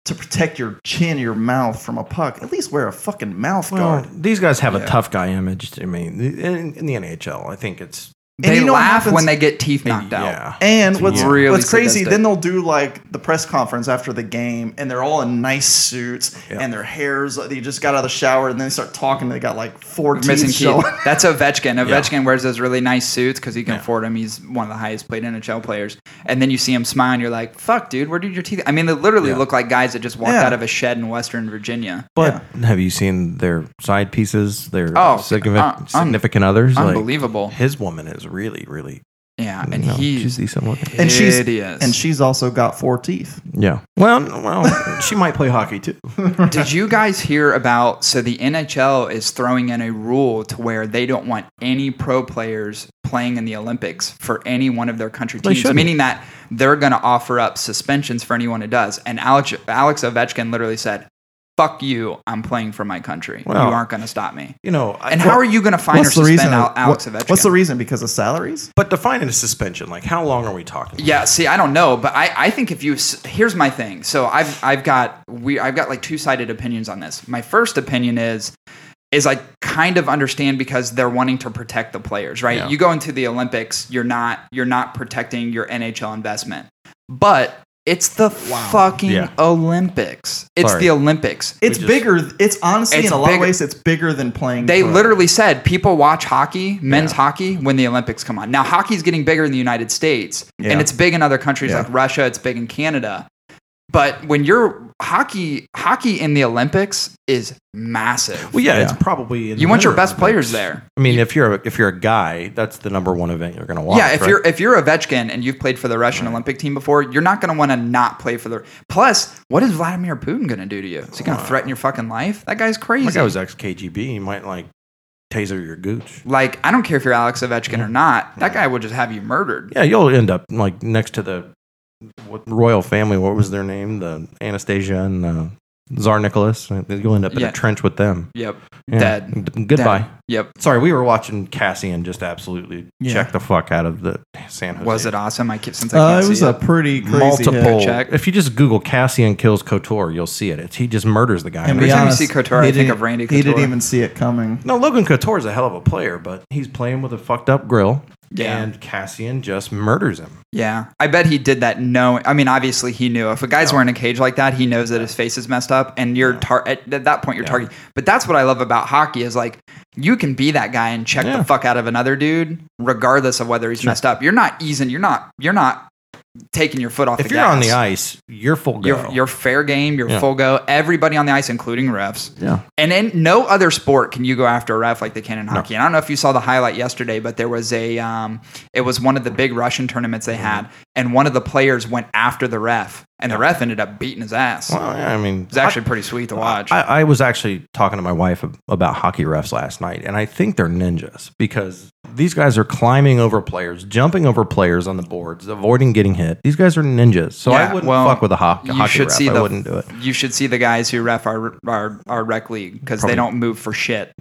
S3: to protect your chin, your mouth from a puck, at least wear a fucking mouth
S2: Well,
S3: guard.
S2: these guys have
S1: Yeah.
S2: a tough guy image. I mean, in, in the NHL, I think it's
S3: and
S1: They
S3: you know what
S1: laugh
S3: happens-
S1: when they get teeth knocked out.
S2: yeah.
S3: And what's
S2: Yeah.
S1: Really
S3: what's crazy?
S1: sadistic.
S3: Then they'll do like the press conference after the game, and they're all in nice suits,
S2: Yeah.
S3: and their hairs. They just got out of the shower, and then they start talking. And they got like four
S1: We're Missing
S3: teeth showing. [LAUGHS]
S1: teeth. [LAUGHS] That's Ovechkin. Ovechkin wears those really nice suits because he can
S2: Yeah.
S1: afford them. He's one of the highest paid NHL players. And then you see him smile, and you're like, "Fuck, dude, where did your teeth?" I mean, they literally
S2: Yeah.
S1: look like guys that just walked
S3: Yeah.
S1: out of a shed in Western Virginia.
S2: But have you seen their side pieces? Their
S1: Oh,
S2: signifi-
S1: uh, un-
S2: significant others. Like,
S1: Unbelievable.
S2: his woman is really, really.
S1: Yeah,
S2: And
S1: and
S2: no, she's
S1: he's
S2: decent looking.
S3: And she's-
S1: hideous.
S3: And she's also got four teeth.
S2: Yeah. Well, well, [LAUGHS] she might play hockey too.
S1: Did you guys hear about? So the NHL is throwing in a rule to where they don't want any pro players playing in the Olympics for any one of their country
S2: They
S1: teams,
S2: shouldn't.
S1: meaning that they're going to offer up suspensions for anyone who does. And Alex, Alex Ovechkin literally said, "Fuck you! I'm playing for my country.
S2: Well-
S1: you aren't going to stop me."
S2: You know. I-
S1: And how are you going to find or suspend Al- Alex
S3: what-
S1: Ovechkin?
S3: what's the reason? Because of salaries.
S2: But defining a suspension, like how long are we talking?
S1: Yeah, see, I don't know, but I, I think if you s- here's my thing. So I've I've got we I've got like two sided opinions on this. My first opinion is is I kind of understand because they're wanting to protect the players, right?
S2: Yeah.
S1: You go into the Olympics, you're not you're not protecting your NHL investment, but it's the fucking
S2: Yeah.
S1: Olympics. It's
S2: Sorry.
S1: the Olympics.
S3: It's
S2: just-
S3: bigger. It's honestly
S1: It's
S3: in a lot of
S1: bigger-
S3: ways, it's bigger than playing.
S1: They
S3: pro.
S1: literally said people watch hockey, men's
S2: Yeah.
S1: hockey, when the Olympics come on. Now hockey's getting bigger in the United States,
S3: Yeah.
S1: and it's big in other countries
S3: Yeah.
S1: like Russia. It's big in Canada, but when you're hockey, hockey in the Olympics is massive.
S2: Well, yeah,
S3: Yeah.
S2: it's probably. in
S1: you
S2: the
S1: want your
S2: winter
S1: best players
S2: Olympics.
S1: there.
S2: I mean, if you're a, if you're a guy, that's the number one event you're going to watch.
S1: yeah, if
S2: right?
S1: you're if you're Ovechkin and you've played for the Russian Olympic team before, you're not going to want to not play for the. Plus, what is Vladimir Putin going to do to you? Is he going to threaten your fucking life? That guy's crazy.
S2: That guy was ex KGB. You might like taser your gooch.
S1: like, I don't care if you're Alex Ovechkin or not. That guy will just have you murdered.
S2: Yeah, you'll end up like next to the what, royal family. What was their name? The Anastasia and uh, Tsar Nicholas. You'll end up in
S1: Yeah.
S2: a trench with them.
S1: Yep.
S2: Yeah.
S1: Dead.
S2: D- goodbye.
S1: Dead. Yep.
S2: Sorry, we were watching Cassian just absolutely
S3: Yeah.
S2: check the fuck out of the San Jose.
S1: Was it awesome? I keep since I
S3: Uh,
S1: can't
S3: it was
S1: see
S3: a pretty crazy
S2: multiple?
S3: hit.
S1: check.
S2: If you just Google Cassian kills Kotor, you'll see it. It's, he just murders the guy.
S3: And
S2: in
S3: be
S1: Every
S2: the-
S1: time
S3: honest,
S1: I see Kotor,
S3: he
S1: I think
S3: didn't-
S1: of Randy Couture.
S3: He didn't even see it coming.
S2: no, Logan Couture's a hell of a player, but he's playing with a fucked up grill,
S1: Yeah.
S2: and Cassian just murders him.
S1: Yeah, I bet he did that. No, I mean, obviously he knew. If a guy's wearing a cage like that, he knows that his face is messed up, and you're tar- at, at that point you're
S2: Yeah.
S1: targeting. But that's what I love about hockey is like you can be that guy and check
S2: Yeah.
S1: the fuck out of another dude, regardless of whether he's messed up. You're not easing. You're not. You're not taking your foot off.
S2: If
S1: the
S2: you're
S1: gas.
S2: on the ice, you're full go.
S1: You're, you're fair game. You're
S2: Yeah.
S1: full go. Everybody on the ice, including refs.
S3: Yeah.
S1: And in no other sport can you go after a ref like they can in hockey. And I don't know if you saw the highlight yesterday, but there was a, um, it was one of the big Russian tournaments they had, and one of the players went after the ref, and the ref ended up beating his ass. It
S2: well, yeah, I mean,
S1: was actually pretty sweet to watch.
S2: I, I was actually talking to my wife ab- about hockey refs last night, and I think they're ninjas because these guys are climbing over players, jumping over players on the boards, avoiding getting hit. These guys are ninjas, so I
S1: Yeah,
S2: wouldn't
S1: well,
S2: fuck with a ho-
S1: you
S2: hockey
S1: should
S2: ref.
S1: see
S2: I
S1: the-
S2: wouldn't do it.
S1: you should see the guys who ref our our, our rec league because they don't move for
S2: [LAUGHS]
S1: shit.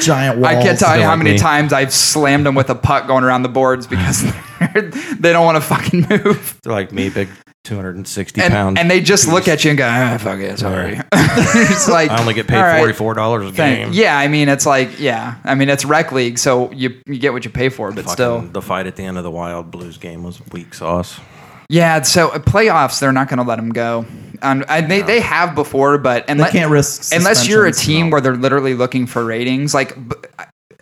S4: Giant
S1: I can't tell you
S2: they're
S1: how
S2: like
S1: many
S2: me.
S1: times I've slammed them with a puck going around the boards
S2: [LAUGHS]
S1: because [LAUGHS] they're- they don't want to fucking move.
S2: They're like me, big, two hundred and sixty
S1: and,
S2: pounds.
S1: and they just look at you and go, ah, fuck it, sorry.
S2: Alright.
S1: [LAUGHS] it's like
S2: I only get paid
S1: all right,
S2: forty four dollars a
S1: thank-
S2: game.
S1: Yeah, I mean it's like yeah, I mean it's rec league, so you you get what you pay for, but
S2: Fucking
S1: still,
S2: the fight at the end of the Wild Blues game was weak sauce.
S1: yeah. So uh, playoffs, they're not going to let them go, um, and they they have before, but and
S3: They can't risk
S1: unless you're a
S3: suspensions.
S1: team where they're literally looking for ratings. Like b-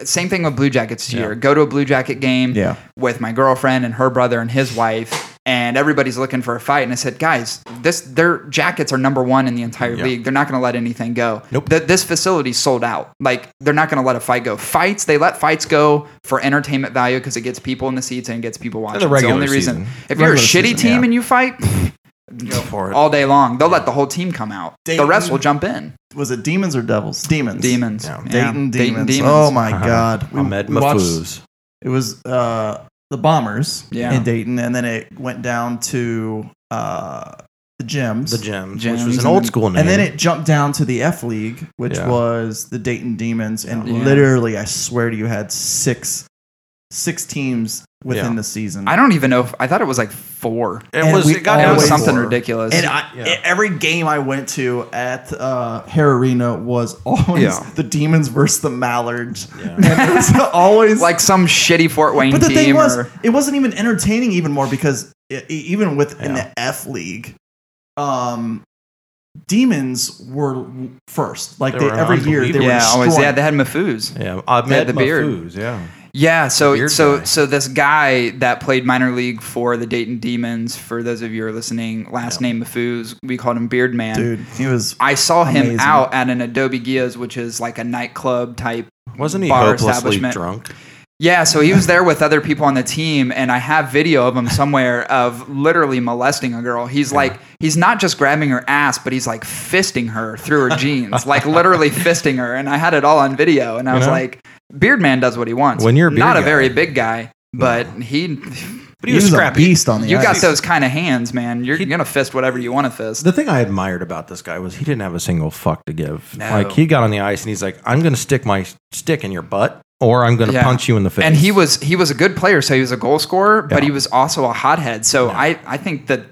S1: same thing with Blue Jackets this year. Go to a Blue Jacket game
S3: Yeah.
S1: with my girlfriend and her brother and his wife, and everybody's looking for a fight. And I said, guys, this their jackets are number one in the entire league. They're not going to let anything go.
S2: Nope.
S1: Th- this facility's sold out. Like they're not going to let a fight go. Fights, they let fights go for entertainment value because it gets people in the seats and it gets people watching.
S2: the
S1: It's
S2: regular
S1: only reason.
S2: season.
S1: If you're a
S3: Regular
S1: shitty
S3: season,
S1: team
S3: yeah.
S1: and you fight. [LAUGHS]
S2: Go for it.
S1: All day long, they'll let the whole team come out.
S3: Dayton-
S1: The refs will jump in.
S3: Was it demons or devils? Demons.
S1: Demons.
S2: Yeah.
S3: Dayton,
S1: Dayton
S3: demons. Oh my
S2: Uh-huh.
S3: god.
S2: Ahmed
S3: watched-
S2: Mahfouz.
S3: It was uh, the bombers
S1: Yeah.
S3: in Dayton, and then it went down to uh, the gyms.
S2: The Gems,
S1: Gems,
S2: which was
S1: and
S2: an old
S1: then-
S2: school name.
S3: And then it jumped down to the F League, which
S2: Yeah.
S3: was the Dayton Demons, and
S1: Yeah.
S3: literally, I swear to you, had six six teams within
S2: Yeah.
S3: the season.
S1: I don't even know if I thought it was like four.
S2: it
S3: and
S2: was
S3: we
S2: it got
S1: It
S2: down
S1: was
S3: Always
S2: to
S1: something
S2: four.
S1: ridiculous.
S3: And I, e,
S2: Yeah.
S3: every game I went to at uh, Hair Arena was [LAUGHS] always
S2: Yeah.
S3: the Demons versus the Mallards.
S2: Yeah.
S3: And it was always
S1: [LAUGHS] like some shitty Fort Wayne
S3: But the
S1: team.
S3: thing was,
S1: or,
S3: it wasn't even entertaining even more because i i- even within
S2: Yeah.
S3: the F League, um, demons were first. Like
S2: They
S3: they,
S2: were
S3: every year they were
S2: unbelievable.
S1: yeah, always.
S3: destroying-
S1: Yeah, they had Mafuz.
S2: Yeah, Ahmed
S1: the beard.
S2: Mahfouz, yeah.
S1: Yeah, so
S2: Weird
S1: so
S2: guy.
S1: so this guy that played minor league for the Dayton Demons. For those of you who are listening, last name Mafuz. We called him Beard Man.
S3: dude. He was
S1: I saw him
S3: Amazing.
S1: out at an Adobe Gias, which is like a nightclub type
S2: Wasn't he
S1: bar
S2: hopelessly
S1: establishment.
S2: drunk?
S1: Yeah, so he was there with other people on the team, and I have video of him somewhere of literally molesting a girl. He's like, he's not just grabbing her ass, but he's like fisting her through her jeans, like literally fisting her. And I had it all on video, and I
S2: You
S1: was
S2: know?
S1: like, Beard Man does what he wants.
S2: When you're a beard
S1: not a
S2: guy.
S1: very big guy, but he,
S2: But
S3: he was a beast on the
S1: you
S3: ice.
S1: got those kind of hands, man. You're
S2: He-
S1: gonna fist whatever you want to fist.
S2: The thing I admired about this guy was he didn't have a single fuck to give.
S1: No.
S2: Like he got on the ice and he's like, "I'm going to stick my stick in your butt, or I'm going to
S1: Yeah.
S2: punch you in the face."
S1: And he was he was a good player, so he was a goal scorer, but
S2: Yeah.
S1: he was also a hothead. So I I think that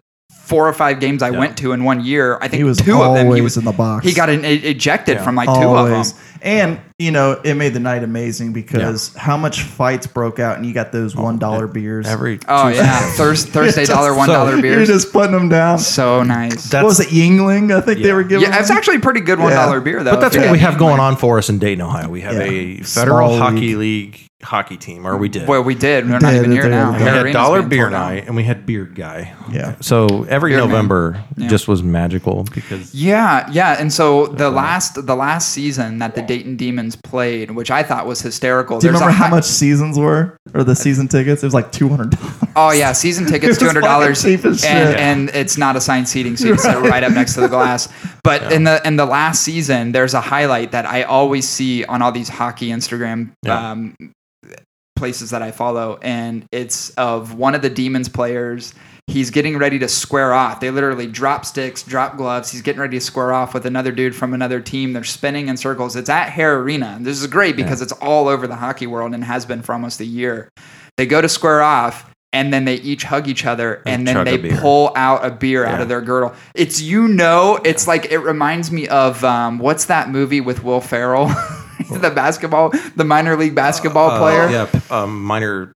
S1: four or five games I
S2: Yeah.
S1: went to in one year, I think
S3: he was
S1: two of
S3: always
S1: them he was
S3: in the box.
S1: he got an, e- ejected
S2: Yeah.
S1: from like two of
S3: always.
S1: them.
S3: And you know, it made the night amazing because how much fights broke out, and you got those one dollar beers. [LAUGHS]
S2: every.
S1: Oh
S2: two-
S1: yeah, Thurs Thursday dollar one dollar
S3: You're
S1: beers,
S3: just putting them down.
S1: so nice.
S3: What was it, Yingling? I think they
S2: Yeah.
S3: were giving.
S1: yeah, it's
S3: them?
S1: actually a pretty good one
S3: Yeah.
S1: dollar beer though.
S2: But that's
S1: if you
S2: what we
S1: get-
S2: have going on for us in Dayton, Ohio. We have
S3: Yeah.
S2: a federal
S3: Small
S2: hockey league hockey team, or we did.
S1: Well, we did. We're not
S3: Did
S1: even
S3: it
S1: here
S3: there.
S1: now.
S2: and we
S1: Our
S2: had
S1: arena's
S2: dollar
S1: being
S2: beer
S1: torn down.
S2: night, and we had beard guy.
S3: Yeah.
S2: So every
S1: Beard man.
S2: November
S1: Yeah.
S2: just was magical because
S1: Yeah, yeah, and so the last the last season that the Dayton Demons played, which I thought was hysterical.
S3: Do you
S1: there's a
S3: remember how
S1: hi-
S3: much seasons were or the season tickets? It was like two hundred dollars.
S1: Oh yeah, season tickets
S3: It
S1: two
S3: was
S1: hundred dollars,
S3: fucking cheap
S1: and,
S3: as shit.
S1: and it's not assigned seating, so you can sit right up next to the glass. But in the in the last season, there's a highlight that I always see on all these hockey Instagram
S2: Yeah.
S1: um, places that I follow, and it's of one of the Demons players. He's getting ready to square off. They literally drop sticks, drop gloves. He's getting ready to square off with another dude from another team. They're spinning in circles. It's at Hare Arena. This is great because it's all over the hockey world and has been for almost a year. They go to square off and then they each hug each other and,
S2: And
S1: then
S2: chug a
S1: they
S2: beer.
S1: pull out a beer out
S2: Yeah.
S1: of their girdle. It's you know, it's like it reminds me of um, what's that movie with Will Ferrell? [LAUGHS] the basketball, the minor league basketball
S2: Uh,
S1: player
S2: Yeah, p- um, minor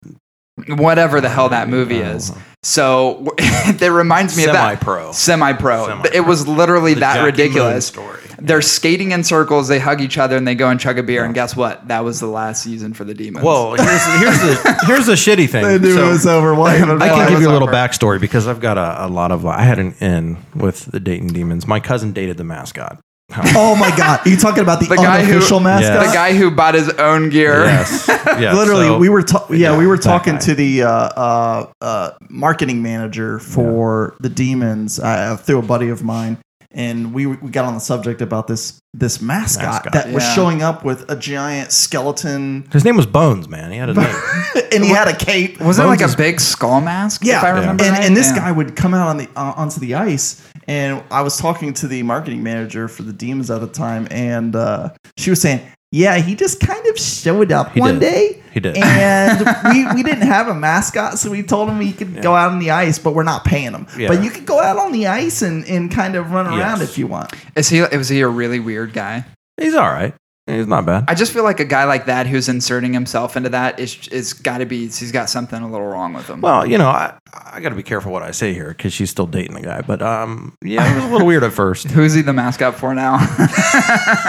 S1: whatever the hell that movie is. So [LAUGHS] that reminds me of
S2: Oh. Semi-pro.
S1: that semi-pro.
S2: Semi-pro.
S1: It was literally
S2: the
S1: that
S2: Jackie Moon
S1: ridiculous.
S2: story.
S1: They're skating in circles. They hug each other and they go and chug a beer. And guess what? That was the last season for the Demons.
S2: Well, here's here's the here's the shitty
S3: [LAUGHS]
S2: thing.
S3: I knew
S2: So-
S3: it Oh, was over. Why haven't
S2: I
S3: why
S2: can give
S3: was
S2: you a little
S3: over?
S2: backstory because I've got a, a lot of. I had an in with the Dayton Demons. My cousin dated the mascot.
S3: [LAUGHS] Oh my god! Are you talking about the,
S1: The guy who-
S3: unofficial
S2: Yeah.
S3: mascot?
S1: the guy who bought his own gear.
S3: [LAUGHS]
S2: yes, yes.
S3: Literally,
S2: so-
S3: we were ta- yeah,
S2: yeah,
S3: we were
S2: that
S3: talking
S2: guy.
S3: to the uh, uh, uh, marketing manager for the Demons uh, through a buddy of mine, and we we got on the subject about this this mascot,
S2: Mascot.
S3: that was
S1: Yeah.
S3: showing up with a giant skeleton,
S2: His name was Bones, man. He had a name.
S3: [LAUGHS] and he had a cape.
S1: Was it
S2: Bones
S1: like a
S2: is-
S1: big skull mask?
S3: Yeah,
S1: if I remember.
S3: and,
S1: right?
S3: and this
S1: Yeah.
S3: guy would come out on the uh, onto the ice, and I was talking to the marketing manager for the Demons at the time, and uh, she was saying, "Yeah, he just kind of showed up
S2: He
S3: one
S2: did.
S3: day,
S2: He did.
S3: and
S2: [LAUGHS]
S3: we, we didn't have a mascot, so we told him he could go out on the ice, but we're not paying him.
S2: Yeah.
S3: But you could go out on the ice and, and kind of run around
S2: Yes.
S3: if you
S1: [LAUGHS]
S3: want.
S1: is he? Was he a really weird guy?
S2: He's all right. He's not bad.
S1: I just feel like a guy like that who's inserting himself into that is is got to be he's got something a little wrong with him.
S2: Well, you know, I I got to be careful what I say here because she's still dating the guy. But um, yeah, it was a little weird at first.
S3: [LAUGHS]
S1: Who's he the mascot for now? [LAUGHS]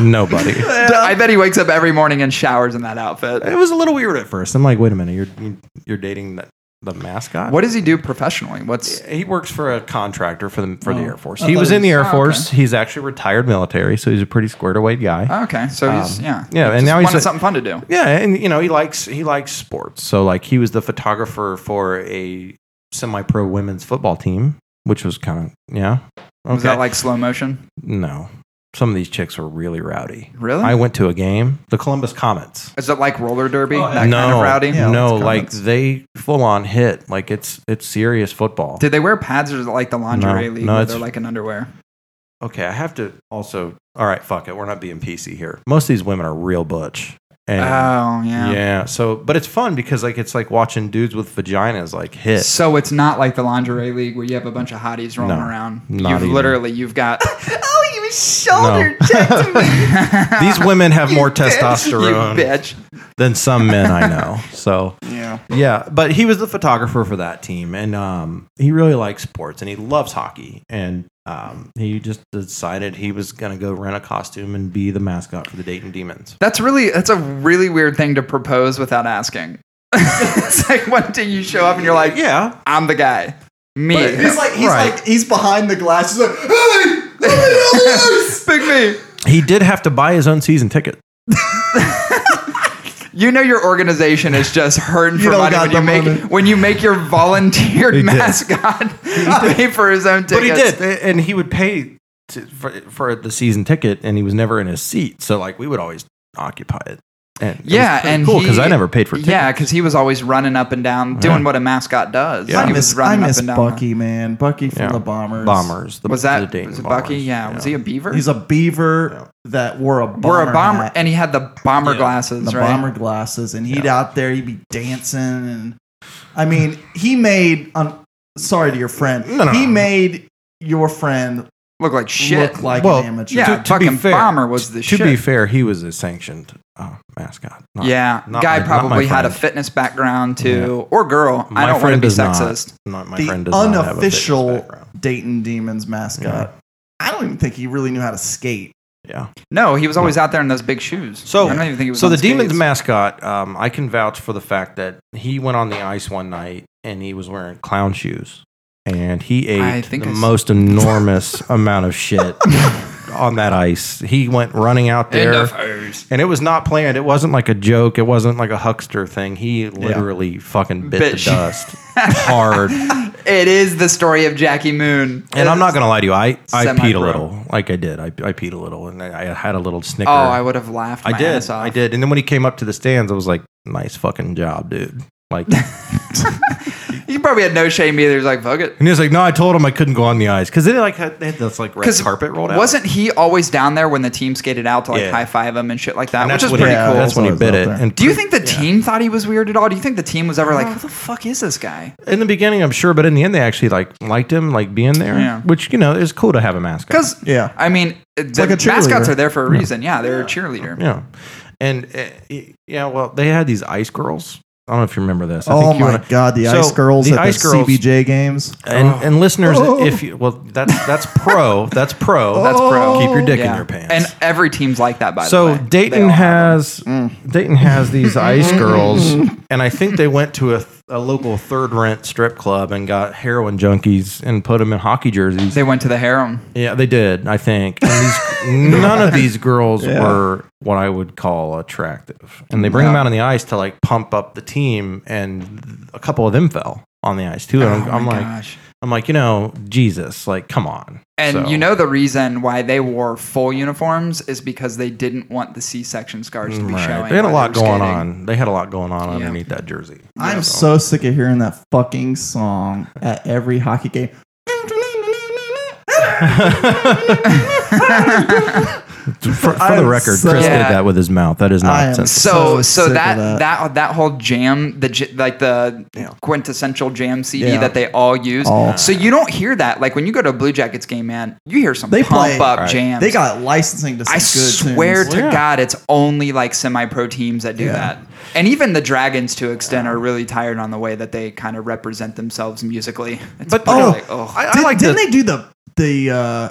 S2: Nobody.
S1: I bet he wakes up every morning and showers in that outfit.
S2: It was a little weird at first. I'm like, wait a minute, you're you're dating the, the mascot.
S1: What does he do professionally? What's
S2: He works for a contractor for the for the Air Force.
S3: I
S2: He
S3: thought
S2: was
S3: it
S2: in the Air
S1: oh,
S2: Force. He's actually retired military, so he's a pretty squared away guy.
S1: oh, okay? So he's
S2: Um,
S1: yeah He
S2: yeah, and
S1: just
S2: now he's
S1: wanted
S2: a-
S1: something fun to do.
S2: yeah, and you know he likes he likes sports. So like he was the photographer for a semi-pro women's football team, which was kind of yeah. Okay.
S1: Was that like slow motion?
S2: no? Some of these chicks were really rowdy.
S1: Really?
S2: I went to a game, the Columbus Comets.
S1: Is it like roller derby?
S2: Oh,
S1: that kind of rowdy.
S3: Yeah,
S2: no,
S3: it's
S2: like
S3: Comets.
S2: they full on hit. Like it's it's serious football.
S1: Did they wear pads or is it like the lingerie
S2: No,
S1: league
S2: no,
S1: where
S2: it's-
S1: they're like an underwear?
S2: okay, I have to also. All right, fuck it. We're not being PC here. Most of these women are real butch. And
S1: oh
S2: yeah.
S1: yeah.
S2: So, but it's fun because like it's like watching dudes with vaginas like hit.
S1: So it's not like the lingerie league where you have a bunch of hotties rolling
S2: No,
S1: around.
S2: not
S1: you've
S2: even.
S1: literally you've [LAUGHS] got
S3: Oh, you shoulder
S2: No. [LAUGHS]
S3: checked me.
S2: These women have
S1: [LAUGHS]
S2: more
S1: You
S2: testosterone
S1: bitch.
S2: than some men I know. So
S3: yeah.
S2: yeah, but he was the photographer for that team, and um, he really likes sports and he loves hockey, and um, he just decided he was gonna go rent a costume and be the mascot for the Dayton Demons.
S1: That's really that's a really weird thing to propose without asking. [LAUGHS] it's like one day you show up and you're like,
S2: Yeah,
S1: I'm the guy. Me. [LAUGHS]
S3: He's like he's
S2: Right.
S3: like he's behind the glass. He's like, hey, let me
S2: [LAUGHS]
S3: loose.
S1: Pick me.
S2: he did have to buy his own season ticket.
S1: You know your organization is just hurting
S3: You
S1: for
S3: don't
S1: money
S3: got
S1: when you
S3: the
S1: make
S3: money.
S1: when you make your volunteered
S2: [LAUGHS] He did.
S1: mascot
S2: [LAUGHS]
S1: pay for his own
S2: But he
S1: tickets.
S2: did, a- and he would pay to, for, for the season ticket, and he was never in his seat. So like we would always occupy it. And it was
S1: Yeah,
S2: pretty
S1: and
S2: cool because
S1: he-
S2: I never paid for tickets.
S1: Yeah, because he was always running up and down, doing what a mascot does.
S2: Yeah.
S1: He
S3: I
S1: was
S3: miss I
S1: running up
S3: miss
S1: and down.
S3: Bucky, man. Bucky from
S2: Yeah.
S3: the Bombers.
S2: bombers. The,
S1: Was
S2: the
S1: that
S2: Dayton
S1: was it Bucky?
S2: Bombers.
S1: Yeah. Was he a beaver?
S3: He's a beaver that wore a bomber.
S1: We're a bomber,
S3: hat.
S1: and he had the bomber
S2: Yeah.
S1: glasses,
S3: the
S1: right?
S3: bomber glasses, and he'd out there, he'd be dancing, and I mean, he made. I'm sorry to your friend.
S2: No, no,
S3: he
S2: no.
S3: made your friend
S1: Look like shit.
S3: look like
S2: Well,
S3: an amateur.
S1: yeah, fucking bomber was the
S2: to
S1: shit.
S2: be fair, he was a sanctioned uh, mascot. Not-
S1: yeah,
S2: not
S1: guy
S2: my- not my
S1: probably had a
S2: friend.
S1: fitness background too, or girl.
S2: My
S1: I don't want to
S2: friend
S1: be
S2: does not.
S1: sexist.
S2: Not my friend.
S3: the
S2: Does not have a fitness
S3: unofficial
S2: background.
S3: Dayton Demons mascot. I don't even think he really knew how to skate.
S2: Yeah.
S1: No, he was always out there in those big shoes.
S2: So
S1: I don't even think he was.
S2: so
S1: on
S2: the
S1: skates.
S2: demons mascot. Um, I can vouch for the fact that he went on the ice one night and he was wearing clown shoes, and he ate
S1: I think
S2: the
S1: I s-
S2: most enormous [LAUGHS] amount
S1: [LAUGHS]
S2: of shit on that ice. He went running out there. and it was not planned. It wasn't like a joke. It wasn't like a huckster thing. He literally fucking bit
S1: Bitch.
S2: the
S1: [LAUGHS]
S2: dust hard. And
S1: [LAUGHS] It is the story of Jackie Moon.
S2: I'm not gonna lie to you. I, I
S1: Semi-pro.
S2: peed a little. Like I did. I, I peed a little, and I, I had a little snicker.
S1: Oh, I would have laughed. My
S2: I did.
S1: Ass off.
S2: I did. And then when he came up to the stands, I was like, "Nice fucking job, dude."
S1: [LAUGHS]
S2: Like,
S1: He probably had no shame either. He's like, fuck it.
S2: and he was like, "No, I told him I couldn't go on the ice because they like had, they had this like red
S1: 'Cause
S2: carpet rolled out."
S1: Wasn't he always down there when the team skated out to like
S2: Yeah.
S1: high five him and shit like that,
S2: And
S1: which
S2: that's
S1: is
S2: when
S1: pretty
S2: he-
S1: cool.
S2: That's when he
S3: Yeah,
S2: bit it.
S3: that's
S2: And
S1: Do you think the team thought he was weird at all? Do you think the team was ever like, "Who the fuck is this guy?"
S2: in the beginning, I'm sure, but in the end, they actually like liked him, like being there,
S1: Yeah.
S2: which you know is cool to have a mascot.
S1: Because
S3: Yeah.
S1: I mean, the
S3: like a cheerleader.
S1: mascots are there for a reason. Yeah, they're a cheerleader.
S2: Yeah. And uh, y- yeah, well, they had these ice girls. I don't know if you remember this. I
S3: Oh
S2: think you
S3: my
S2: wanna-
S3: God, the
S2: So,
S3: Ice Girls
S2: the
S3: at
S2: Ice
S3: the
S2: Girls-
S3: CBJ games.
S2: and, and listeners,
S3: Oh.
S2: if you well, that's that's pro. That's pro. That's pro. Keep your dick
S1: Yeah.
S2: in your pants.
S1: And every team's like that, by
S2: so
S1: the way. They
S2: Dayton
S1: all have Mm. them.
S2: has Dayton
S1: [LAUGHS]
S2: has these ice girls, and I think they went to a, th- a local third rent strip club and got heroin junkies and put them in hockey jerseys.
S1: They went to the harem.
S2: yeah, they did. I think and
S1: [LAUGHS]
S2: these, none of these girls were what I would call attractive, and they bring them out on the ice to like pump up the team, and a couple of them fell on the ice too. And I'm,
S1: Oh
S2: I'm
S1: my
S2: like,
S1: gosh.
S2: I'm like, you know, Jesus, like, come on.
S1: And
S2: So-
S1: you know the reason why they wore full uniforms is because they didn't want the C-section scars to be
S2: Right.
S1: showing.
S2: They had a
S1: while
S2: lot
S1: were
S2: going
S1: skating.
S2: on. They had a lot going on
S1: Yeah.
S2: underneath that jersey.
S3: Yeah.
S5: I'm
S3: Oh.
S5: so
S3: so sick of hearing that fucking song at every hockey game.
S2: for, for
S3: I
S2: the
S3: am
S2: record,
S3: so-
S2: Chris
S1: Yeah.
S2: did that with his mouth. That is
S3: I am
S2: nonsense.
S1: So
S3: So
S1: so
S3: sick of
S1: that, that
S3: that.
S1: that whole jam, the j- like the quintessential jam CD
S3: Yeah.
S1: that they all use.
S3: All.
S1: So you don't hear that like when you go to a Blue Jackets game, man. You hear some
S3: They
S1: pump
S3: play-
S1: up
S2: Right.
S1: jams.
S3: They got licensing to some
S1: I
S3: good
S1: swear
S3: tunes.
S1: to
S2: Yeah.
S1: God, it's only like semi-pro teams that do
S3: Yeah.
S1: that, and even the Dragons, to extent, are really tired on the way that they kind of represent themselves musically. It's
S2: But-
S1: pretty
S3: oh,
S1: like, oh,
S2: I, I
S3: Did,
S2: like
S3: didn't
S2: the,
S3: they do the the [LAUGHS] uh
S1: oh,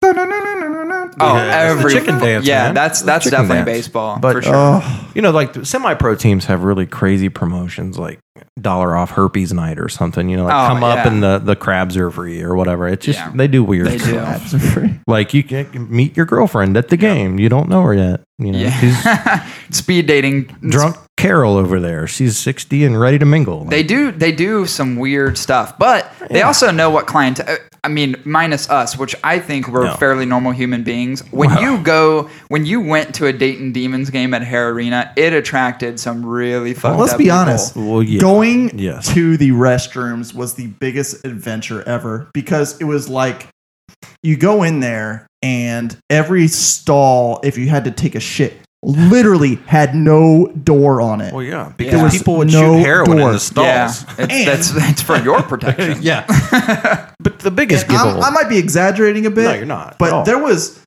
S2: that's the
S1: every
S2: chicken dance,
S1: yeah,
S2: man.
S1: that's
S2: The
S1: that's
S2: chicken
S1: definitely
S2: dance.
S1: baseball
S2: But- uh,
S1: for sure.
S4: Uh,
S3: oh,
S2: you know, like the semi-pro teams have really crazy promotions, like dollar off herpes night or something. You know, like
S1: Oh,
S2: come up
S1: yeah.
S2: and the the crabs are free or whatever. It's just
S1: Yeah.
S2: they do weird.
S1: They do.
S2: stuff.
S3: abs are free.
S2: Like you can meet your girlfriend at the game. You don't know her yet. You know,
S1: [LAUGHS]
S2: she's
S1: yeah, speed dating.
S2: drunk Carol over there. She's sixty and ready to mingle.
S1: They
S2: Like,
S1: do they do some weird stuff, but they also know what client. uh, I mean, minus us, which I think we're
S2: No.
S1: fairly normal human beings. When you go, when you went to a Dayton Demons game at Hare Arena, it attracted some really fucked.
S3: Let's
S1: up
S3: be
S1: people.
S3: honest.
S2: Well, yeah.
S3: Going
S2: Yes.
S3: to the restrooms was the biggest adventure ever because it was like you go in there and every stall, if you had to take a shit, literally had no door on it.
S2: well, yeah,
S1: There
S2: because
S1: was
S2: people would
S3: no
S2: shoot heroin in
S3: door.
S2: the stalls.
S1: Yeah, it's, that's that's for
S2: [LAUGHS]
S1: your protection.
S2: Yeah.
S1: [LAUGHS]
S2: but the biggest
S3: And I'm-
S2: giveaway.
S3: I might be exaggerating a bit.
S2: no, you're not. at all.
S3: But there was,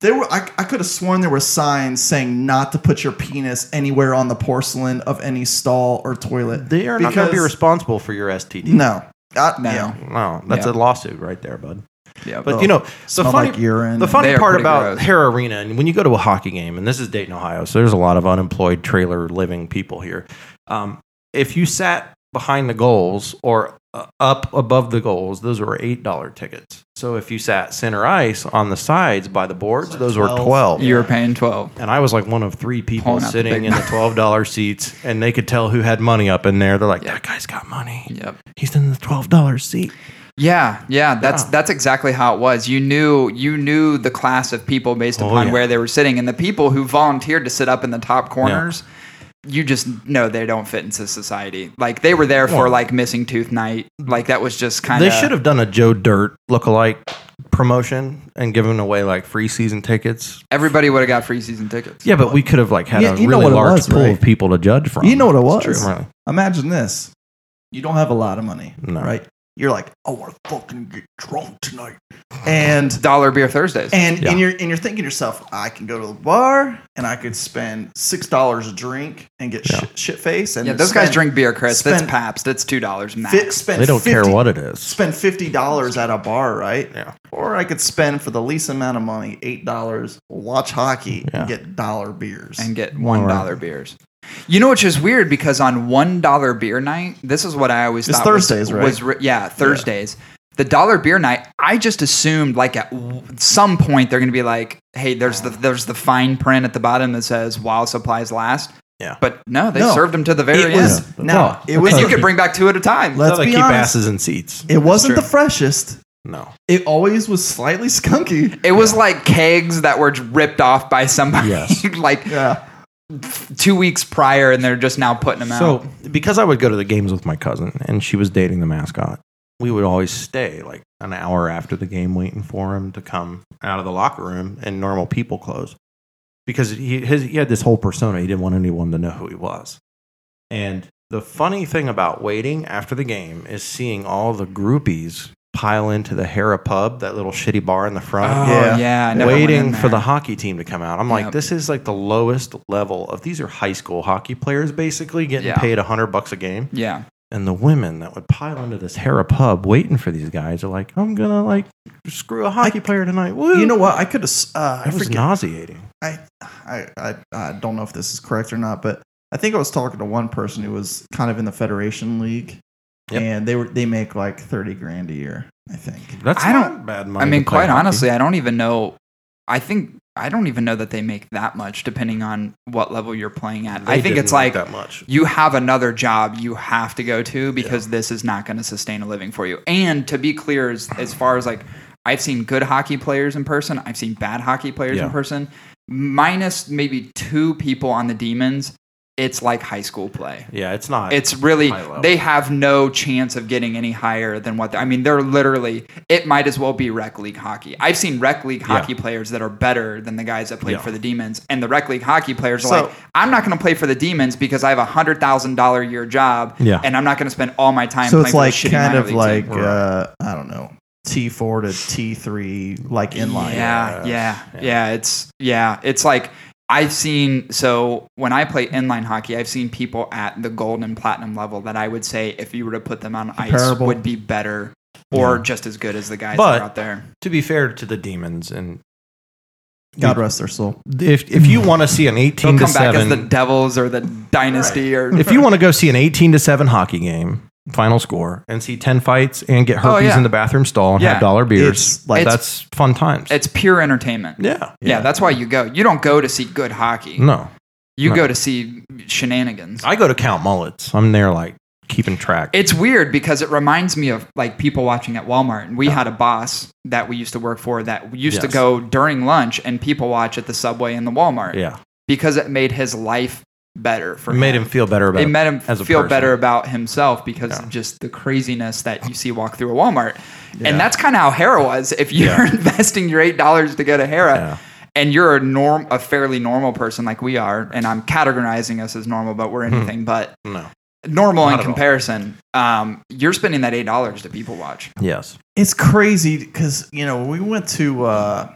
S3: there were. I, I could have sworn there were signs saying not to put your penis anywhere on the porcelain of any stall or toilet.
S2: they are not going to be
S3: because-
S2: responsible for your STD.
S3: No, I,
S1: No.
S3: yeah.
S2: No, that's
S1: Yeah.
S2: a lawsuit right there, bud.
S1: Yeah,
S2: But
S3: Oh,
S2: you know, the
S3: Smell
S2: funny,
S3: like urine.
S2: the funny
S1: They are
S2: part
S1: pretty
S2: about
S1: gross.
S2: Hare Arena, and when you go to a hockey game, and this is Dayton, Ohio, so there's a lot of unemployed trailer living people here. Um, if you sat behind the goals or uh, up above the goals, those were eight dollar tickets. So if you sat center ice on the sides by the boards, those were
S3: 12.
S2: twelve.
S1: you were paying twelve.
S2: and I was like one of three people
S1: Pulling out the
S2: sitting
S1: big
S3: [LAUGHS]
S2: in the twelve dollar seats, and they could tell who had money up in there. They're like, "That guy's got money.
S1: Yep.
S2: He's in the twelve dollar seat."
S1: Yeah, yeah, that's
S2: Yeah.
S1: that's exactly how it was. You knew you knew the class of people based
S2: Oh,
S1: upon
S2: yeah.
S1: where they were sitting, and the people who volunteered to sit up in the top corners, you just know they don't fit into society. Like they were there for
S2: Well-
S1: like missing tooth night, like that was just kind
S2: They
S1: of
S2: should have done a Joe Dirt lookalike promotion and given away like free season tickets.
S1: Everybody would have got free season tickets.
S2: Yeah, but we could have like had
S3: Yeah,
S2: a
S3: you know
S2: really
S3: what it
S2: large
S3: was,
S2: pool
S3: right?
S2: of people to judge from.
S3: You know what it
S2: It's
S3: was?
S2: true.
S3: Imagine this: you don't have a lot of money,
S2: No.
S3: right? You're like, "Oh, I want to fucking get drunk tonight, and
S1: Dollar beer Thursdays.
S3: and
S2: Yeah.
S3: and you're and you're thinking to yourself, I can go to the bar and I could spend six dollars a drink and get
S2: Yeah.
S3: shit, shit face. And
S1: yeah, those guys
S3: spend-
S1: drink beer, Chris. that's
S3: spend-
S1: Pabst. That's two dollars max.
S3: Fit, spend
S2: They don't care
S3: 50
S2: what it is.
S3: spend fifty dollars at a bar, right?
S2: Yeah.
S3: Or I could spend for the least amount of money, eight dollars, watch hockey,
S2: Yeah.
S3: and get dollar beers.
S1: and get
S2: More
S1: one dollar beers. You know, which is weird because on one dollar beer night, this is what I always
S3: It's
S1: thought was-
S3: Thursdays, right?
S1: was ri- yeah Thursdays. The dollar beer night, I just assumed like at w- some point they're going to be like, hey, there's the there's the fine print at the bottom that says while supplies last.
S2: Yeah.
S1: but no, they
S3: No.
S1: served them to the very
S3: it
S1: end,
S3: was
S2: Yeah.
S3: now
S2: Well,
S3: it
S1: and
S3: was.
S1: you could bring back two at a time.
S3: Let's
S2: they
S3: be
S2: keep
S3: honest.
S2: asses in seats.
S3: It wasn't
S1: true.
S3: the freshest.
S2: No.
S3: It always was slightly skunky.
S1: it was [LAUGHS] like kegs that were ripped off by somebody.
S2: Yes.
S1: like
S3: Yeah.
S1: two weeks prior, and they're just now putting them out.
S2: So, because I would go to the games with my cousin and she was dating the mascot, we would always stay like an hour after the game waiting for him to come out of the locker room in normal people clothes because he, his, he had this whole persona. He didn't want anyone to know who he was. And the funny thing about waiting after the game is seeing all the groupies pile into the Hera pub, that little shitty bar in the front
S1: Oh,
S3: Yeah.
S1: yeah, I never went in
S2: uh, waiting for the
S1: there.
S2: hockey team to come out. I'm like,
S1: Yep.
S2: this is like the lowest level of these are high school hockey players basically getting
S1: Yeah.
S2: paid a hundred bucks a game.
S1: yeah.
S2: And the women that would pile into this Hera pub waiting for these guys are like, I'm gonna like screw a hockey player tonight. Woo.
S3: You know what? I could have. Uh, I
S2: it was
S3: forget.
S2: nauseating.
S3: I, I, I, I don't know if this is correct or not, but I think I was talking to one person who was kind of in the Federation League,
S2: Yep.
S3: and they were they make like thirty grand a year, I think.
S2: That's
S1: I
S2: not
S1: don't-
S2: bad money.
S1: I mean,
S2: to play
S1: quite
S2: hockey.
S1: honestly, I don't even know. I think I don't even know that they make that much, depending on what level you're playing at. I
S2: They
S1: think
S2: didn't
S1: it's like
S2: that much.
S1: you have another job you have to go to because this is not going to sustain a living for you. And to be clear, as, as far as like, I've seen good hockey players in person, I've seen bad hockey players
S2: Yeah.
S1: in person, minus maybe two people on the Demons. It's like high school play.
S2: Yeah, it's not.
S1: It's really
S2: High level.
S1: they have no chance of getting any higher than what I mean. They're literally it might as well be rec league hockey. I've seen rec league hockey players that are better than the guys that played
S2: Yeah.
S1: for the Demons, and the rec league hockey players
S3: So-
S1: are like, I'm not going to play for the Demons because I have a hundred thousand dollar a year job,
S2: Yeah.
S1: and I'm not going to spend all my time.
S3: so
S1: playing
S3: it's
S1: for
S3: like
S1: this shitty
S3: kind
S1: minor
S3: of
S1: league
S3: like
S1: team.
S3: uh, I don't know T four to T three like inline.
S1: Yeah,
S2: Yes.
S1: yeah,
S2: Yeah.
S1: yeah, It's yeah, it's like I've seen. So when I play inline hockey, I've seen people at the gold and platinum level that I would say if you were to put them on ice
S3: Comparable.
S1: would be better or just as good as the guys that
S2: But-
S1: are out there.
S2: to be fair to the demons and
S3: God rest their soul.
S2: if
S1: [LAUGHS]
S2: if you want to see an
S1: They'll
S2: 18 to
S1: come back as
S2: 7
S1: the Devils or the Dynasty or
S2: if you want to go see an 18 to 7 hockey game final score and see 10 fights and get herpes
S1: Oh, yeah.
S2: in the bathroom stall and
S1: Yeah.
S2: have dollar beers
S3: It's like
S1: It's-
S2: that's fun times
S1: it's pure entertainment. Yeah.
S2: yeah Mm-hmm.
S1: that's why you go. You don't go to see good hockey.
S2: no
S1: you
S2: no.
S1: go to see shenanigans.
S2: i go to count mullets i'm there like keeping track
S1: It's weird because it reminds me of like people watching at Walmart. And we had a boss that we used to work for that used to
S2: Yes.
S1: go during lunch and people watch at the subway and the Walmart
S2: yeah
S1: because it made his life better for
S2: it made him
S1: him.
S2: feel better about
S1: it made him
S2: as a
S1: feel
S2: person.
S1: better about himself because of just the craziness that you see walk through a Walmart. And that's kind of how Hera was. If you're
S2: Yeah.
S1: [LAUGHS] investing your eight dollars to go to Hera,
S2: Yeah.
S1: and you're a norm, a fairly normal person like we are, and I'm categorizing us as normal, but
S2: Hmm.
S1: we're anything but
S2: no
S1: normal
S2: Not
S1: in
S2: at all.
S1: comparison. Um, you're spending that eight dollars to people watch.
S2: yes
S3: it's crazy because you know we went to uh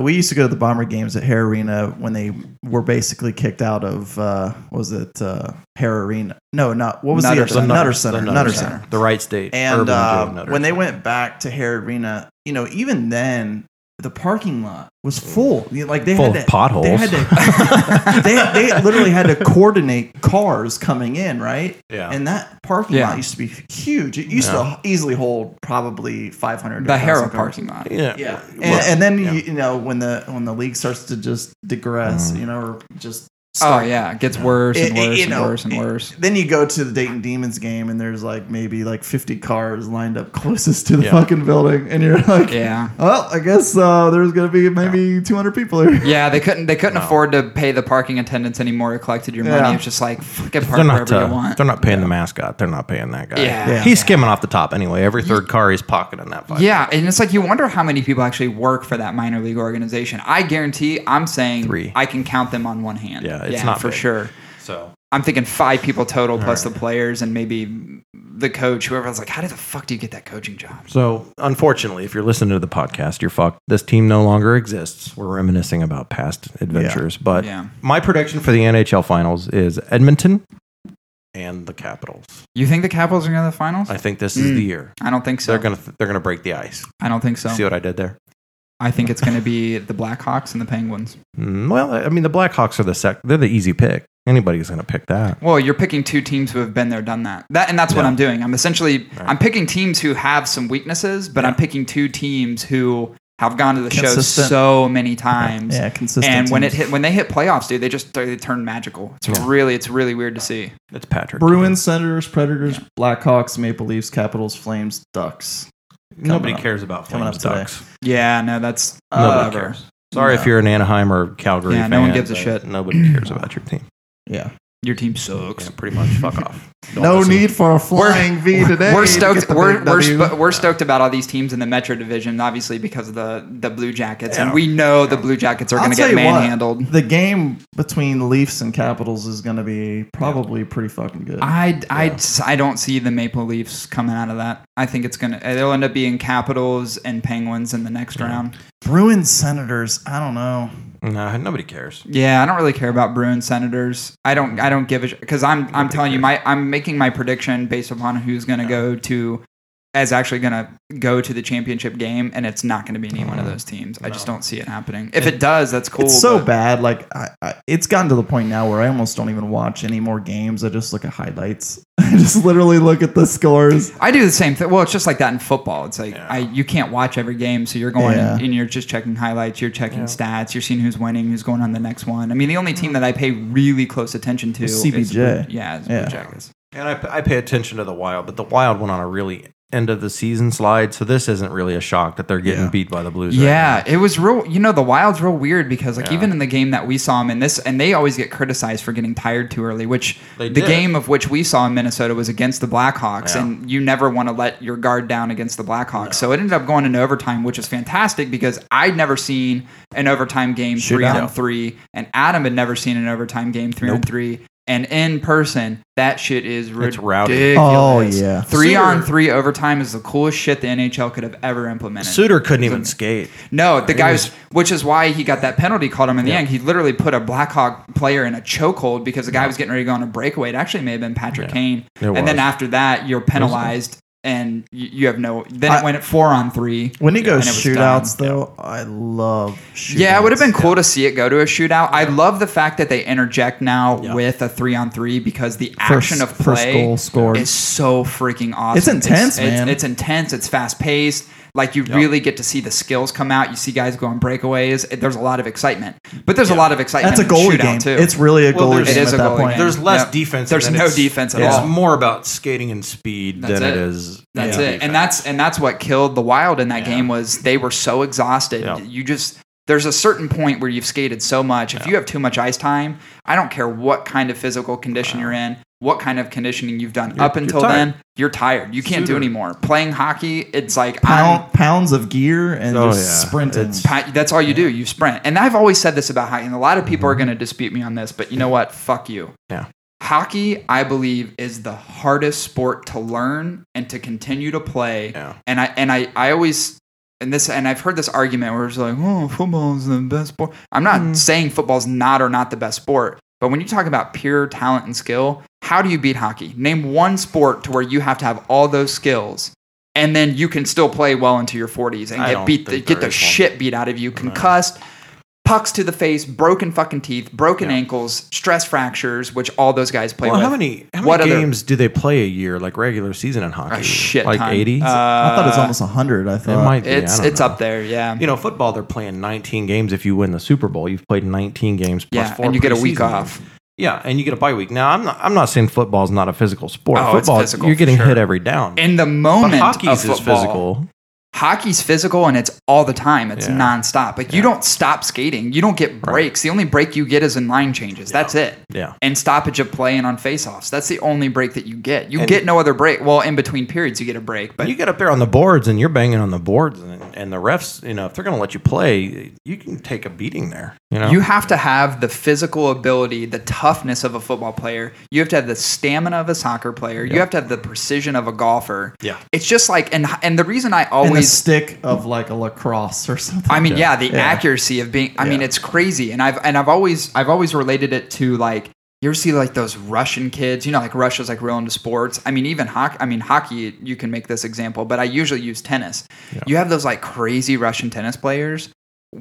S3: we used to go to the bomber games at Hair Arena when they were basically kicked out of uh what was it uh Hair Arena no not what was the,
S1: Nutter
S3: other
S1: Center.
S3: Center Nutter Center
S2: the
S3: Nutter, Center,
S2: Center. the right state
S3: and
S2: Urban
S3: uh,
S2: Joe Nutter
S3: when they
S2: Center.
S3: went back to Hair Arena you know even then the parking lot was full You know, like they
S2: Mm. Full
S3: had
S2: of
S3: to,
S2: potholes.
S3: they had to
S2: [LAUGHS]
S3: they, they literally had to coordinate cars coming in right
S2: yeah
S3: and that parking
S1: Yeah.
S3: lot used to be huge. It used to easily hold probably 500.
S1: The
S3: 1,000
S1: Hera
S3: cars.
S1: parking lot.
S2: yeah
S3: Yeah, and,
S2: Well,
S3: and then
S2: yeah.
S3: you, you know when the when the league starts to just digress,
S2: Mhm.
S3: you know, or just
S1: Oh
S3: start-
S1: yeah, it gets worse and
S3: It- it-
S1: worse
S3: you
S1: and
S3: know,
S1: worse and
S3: it- [LAUGHS]
S1: worse.
S3: Then you go to the Dayton Demons game, and there's like maybe like 50 cars lined up [LAUGHS] closest to the
S2: Yeah.
S3: fucking building, and you're like,
S1: Yeah.
S3: well, I guess uh, there's gonna be maybe 200 people here.
S1: Yeah, they couldn't. They couldn't
S2: No.
S1: afford to pay the parking attendants anymore. It collected your money.
S3: Yeah.
S1: It was just like fucking park
S2: they're not,
S1: wherever
S2: uh,
S1: you want.
S2: they're not paying the mascot. They're not paying that guy.
S1: Yeah. Yeah.
S2: He's skimming off the top anyway. Every third car he's pocketing that five.
S1: Yeah, and it's like you wonder how many people actually work for that minor league organization. I guarantee, I'm saying
S2: Three.
S1: I can count them on one hand.
S2: Yeah, it's not
S1: for
S2: big.
S1: sure.
S2: So
S1: I'm thinking five people total plus the players and maybe the coach. Whoever I was like, how did the fuck do you get that coaching job?
S2: So, unfortunately, if you're listening to the podcast, you're fucked. This team no longer exists. We're reminiscing about past adventures. But
S1: Yeah.
S2: my prediction for the NHL Finals is Edmonton and the Capitals.
S1: You think the Capitals are going to the finals?
S2: I think this is
S1: Mm.
S2: the year.
S1: I don't think so.
S2: They're gonna they're gonna break the ice.
S1: I don't think so.
S2: See what I did there?
S1: I think it's going to
S2: [LAUGHS]
S1: be the Blackhawks and the Penguins.
S2: Mm, well, I mean the Blackhawks are the sec. They're the easy pick. Anybody's gonna pick that.
S1: Well, you're picking two teams who have been there, done that. That and that's what
S2: Yeah.
S1: I'm doing. I'm essentially
S2: Right.
S1: I'm picking teams who have some weaknesses, but I'm picking two teams who have gone to the show
S3: Consistent.
S1: so many times.
S3: [LAUGHS] Yeah, consistent.
S1: And when it
S3: teams.
S1: hit, when they hit playoffs, dude, they just they turn magical. It's
S2: Yeah.
S1: really, it's really weird to see.
S2: It's Patrick.
S3: Bruins, Senators, Predators, Blackhawks, Maple Leafs, Capitals, Flames, Ducks.
S2: Nobody
S3: up.
S2: cares about
S3: Coming
S2: Flames
S3: up today.
S2: Ducks.
S1: Yeah, no, that's
S2: Nobody
S1: whatever.
S2: cares. Sorry if you're an Anaheim or Calgary.
S1: Uh, Yeah, no one
S2: fan,
S1: gives a
S2: but
S1: shit.
S2: Nobody cares about your team.
S3: Yeah.
S1: Your team
S2: Yeah,
S1: sucks.
S2: pretty much. Fuck
S1: [LAUGHS]
S2: off. Don't
S3: No
S2: listen.
S3: need for a flying V today.
S1: We're
S3: to
S1: stoked.
S3: get the
S1: We're,
S3: big
S1: we're,
S3: W.
S1: sp- we're stoked about all these teams in the Metro Division, obviously because of the the Blue Jackets, and
S2: Yeah.
S1: we know the Blue Jackets are
S3: I'll
S1: going to
S3: tell
S1: get
S3: you what,
S1: manhandled.
S3: the game between Leafs and Capitals is going to be probably pretty fucking good.
S1: I, I, I don't see the Maple Leafs coming out of that. I think it's gonna. They'll end up being Capitals and Penguins in the next round.
S3: Bruins Senators. I don't know.
S2: Nah, nobody cares.
S1: Yeah, I don't really care about Bruins Senators. I don't. I don't give a because I'm. I'm telling you, my. I'm making my prediction based upon who's gonna go to, is actually gonna go to the championship game, and it's not gonna be any one of those teams. I just don't see it happening. If it does, that's cool.
S3: it's so
S1: but-
S3: bad. Like I, I, it's gotten to the point now where I almost don't even watch any more games. I just look at highlights. [LAUGHS] I just literally look at the scores.
S1: I do the same thing. Well, it's just like that in football. It's like
S2: Yeah.
S1: I, you can't watch every game, so you're going
S3: Yeah.
S1: and, and you're just checking highlights, you're checking stats, you're seeing who's winning, who's going on the next one. I mean, the only team that I pay really close attention to
S3: Is
S1: is
S3: CBJ.
S1: the- yeah, is
S3: Yeah.
S1: Blue Jackets.
S2: And I, I pay attention to the Wild, but the Wild went on a really end of the season slide, so this isn't really a shock that they're getting
S3: Yeah.
S2: beat by the Blues. right now.
S1: Yeah, it was real. You know, the Wild's real weird because like
S2: Yeah.
S1: even in the game that we saw them in this, and they always get criticized for getting tired too early. Which
S2: They
S1: the
S2: did.
S1: game of which we saw in Minnesota was against the Blackhawks,
S2: Yeah.
S1: and you never want to let your guard down against the Blackhawks. So it ended up going into overtime, which is fantastic because I'd never seen an overtime game three
S3: Shootout.
S1: on three, and Adam had never seen an overtime game three on three. And in person, that shit is
S2: It's
S1: ridiculous.
S2: rowdy.
S3: Oh, yeah.
S1: three
S2: Suter-
S1: on three overtime is the coolest shit the NHL could have ever implemented.
S2: Suter couldn't even skate.
S1: No, the guy was,
S2: was-
S1: which is why he got that penalty called him in the end. He literally put a Blackhawk player in a chokehold because the guy was getting ready to go on a breakaway. It actually may have been Patrick Kane.
S2: It
S1: and then
S2: was.
S1: after that, you're penalized and you, you have no. Then
S3: I-
S1: it went at four on three.
S3: When it goes
S1: And it was
S3: shootouts,
S1: done.
S3: though, I love shootouts.
S1: Yeah, it would have been cool to see it go to a shootout. I love the fact that they interject now with a three on three because the action of
S3: first
S1: play
S3: goal scored.
S1: is so freaking awesome.
S3: It's intense, man.
S1: It's, it's intense. It's fast paced. Like you really get to see the skills come out. You see guys going breakaways. It- there's a lot of excitement, but there's a lot of excitement.
S3: That's a
S1: in the
S3: goalie
S1: shootout
S3: game.
S1: too.
S3: It's really a
S2: Well,
S3: goalie
S2: there's-
S3: game
S2: it
S3: at
S2: is
S1: a
S3: that
S1: goaling
S3: point.
S1: game.
S2: There's less
S1: Yep.
S2: defense.
S1: There's
S2: and
S1: no
S2: it's-
S1: defense at
S2: it's
S1: all.
S2: more about skating and speed
S1: That's
S2: than it
S1: it.
S2: is.
S1: That's
S2: yeah,
S1: it.
S2: defense.
S1: And that's and that's what killed the Wild in that game was they were so exhausted.
S2: Yeah.
S1: You just there's a certain point where you've skated so much. If you have too much ice time, I don't care what kind of physical condition you're in, what kind of conditioning you've done up
S2: you're
S1: until
S2: tired.
S1: then, you're tired. You can't do
S2: Suitor.
S1: anymore. Playing hockey, it's like I'm
S3: Pound, pounds of gear and
S2: Oh,
S3: just
S2: yeah.
S3: sprinting.
S2: It's-
S1: pa- that's all you do. You sprint. And I've always said this about hockey, and a lot of people are going to dispute me on this, but you know what? Fuck you.
S2: Mm-hmm. Yeah.
S1: Hockey, I believe, is the hardest sport to learn and to continue to play
S2: Yeah.
S1: and I and I I always and this and I've heard this argument where it's like, oh, football's the best sport. I'm not
S2: Mm-hmm.
S1: saying football's not or not the best sport, but when you talk about pure talent and skill, how do you beat hockey? Name one sport to where you have to have all those skills, and then you can still play well into your 40s and
S2: I
S1: get
S2: don't
S1: beat the,
S2: think
S1: get
S2: there
S1: the
S2: is one.
S1: shit beat out of you, concussed. Pucks to the face, broken fucking teeth, broken
S2: Yeah.
S1: ankles, stress fractures, which all those guys play
S2: Well,
S1: with.
S2: how many how
S1: What
S2: many
S1: other-
S2: games do they play a year, like regular season in hockey?
S1: A shit
S2: like
S1: ton. Uh,
S2: eighty.
S3: I thought it was almost 100. I
S2: it
S3: thought.
S2: might be. I
S1: It's
S2: don't
S1: it's
S2: know.
S1: up there, yeah.
S2: You know, football they're playing nineteen games. If you win the Super Bowl, you've played nineteen games plus
S1: yeah,
S2: four.
S1: and you get a week
S2: preseason games.
S1: off.
S2: Yeah, and you get a bye week. Now, I'm not. I'm not saying football is not a physical sport.
S1: Oh, it's
S2: football,
S1: physical
S2: you're
S1: for
S2: getting
S1: sure.
S2: hit every down.
S1: in the
S2: but
S1: moment of
S2: hockey's is
S1: football,
S2: physical.
S1: Hockey's physical and it's all the time. It's
S2: Yeah.
S1: nonstop. Like you don't stop skating. You don't get breaks. The only break you get is in line changes. That's it.
S2: Yeah.
S1: And stoppage of play and on faceoffs. That's the only break that you get. You
S2: And-
S1: get no other break. Well, in between periods you get a break, but
S2: you get up there on the boards and you're banging on the boards, and, and the refs, you know, if they're going to let you play, you can take a beating there. You know,
S1: You have to have the physical ability, the toughness of a football player. You have to have the stamina of a soccer player. You have to have the precision of a golfer.
S2: Yeah.
S1: It's just like and and the reason I
S3: And the
S1: always
S3: stick of like a lacrosse or something.
S1: I mean, yeah, the accuracy of being. I mean, it's crazy, and I've and I've always I've always related it to like you ever see like those Russian kids, you know, like Russia's like real into sports. I mean, even hockey. I mean, hockey. You can make this example, but I usually use tennis. You have those like crazy Russian tennis players.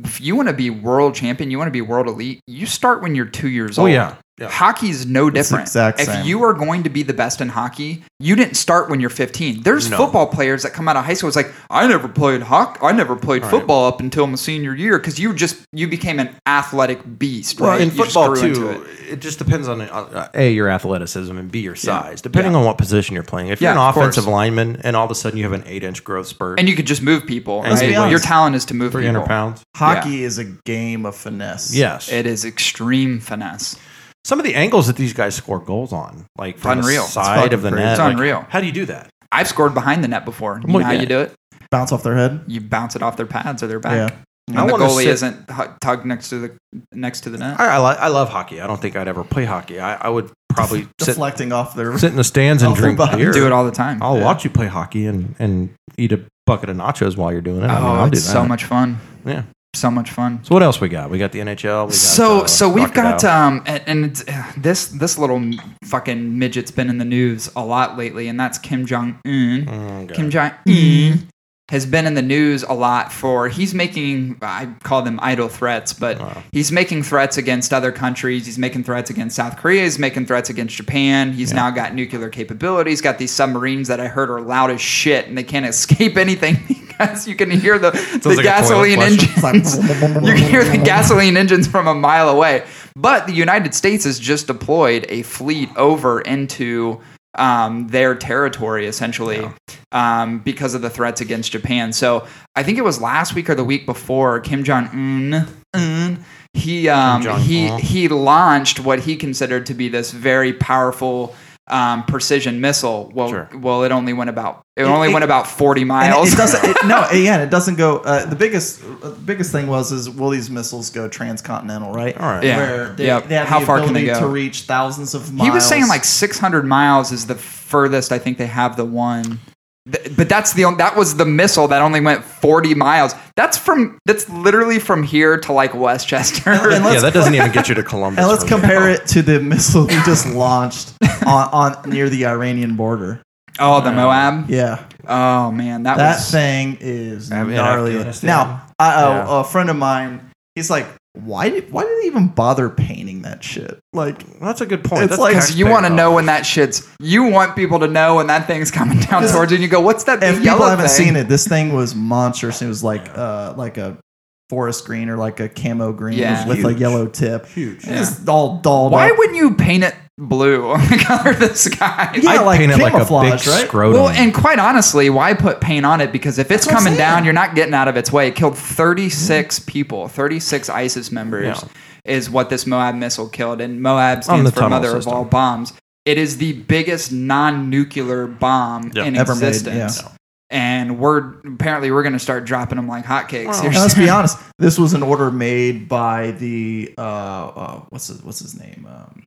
S1: If you want to be world champion, you want to be world elite. You start when you're two years
S2: oh
S1: old.
S2: yeah, Yeah.
S1: Hockey's no
S3: It's the
S1: different.
S3: exact
S1: if
S3: same.
S1: you are going to be the best in hockey, you didn't start when you're 15. There's
S2: No.
S1: football players that come out of high school. It's like I never played hockey. I never played
S2: Right.
S1: football up until my senior year because you just you became an athletic beast.
S2: Well,
S1: Right?
S2: in
S1: You just
S2: football
S1: grew
S2: too,
S1: into
S2: it. just depends on uh, a your athleticism and b your size, depending
S1: Yeah.
S2: on what position you're playing. If
S1: Yeah,
S2: you're an
S1: of course.
S2: offensive lineman and all of a sudden you have an eight inch growth spurt,
S1: And you could just move people.
S2: And
S1: right?
S3: let's be
S1: Your
S3: honest.
S1: talent is to move
S2: 300
S1: people.
S2: pounds,
S3: Hockey is a game of finesse.
S2: yes,
S1: It is extreme finesse.
S2: some of the angles that these guys score goals on, like from
S1: Unreal.
S2: the
S1: It's
S2: side of the
S3: fucking crazy.
S2: net,
S1: It's
S2: like,
S1: unreal.
S2: How do you do that?
S1: I've scored behind the net before. You
S2: Well,
S1: know how
S2: yeah.
S1: you do it?
S3: Bounce off their head.
S1: You bounce it off their pads or their back.
S3: Yeah.
S1: And
S2: I
S1: the
S2: wanna
S1: goalie
S2: sit-
S1: isn't hu- tugged next to the next to the net.
S2: I, I, li- I love hockey. I don't think I'd ever play hockey. I, I would probably sit,
S3: [LAUGHS] Deflecting off their.
S2: sit in the stands and
S3: Off the
S2: drink
S3: button.
S2: beer.
S1: do it all the time.
S2: I'll
S3: Yeah.
S2: watch you play hockey and, and eat a bucket of nachos while you're doing it. I mean,
S1: oh,
S2: I'll do
S1: it's
S2: that.
S1: so much fun.
S2: Yeah.
S1: So much fun.
S2: So what else we got? We got the NHL. We got,
S1: So
S2: uh,
S1: so we've
S2: Rocket
S1: got
S2: Out.
S1: um and, and it's, [SIGHS] this this little fucking midget's been in the news a lot lately, and that's Kim Jong Un.
S2: Mm, God.
S1: Kim Jong Un has been in the news a lot for he's making I call them idle threats, but
S2: Wow.
S1: he's making threats against other countries. He's making threats against South Korea. He's making threats against Japan. He's now got nuclear capabilities. Got these submarines that I heard are loud as shit, and they can't [LAUGHS] escape anything because you can hear the, the
S2: like a toilet
S1: gasoline
S2: flush.
S1: engines. [LAUGHS]
S2: [LAUGHS]
S1: you can hear the gasoline engines from a mile away. But the United States has just deployed a fleet over into um, their territory, essentially, um, because of the threats against Japan. So I think it was last week or the week before Kim Jong Un. Un he um,
S2: Jong
S1: he
S2: Un.
S1: he launched what he considered to be this very powerful um, precision missile. Well,
S2: Sure.
S1: well, it only went about it, only
S3: it-
S1: went about forty
S3: And
S1: miles.
S3: it, it doesn't. It,
S1: [LAUGHS]
S3: no, yeah, and it doesn't go. Uh, the biggest, uh, the biggest thing was is will these missiles go transcontinental? Right.
S2: All right.
S1: Yeah.
S3: Where they,
S1: Yep.
S3: they have
S1: How
S3: the
S1: far can they
S3: ability
S1: go?
S3: to reach thousands of miles.
S1: He was saying like 600 miles is the furthest I think they have the one. Th- But that's the on- that was the missile that only went 40 miles. That's from that's literally from here to like Westchester.
S3: [LAUGHS] And- and let's-
S2: yeah, that doesn't even get you to Columbus.
S3: And let's
S2: for me.
S3: compare it to the missile we
S1: [LAUGHS]
S3: just launched on, on near the Iranian border.
S1: [LAUGHS] oh, the Moab.
S3: Yeah,
S1: Oh man, that,
S3: that
S1: was
S3: thing is
S2: Af- in
S3: gnarly.
S2: Afghanistan.
S3: Now, I, uh,
S2: Yeah.
S3: a friend of mine, he's like, "Why did why did they even bother painting that shit? Like,
S2: That's a good point.
S3: It's
S2: That's
S3: like-
S1: 'cause you
S2: taxpayer
S1: want to know
S2: dollars.
S1: when that shit's. You want people to know when that thing's coming down
S3: Because
S1: towards you. And you go, what's that
S3: if
S1: big
S3: people
S1: yellow
S3: haven't
S1: thing?
S3: seen it, this thing was monstrous. It was like uh like a forest green or like a camo green
S1: Yeah.
S3: with a
S2: Huge.
S3: yellow tip.
S2: Huge.
S3: It's all dolled
S1: Why
S3: up.
S1: wouldn't you paint it blue? [LAUGHS] color the sky.
S3: Yeah,
S2: I'd
S3: like
S2: paint it like a big
S3: camouflage, right?
S2: scrotum.
S1: Well, and quite honestly, why put paint on it? Because if it's
S3: what I'm
S1: coming down,
S3: saying.
S1: you're not getting out of its way. It killed 36 people, 36 ISIS members is what this Moab missile killed. And Moab
S2: On
S1: stands
S2: the
S1: for
S2: tunnel
S1: Mother
S2: system.
S1: of All Bombs. It is the biggest non-nuclear bomb
S2: Yeah.
S1: in
S3: Ever made,
S1: existence.
S3: yeah.
S1: And we're apparently we're going to start dropping them like hotcakes.
S2: Well,
S1: here
S3: Now, let's
S1: soon. [LAUGHS]
S3: be honest. This was an order made by the uh, uh what's his, what's his name? Um,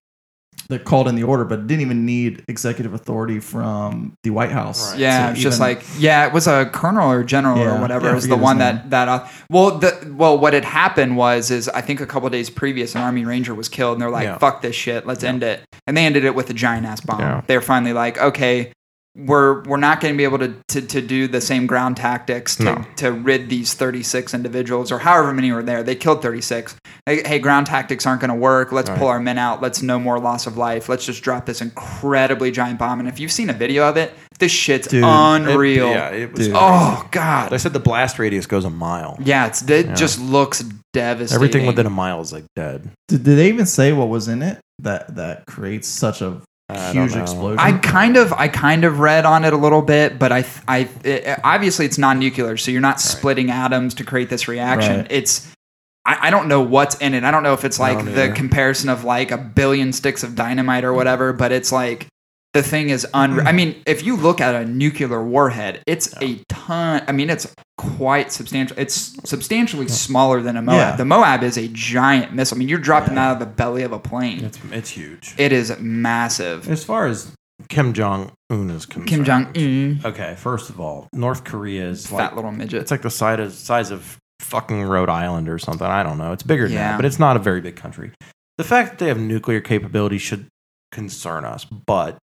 S3: they called in the order, but it didn't even need executive authority from the White House.
S2: Right.
S1: Yeah,
S3: to
S1: it's just
S3: even-
S1: like yeah, it was a colonel or general
S3: Yeah,
S1: or whatever
S3: yeah, I
S1: is the
S3: forget his
S1: one
S3: name.
S1: that that uh, well the well what had happened was is I think a couple days previous an army ranger was killed and they're like
S2: Yeah.
S1: fuck this shit let's end it and they ended it with a giant ass bomb.
S2: Yeah.
S1: They're finally like okay we're we're not going to be able to, to to do the same ground tactics to,
S2: No.
S1: to rid these 36 individuals or however many were there they killed 36 hey, hey ground tactics aren't going to work let's pull our men out let's no more loss of life let's just drop this incredibly giant bomb and if you've seen a video of it this shit's
S3: Dude, it-
S1: unreal
S2: Yeah, it was.
S3: Dude.
S1: oh
S2: They
S1: god
S2: said the blast radius goes a mile.
S1: yeah it's it just looks devastating
S2: Everything within a mile is like dead.
S3: Did, did they even say what was in it that that creates such a
S2: I don't
S3: huge
S2: know.
S3: explosion?
S1: I kind of I kind of read on it a little bit, but I th- I it, obviously it's non-nuclear, so you're not splitting atoms to create this reaction.
S3: Right.
S1: It's I, I don't know what's in it. I don't know if it's
S2: I
S1: like
S2: don't
S1: the
S2: either.
S1: comparison of like a billion sticks of dynamite or whatever, but it's like the thing is
S2: Mm-hmm.
S1: un. I mean, if you look at a nuclear warhead, it's a ton. I mean, it's quite substantial. It's substantially smaller than a Moab.
S3: Yeah.
S1: The Moab is a giant missile. I mean, you're dropping that out of the belly of a plane.
S2: It's, it's huge.
S1: It is massive.
S2: As far as Kim Jong Un is concerned,
S1: Kim Jong Un.
S2: Okay, first of all, North Korea is like,
S1: fat little midget.
S2: it's like the size of, size of fucking Rhode Island or something. I don't know. It's bigger than
S1: Yeah.
S2: that, but it's not a very big country. The fact that they have nuclear capability should concern us, but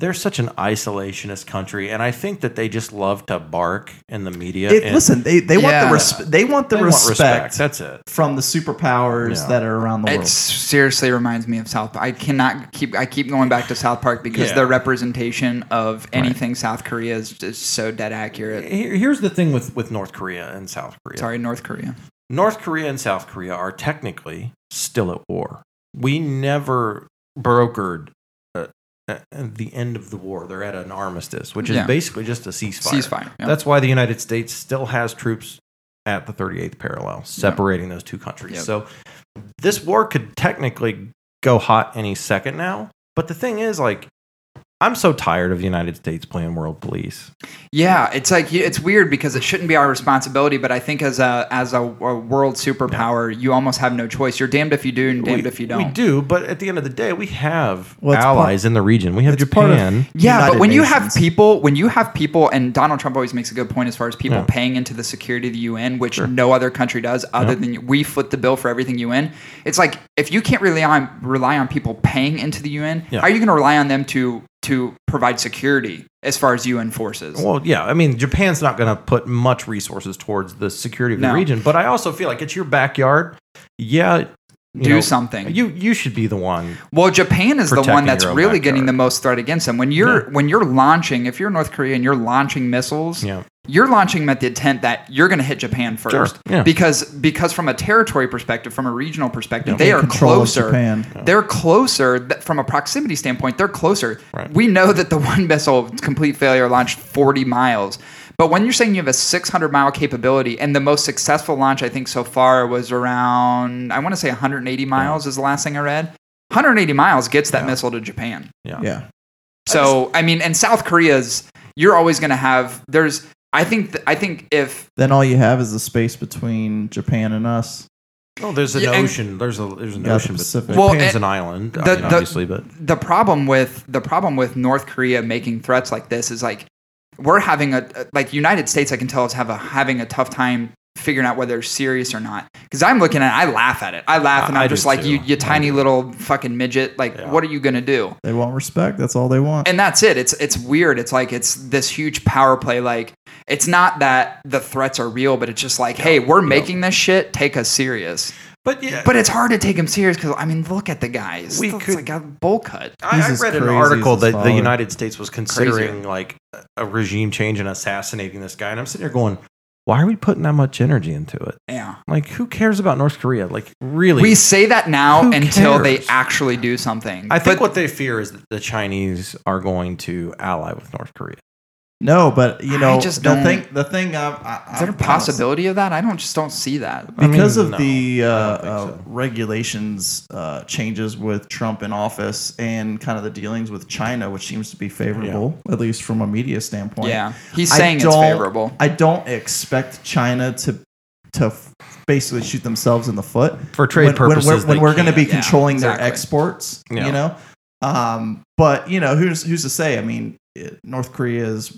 S2: they're such an isolationist country, and I think that they just love to bark in the media.
S3: It,
S2: and
S3: listen, they, they want
S1: Yeah.
S3: the res- they want the
S2: they want
S3: respect,
S2: That's it.
S3: from the superpowers
S2: Yeah.
S3: that are around the
S1: It
S3: world.
S1: seriously reminds me of South Park. I cannot keep. I keep going back to South Park because
S2: Yeah.
S1: their representation of anything South Korea is just so dead accurate.
S2: Here- Here's the thing with, with North Korea and South Korea.
S1: Sorry, North Korea.
S2: North Korea and South Korea are technically still at war. We never brokered uh, uh, the end of the war. They're at an armistice, which is
S1: Yeah.
S2: basically just a ceasefire.
S1: Ceasefire. yeah.
S2: That's why the United States still has troops at the 38th parallel, separating those two countries.
S1: Yep.
S2: So this war could technically go hot any second now. But the thing is, like, I'm so tired of the United States playing world police.
S1: Yeah, it's like it's weird because it shouldn't be our responsibility, but I think as a as a, a world superpower, you almost have no choice. You're damned if you do and damned
S2: we,
S1: if you
S2: we
S1: don't.
S2: do, but at the end of the day, we have
S4: Well, it's
S2: allies in the region. We have
S4: it's part of-
S2: Japan.
S1: Yeah,
S3: United
S1: but when you have
S3: Nations.
S1: people, when you have people, and Donald Trump always makes a good point as far as people
S2: Yeah.
S1: paying into the security of the UN, which no other country does, other than we foot the bill for everything UN. It's like if you can't rely on rely on people paying into the UN,
S2: Yeah.
S1: how are you going to rely on them to to provide security as far as UN forces?
S2: Well, yeah, I mean, Japan's not going to put much resources towards the security of the
S1: No.
S2: region, but I also feel like it's your backyard. Yeah, you
S1: do
S2: know,
S1: something.
S2: You you should be the one
S1: Well, Japan is the one
S2: protecting
S1: that's
S2: your own
S1: really getting
S2: backyard.
S1: the most threat against them. When you're when you're launching, if you're North Korea and you're launching missiles,
S2: Yeah.
S1: you're launching them at the intent that you're going to hit Japan first.
S2: yeah.
S1: Because because from a territory perspective, from a regional perspective, they
S3: In
S1: are
S3: control of
S1: closer.
S3: Japan.
S1: They're closer th- from a proximity standpoint. They're closer.
S2: Right.
S1: We know that the [LAUGHS] one missile complete failure launched 40 miles. But when you're saying you have a 600 mile capability, and the most successful launch I think so far was around, I want to say 180 miles is the last thing I read. 180 miles gets that missile to Japan.
S3: Yeah.
S1: So I mean, and South Korea's you're always going to have there's I think th- I think if
S3: Then all you have is the space between Japan and us.
S2: Oh, there's an
S1: Yeah, and-
S2: ocean. There's a there's an
S3: Yeah, the
S2: ocean, but
S3: Pacific.
S1: Well,
S2: Japan's
S1: and-
S2: an island, I
S1: the-
S2: mean,
S1: the-
S2: obviously. But
S1: the problem with the problem with North Korea making threats like this is like we're having a like United States I can tell is have a having a tough time figuring out whether it's serious or not because I'm looking at it, I laugh at it I laugh and
S2: I-
S1: I'm
S2: I do
S1: just like
S2: too.
S1: you you
S2: I
S1: tiny little fucking midget like
S2: Yeah.
S1: what are you gonna do
S3: They want respect. That's all they want.
S1: and that's it it's it's weird it's like it's this huge power play like it's not that the threats are real but it's just like hey we're making this shit take us serious
S2: but yeah,
S1: but it's hard to take him serious because I mean look at the guys
S2: We
S1: it's
S2: could-
S1: like a bowl cut
S2: I,
S3: He's
S2: I
S3: as
S2: read an
S3: crazy as
S2: article
S3: his
S2: that the
S3: father.
S2: United States was considering like a regime change and assassinating this guy, and I'm sitting here going, why are we putting that much energy into it?
S1: yeah.
S2: Like, who cares about North Korea? Like, really?
S1: We say that now
S2: Who
S1: until they
S2: cares?
S1: actually do something.
S2: I think
S1: But
S2: what they fear is that the Chinese are going to ally with North Korea.
S3: No, but you
S1: I
S3: know
S1: just
S3: the
S1: don't-
S3: thing. The thing. I, I,
S1: is there a
S3: I'm-
S1: Uh, possibility of that? I don't just don't see that.
S2: I mean,
S3: because of
S2: no,
S3: the uh,
S2: I don't think
S3: uh,
S2: so.
S3: regulations uh, changes with Trump in office and kind of the dealings with China, which seems to be favorable, at least from a media standpoint.
S1: Yeah, he's
S3: I
S1: saying it's
S3: don't-
S1: favorable.
S3: I don't expect China to to f- basically shoot themselves in the foot
S2: For trade
S3: when, when
S2: purposes,
S3: we're, when
S2: they
S3: we're going to
S2: can't.
S3: be
S1: Yeah,
S3: controlling their
S1: exactly.
S3: exports.
S2: Yeah.
S3: You know, um, but you know who's who's to say? I mean, it, North Korea is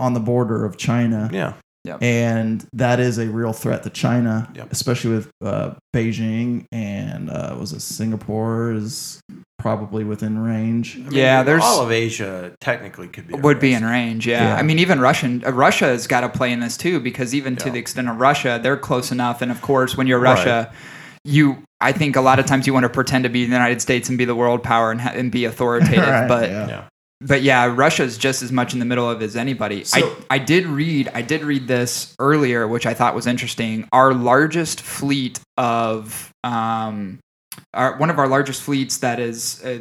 S3: on the border of China
S2: Yeah.
S3: and that is a real threat to China,
S2: Yep.
S3: especially with uh, Beijing and uh, was it Singapore is probably within range.
S2: I
S1: Yeah, there's-
S2: all of Asia technically could be at
S1: Would be
S2: risk.
S1: in range, yeah.
S3: Yeah.
S1: I mean, even Russian uh, Russia has got to play in this too, because even to
S2: Yeah.
S1: the extent of Russia, they're close enough. And of course, when you're
S2: Right.
S1: Russia, you I think a lot of times you want to pretend to be the United States and be the world power and, ha- and be authoritative,
S2: [LAUGHS]
S3: [LAUGHS] Right,
S1: but
S3: yeah.
S1: but yeah, Russia's just as much in the middle of it as anybody.
S3: So-
S1: I, I did read I did read this earlier, which I thought was interesting. Our largest fleet of um, our, one of our largest fleets that is uh,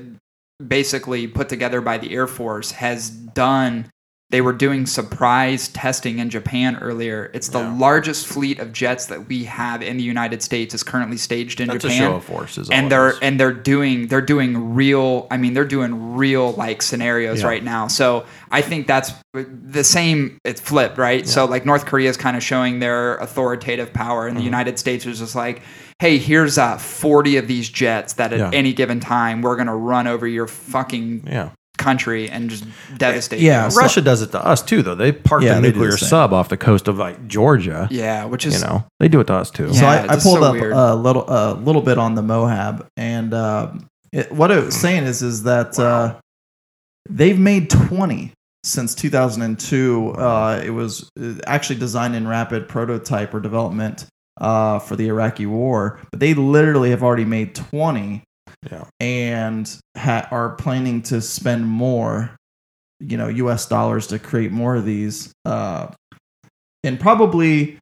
S1: basically put together by the Air Force has done. They were doing surprise testing in Japan earlier. It's the
S2: Yeah.
S1: largest fleet of jets that we have in the United States is currently staged in
S2: That's
S1: Japan
S2: a show of force. Is all
S1: and
S2: it
S1: they're
S2: is.
S1: and they're doing they're doing real i mean they're doing real like scenarios
S2: Yeah.
S1: right now so i think that's the same it's flipped right so like north korea is kind of showing their authoritative power and
S2: Mm-hmm.
S1: the united states is just like hey here's uh 40 of these jets that at
S2: Yeah.
S1: any given time we're gonna run over your fucking
S2: yeah.
S1: country and just devastate
S3: Yeah,
S1: you.
S3: so-
S2: Russia does it to us too, though. They parked
S3: Yeah,
S2: a
S3: they do the
S2: nuclear
S3: same.
S2: sub off the coast of like Georgia.
S1: yeah which
S2: You
S1: is
S2: know, they do it to us too.
S1: Yeah.
S3: so
S1: it's
S3: I, I
S1: just
S3: pulled
S1: so
S3: up
S1: weird.
S3: a little a little bit on the Moab, and um, it, what it was saying is is that uh, They've made 20 since 2002. Uh, it was uh, actually designed in rapid prototype or development uh, for the Iraqi war, but they literally have already made 20
S2: Yeah.
S3: and ha- are planning to spend more, you know, US dollars to create more of these. Uh, and probably.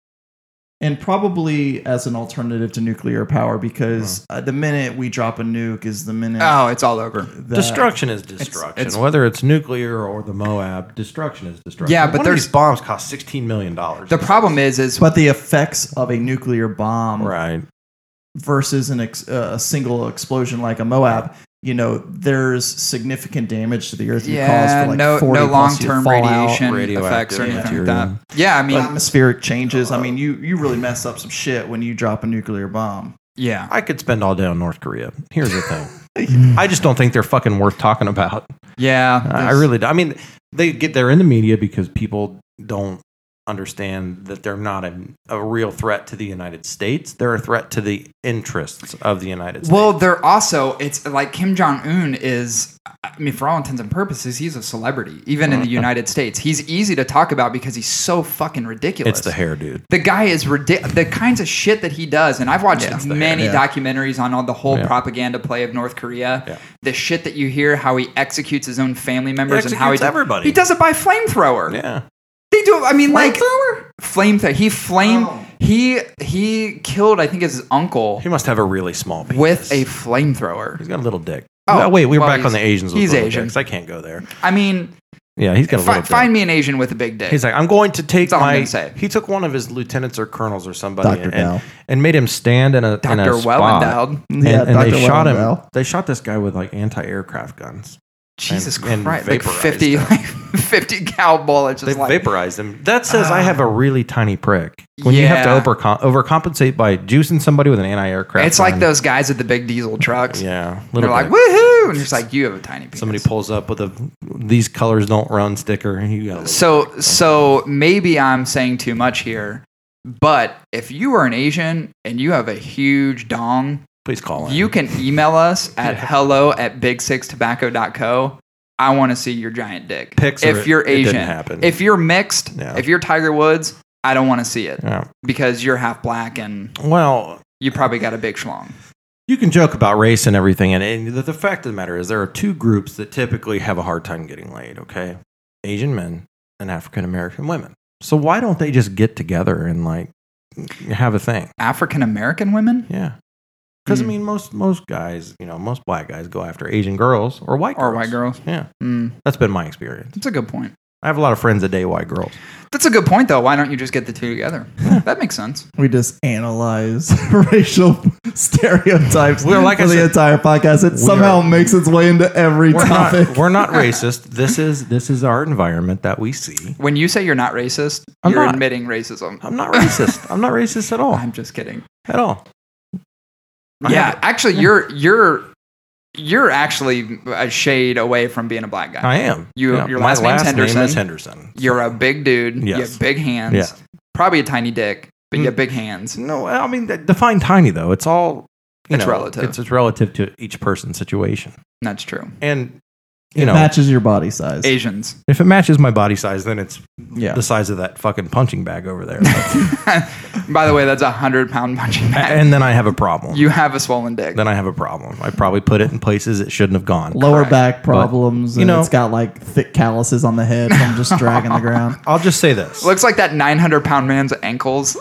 S3: And probably as an alternative to nuclear power, because uh, the minute we drop a nuke is the minute
S1: Oh, it's all over.
S3: that-
S2: destruction is destruction.
S1: it's-
S2: Whether it's nuclear or the Moab, destruction is destruction.
S1: Yeah, but
S2: One of
S1: there's-
S2: these bombs cost sixteen million dollars.
S1: The problem is, is
S3: But the effects of a nuclear bomb
S2: right?
S3: versus an ex- uh, a single explosion like a Moab, you know, there's significant damage to the earth. you cause
S1: yeah,
S3: for like
S1: no,
S3: 40
S1: no
S3: plus
S1: long
S3: years,
S1: term
S3: fallout,
S1: radiation
S2: radioactive
S1: effects or anything like that.
S2: material.
S1: Yeah, I mean,
S3: atmospheric changes. I mean, you you really mess up some shit when you drop a nuclear bomb.
S1: yeah,
S2: I could spend all day on North Korea. Here's
S1: [LAUGHS]
S2: the thing. I just don't think they're fucking worth talking about.
S1: yeah.
S2: I I really do. I mean, they get they're in the media because people don't understand that they're not a, a real threat to the United States. They're a threat to the interests of the United States.
S1: Well, they're also it's like Kim Jong Un is. I mean, for all intents and purposes, he's a celebrity, even
S2: Uh-huh.
S1: in the United States. He's easy to talk about because he's so fucking ridiculous.
S2: it's the hair, dude.
S1: the guy is ridiculous. The kinds of shit that he does, and I've watched
S2: It's the hair.
S1: many
S3: Yeah.
S1: documentaries on all the whole
S2: Yeah.
S1: propaganda play of North Korea.
S2: Yeah.
S1: The shit that you hear, how he executes his own family members, and how he
S2: executes everybody.
S1: He does it by flamethrower.
S2: Yeah.
S1: They do. I mean, like flamethrower. He flame.
S2: Oh.
S1: He he killed. I think it's his uncle
S2: He must have a really small penis.
S1: with a flamethrower.
S2: He's got a little dick.
S1: Oh,
S2: Oh, wait, we were
S1: well,
S2: back on the
S1: he's-
S2: Asians. With
S1: he's
S2: little
S1: Asian.
S2: Dicks. I can't go there.
S1: I mean,
S2: Yeah, he's got a
S1: fi-
S2: little dick.
S1: find me an Asian with a big dick.
S2: He's like, I'm going to take
S1: That's all I'm
S2: my.
S1: gonna say.
S2: He took one of his lieutenants or colonels or somebody
S4: Dr.
S2: and,
S4: Dow.
S2: and, made him stand in a in a
S1: Doctor Well
S2: spot.
S1: endowed.
S2: And,
S4: Yeah,
S2: and
S4: Dr.
S2: they shot him.
S4: Well.
S2: They shot this guy with like anti-aircraft guns.
S1: Jesus
S2: and
S1: Christ! Like
S2: vaporized
S1: fifty,
S2: him.
S1: like [LAUGHS] fifty cow bullets.
S2: They
S1: Just like Ah.
S2: vaporized him. That says I have a really tiny prick. When you
S1: Yeah.
S2: have to overcom- overcompensate by juicing somebody with an anti-aircraft.
S1: it's like
S2: gun.
S1: those guys with the big diesel trucks.
S2: Yeah,
S1: They're
S2: little
S1: like,
S2: dick.
S1: woohoo! And it's like, you have a tiny penis.
S2: Somebody pulls up with a "These colors don't run" sticker, and you got.
S1: So, so maybe I'm saying too much here, but if you are an Asian and you have a huge dong,
S2: Please call in.
S1: you can email
S2: [LAUGHS]
S1: us at hello at bigsixtobacco.co. I want to see your giant dick.
S2: Pics are-
S1: if you're
S2: it didn't
S1: Asian,
S2: happen.
S1: if you're mixed,
S2: Yeah.
S1: if you're Tiger Woods, I don't want to see it
S2: Yeah.
S1: because you're half black and
S2: Well,
S1: you probably got a big schlong.
S2: you can joke about race and everything, and, and the, the fact of the matter is, there are two groups that typically have a hard time getting laid. Okay, Asian men and African American women. So why don't they just get together and like have a thing?
S1: African American women
S2: Yeah, because
S1: Mm.
S2: I mean, most most guys, you know, most black guys go after Asian girls or white
S1: or
S2: girls.
S1: white girls?
S2: Yeah,
S1: Mm,
S2: that's been my experience.
S1: that's a good point.
S2: I have a lot of friends that date
S1: [LAUGHS]
S2: white girls.
S1: That's a good point, though. Why don't you just get the two together? that makes sense.
S3: We just analyze [LAUGHS] racial stereotypes
S2: Well, like
S3: for
S2: I
S3: the
S2: said-
S3: entire podcast. It somehow makes its way into every
S2: We're not,
S3: topic.
S2: we're not racist. This is this is our environment that we see.
S1: When you say you're not racist,
S2: I'm
S1: you're
S2: not.
S1: admitting racism.
S2: I'm not racist. I'm not racist
S1: [LAUGHS]
S2: at all.
S1: I'm just kidding.
S2: At all. I
S1: yeah,
S2: haven't-
S1: actually, you're you're you're actually a shade away from being a black guy.
S2: I am.
S1: You-
S2: Yeah.
S1: your
S2: My
S1: last name's Henderson.
S2: name is Henderson.
S1: You're a big dude. You
S2: Yes.
S1: have big hands.
S2: Yeah.
S1: Probably a tiny dick, but you
S2: Mm.
S1: have big hands.
S2: No, I mean that- define tiny though. It's all you
S1: It's
S2: know,
S1: relative.
S2: It's, it's relative to each person's situation.
S1: That's true.
S2: And you know,
S3: matches your body size.
S1: Asians.
S2: if it matches my body size, then it's
S3: Yeah.
S2: the size of that fucking punching bag over there. [LAUGHS]
S1: [LAUGHS] By the way, that's a hundred pound punching bag.
S2: and then I have a problem.
S1: you have a swollen dick.
S2: then I have a problem. I probably put it in places it shouldn't have gone.
S3: Lower back problems.
S2: you
S3: and
S2: know-
S3: it's got like thick calluses on the head from just dragging the
S2: [LAUGHS]
S3: ground.
S2: I'll just say this.
S1: Looks like that nine hundred pound man's
S2: [LAUGHS]
S1: ankles,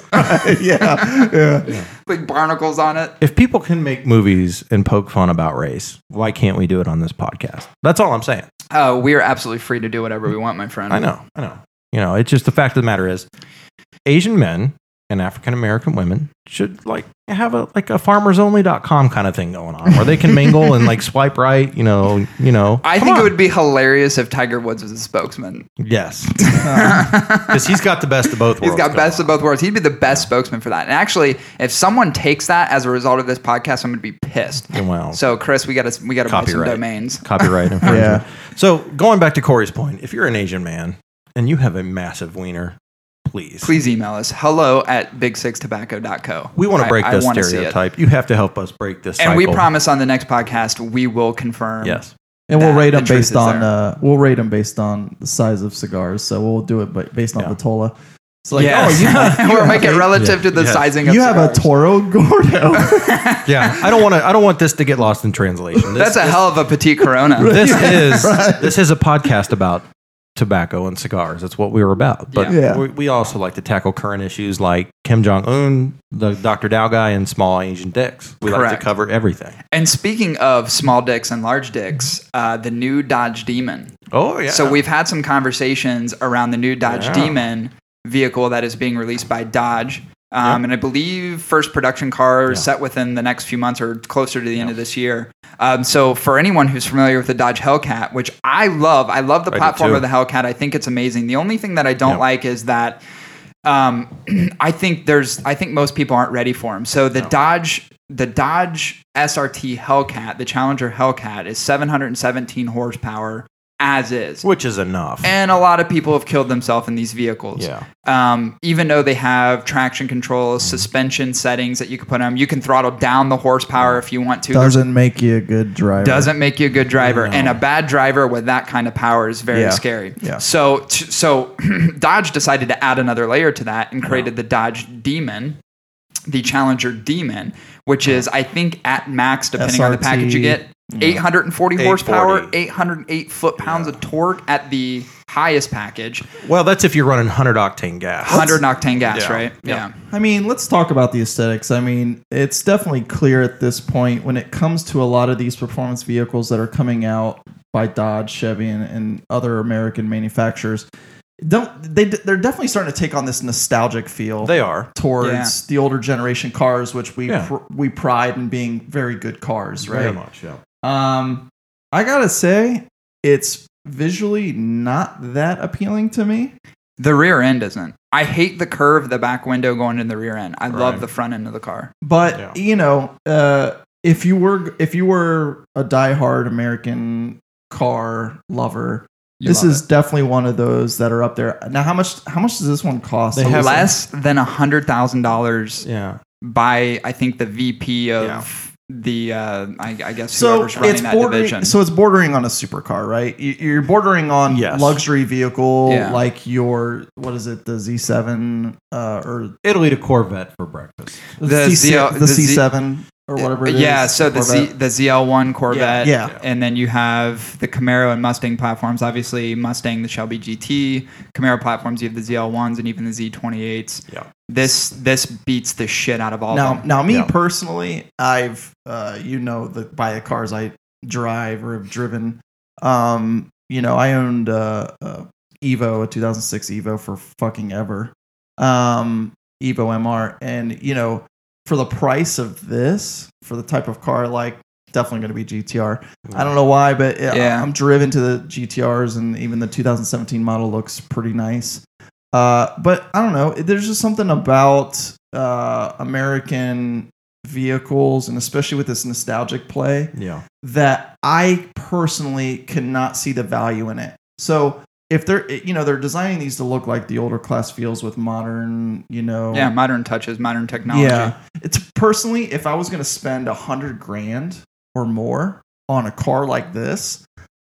S3: yeah, yeah.
S1: [LAUGHS] like barnacles on it.
S2: if people can make movies and poke fun about race, why can't we do it on this podcast? That's all I'm saying.
S1: Uh, we are absolutely free to do whatever we want, my friend.
S2: I know, I know. You know, it's just the fact of the matter is, Asian men and African American women should like have a like a farmersonly.com kind of thing going on where they can mingle and like swipe right. You know, you know.
S1: I
S2: Come
S1: think it
S2: on.
S1: would be hilarious if Tiger Woods was a spokesman. [LAUGHS]
S2: yes, because he's got the best of both worlds.
S1: He's got
S2: going
S1: best
S2: on.
S1: of both worlds. He'd be the best spokesman for that. And actually, if someone takes that as a result of this podcast, I'm going to be pissed. [LAUGHS]
S2: Well,
S1: So, Chris, we got to we got to buy some
S2: Copyright.
S1: domains. [LAUGHS]
S2: copyright infringement. So going back to Corey's point, if you're an Asian man and you have a massive wiener, please,
S1: Please email us hello at bigsixtobacco.co.
S2: we want
S1: I-
S2: to break
S1: I
S2: this
S1: wanna see it.
S2: stereotype. You have to help us break this.
S1: And we
S2: cycle.
S1: promise on the next podcast we will confirm
S2: Yes.
S3: And we'll
S1: that-
S3: rate
S1: the
S3: them
S1: truth
S3: based
S1: is
S3: on
S1: there.
S3: uh, we'll rate them based on the size of cigars. So we'll do it, but based on
S2: Yeah.
S3: the Tola. So like,
S1: yeah. [LAUGHS]
S3: oh,
S2: [LAUGHS]
S3: you have,
S1: we're making it relative to the
S2: Yes.
S1: sizing of
S3: you have a
S1: cigars.
S3: Toro Gordo.
S2: [LAUGHS] Yeah, I don't want to. I don't want this to get lost in translation. This,
S1: That's a hell of a petite Corona.
S2: [LAUGHS] this is this is a podcast about tobacco and cigars. That's what we were about. But
S3: Yeah.
S2: we, we also like to tackle current issues like Kim Jong Un, the Dr. Dow guy, and small Asian dicks. We like
S1: Correct.
S2: to cover everything.
S1: And speaking of small dicks and large dicks, uh, the new Dodge Demon.
S2: Oh yeah.
S1: So we've had some conversations around the new Dodge
S2: Yeah.
S1: Demon vehicle that is being released by Dodge. Um, And I believe first production car
S2: Yeah.
S1: set within the next few months or closer to the end of this year. Um, so for anyone who's familiar with the Dodge Hellcat, which I love, I love the
S2: I do
S1: platform
S2: too.
S1: of the Hellcat. I think it's amazing. The only thing that I don't
S2: Yeah.
S1: like is that um, [CLEARS THROAT] I think there's I think most people aren't ready for them. So the Dodge the Dodge SRT Hellcat, the Challenger Hellcat, is 717 horsepower as is.
S2: which is enough.
S1: And a lot of people have killed themselves in these vehicles.
S2: yeah.
S1: Um, even though they have traction controls, suspension settings that you can put on, you can throttle down the horsepower if you want to. There's-
S3: Doesn't make you a good driver.
S1: doesn't make you a good driver,
S2: No.
S1: and a bad driver with that kind of power is very
S3: Yeah.
S1: scary.
S3: Yeah.
S1: So, t- so [CLEARS THROAT] Dodge decided to add another layer to that and created the Dodge Demon, the Challenger Demon, which is I think at max, depending on the package you
S3: SRT,
S1: get, 840 horsepower,
S2: 840.
S1: 808 foot pounds of torque at the highest package,
S2: Well, that's if you're running hundred octane gas.
S1: 100 octane gas,
S2: Yeah.
S1: right?
S2: Yeah.
S3: I mean, let's talk about the aesthetics. I mean, it's definitely clear at this point when it comes to a lot of these performance vehicles that are coming out by Dodge, Chevy, and, and other American manufacturers. Don't they? They're definitely starting to take on this nostalgic feel
S2: They are.
S3: towards
S1: Yeah.
S3: the older generation cars, which we
S2: Yeah.
S3: pr- we pride in being very good cars, right?
S2: Very much. Yeah.
S3: Um, I gotta say, it's visually not that appealing to me.
S1: The rear end isn't. I hate the curve, of the back window going in the rear end. I
S2: Right.
S1: love the front end of the car.
S3: But
S2: Yeah.
S3: you know, uh, if you were if you were a diehard American car lover,
S1: You
S3: this
S1: love
S3: is definitely one of those that are up there. Now, how much how much does this one cost?
S2: They have-
S1: less than a hundred thousand dollars
S2: Yeah.
S1: by I think the VP of
S2: Yeah.
S1: the uh, I, I guess
S3: so
S1: whoever's running
S3: it's
S1: that
S3: bordering.
S1: division.
S3: So it's bordering on a supercar, right? You- You're bordering on
S2: Yes.
S3: luxury vehicle,
S1: Yeah.
S3: like your what is it, the Z7 uh, or
S2: It'll eat a Corvette for breakfast.
S3: the,
S1: The
S3: C,
S1: Z- uh,
S3: the
S1: the Z- Uh,
S3: C7 or whatever. it is.
S1: yeah, so the Z,
S3: Corvette.
S1: the ZL1 Corvette,
S3: Yeah, yeah.
S1: and then you have the Camaro and Mustang platforms. Obviously, Mustang, the Shelby GT, Camaro platforms. You have the ZL1s and even the Z28s.
S2: Yeah.
S1: This this beats the shit out of all of
S3: Now,
S1: them.
S3: now, me
S2: Yeah.
S3: personally, I've uh, you know the by the cars I drive or have driven. Um, you know, I owned uh, uh, Evo, a 2006 Evo, for fucking ever. Um, Evo MR, and you know, for the price of this, for the type of car, like definitely going to be GTR. I don't know why, but it,
S1: Yeah.
S3: I'm driven to the GTRs, and even the 2017 model looks pretty nice. Uh, but I don't know. There's just something about uh, American vehicles, and especially with this nostalgic play,
S2: Yeah.
S3: that I personally cannot see the value in it. So if they're, you know, they're designing these to look like the older class feels with modern, you know,
S1: Yeah, modern touches, modern technology.
S3: yeah. It's personally, if I was going to spend a hundred grand or more on a car like this,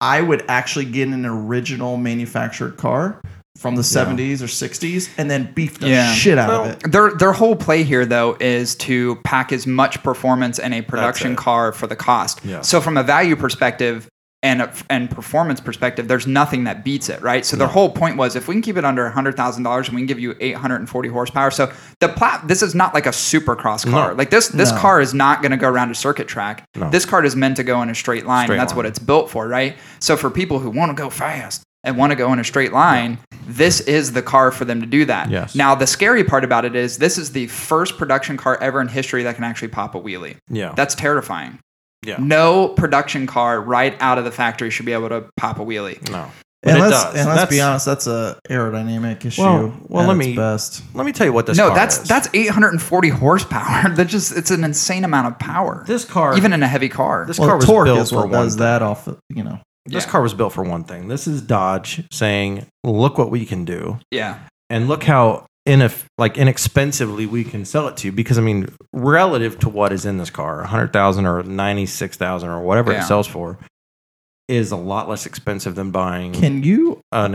S3: I would actually get an original manufactured car from the 70s or 60s and then beef the
S1: Yeah.
S3: shit out
S2: Well,
S3: of it.
S1: Their their whole play here though is to pack as much performance in a production
S2: it.
S1: car for the cost.
S2: Yeah.
S1: So from a value perspective and a, and performance perspective, there's nothing that beats it, right? So their whole point was if we can keep it under hundred thousand dollars and we can give you eight hundred and forty horsepower. So the plat this is not like a supercross car.
S2: No.
S1: Like this this
S3: No.
S1: car is not going to go around a circuit track.
S2: No.
S1: This car is meant to go in a straight line.
S2: Straight
S1: and that's what
S2: line.
S1: it's built for, right? So for people who want to go fast and want to go in a straight line, this is the car for them to do that.
S2: Yes.
S1: Now the scary part about it is this is the first production car ever in history that can actually pop a wheelie.
S2: Yeah.
S1: That's terrifying.
S2: yeah.
S1: No production car right out of the factory should be able to pop a wheelie.
S2: No. But
S3: And
S2: it
S3: let's,
S2: does.
S3: and let's be
S2: That's-
S3: honest, that's a aerodynamic issue.
S2: Well- well,
S3: at
S2: let
S3: its
S2: me-
S3: best.
S2: Let me tell you what this.
S1: no,
S2: car
S1: that's
S2: is.
S1: that's 840 horsepower. [LAUGHS] That just it's an insane amount of power.
S2: this car.
S1: even in a heavy car.
S2: this
S3: Well,
S2: car was
S3: torque
S2: built
S3: is
S2: for
S3: what
S2: one
S3: does
S2: thing.
S3: that off, of, you know.
S2: This
S1: Yeah.
S2: car was built for one thing. This is Dodge saying, "Look what we can do,
S1: yeah.
S2: and look how inef- like inexpensively we can sell it to you." Because I mean, relative to what is in this car, a hundred thousand or ninety six thousand or whatever
S1: Yeah.
S2: it sells for, is a lot less expensive than buying
S3: Can you?
S2: an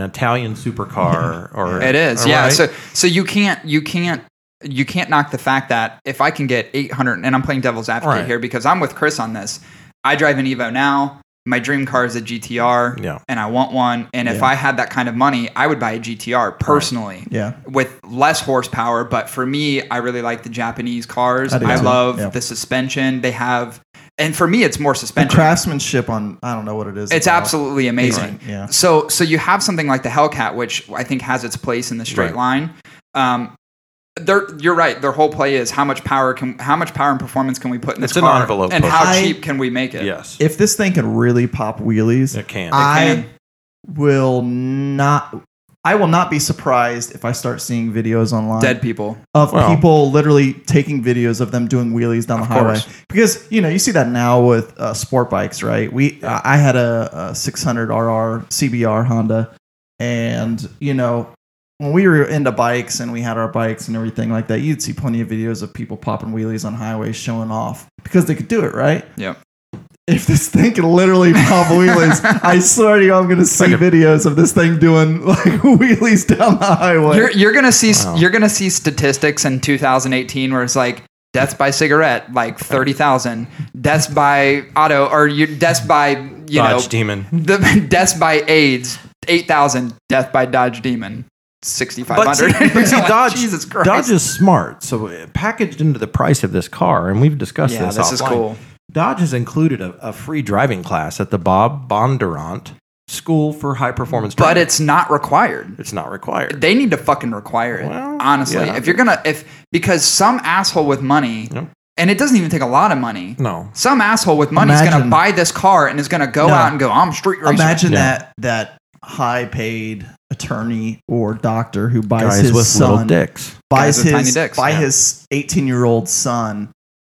S1: [LAUGHS]
S2: Italian supercar or
S1: It is,
S2: or
S1: yeah.
S2: right?
S1: So so you can't you can't you can't knock the fact that if I can get 800 and I'm playing devil's advocate
S2: Right.
S1: here because I'm with Chris on this. I drive an Evo now. My dream car is a GTR
S2: yeah.
S1: and I want one and if
S3: Yeah.
S1: I had that kind of money, I would buy a GTR personally.
S3: Yeah.
S1: With less horsepower, but for me, I really like the Japanese cars.
S3: I do
S1: I,
S3: too,
S1: love
S3: yeah.
S1: the suspension they have, and for me, it's more
S3: The
S1: suspension.
S3: craftsmanship on I don't know what it is.
S1: It's
S3: about.
S1: absolutely amazing.
S3: Yeah.
S1: So so you have something like the Hellcat, which I think has its place in the straight
S2: Right.
S1: line. Um, they're, you're right. Their whole play is how much power can how much power and performance can we put in this
S2: It's an
S1: car,
S2: envelope
S1: and how
S3: push.
S1: cheap can we make it?
S2: Yes.
S3: If this thing can really pop wheelies,
S2: it can.
S3: I
S1: can.
S3: will not. I will not be surprised if I start seeing videos online
S1: Dead people.
S3: of
S2: Well.
S3: people literally taking videos of them doing wheelies down the
S2: Of
S3: highway.
S2: course.
S3: Because you know you see that now with uh, sport bikes, right? We I I had a, a 600 RR CBR Honda, and you know when we were into bikes and we had our bikes and everything like that, you'd see plenty of videos of people popping wheelies on highways, showing off because they could do it, right?
S1: Yep.
S3: If this thing can literally pop [LAUGHS] wheelies, I swear to you, I'm going to see
S2: Like a-
S3: videos of this thing doing like [LAUGHS] wheelies down the highway.
S1: You're, you're gonna see
S2: Wow.
S1: you're gonna see statistics in 2018 where it's like deaths by cigarette like 30,000, deaths by auto or you deaths by you
S2: Dodge
S1: know
S2: Demon.
S1: the [LAUGHS] deaths by AIDS 8,000, death by Dodge Demon 6,500.
S2: But see,
S1: [LAUGHS]
S2: but see,
S1: Like,
S2: Dodge,
S1: Jesus Christ.
S2: Dodge is smart. So uh, packaged into the price of this car, and we've discussed
S1: yeah,
S2: this.
S1: this is
S2: offline,
S1: cool.
S2: Dodge has included a, a free driving class at the Bob Bondurant School for High Performance.
S1: But
S2: Driving.
S1: it's not required.
S2: it's not required.
S1: They need to fucking require it.
S2: Well,
S1: honestly,
S2: yeah.
S1: if you're gonna if because some asshole with money,
S2: Yep.
S1: and it doesn't even take a lot of money.
S2: No,
S1: Some asshole with money is gonna
S3: Imagine-
S1: buy this car and is gonna go
S3: No.
S1: out and go, I'm street racing.
S3: Imagine
S2: Yeah.
S3: that that high paid attorney or doctor who buys
S2: guys
S3: his
S2: with little
S3: son
S2: dicks.
S3: buys
S1: Guys with tiny
S3: his
S1: dicks,
S3: buy
S2: yeah.
S3: his eighteen year old son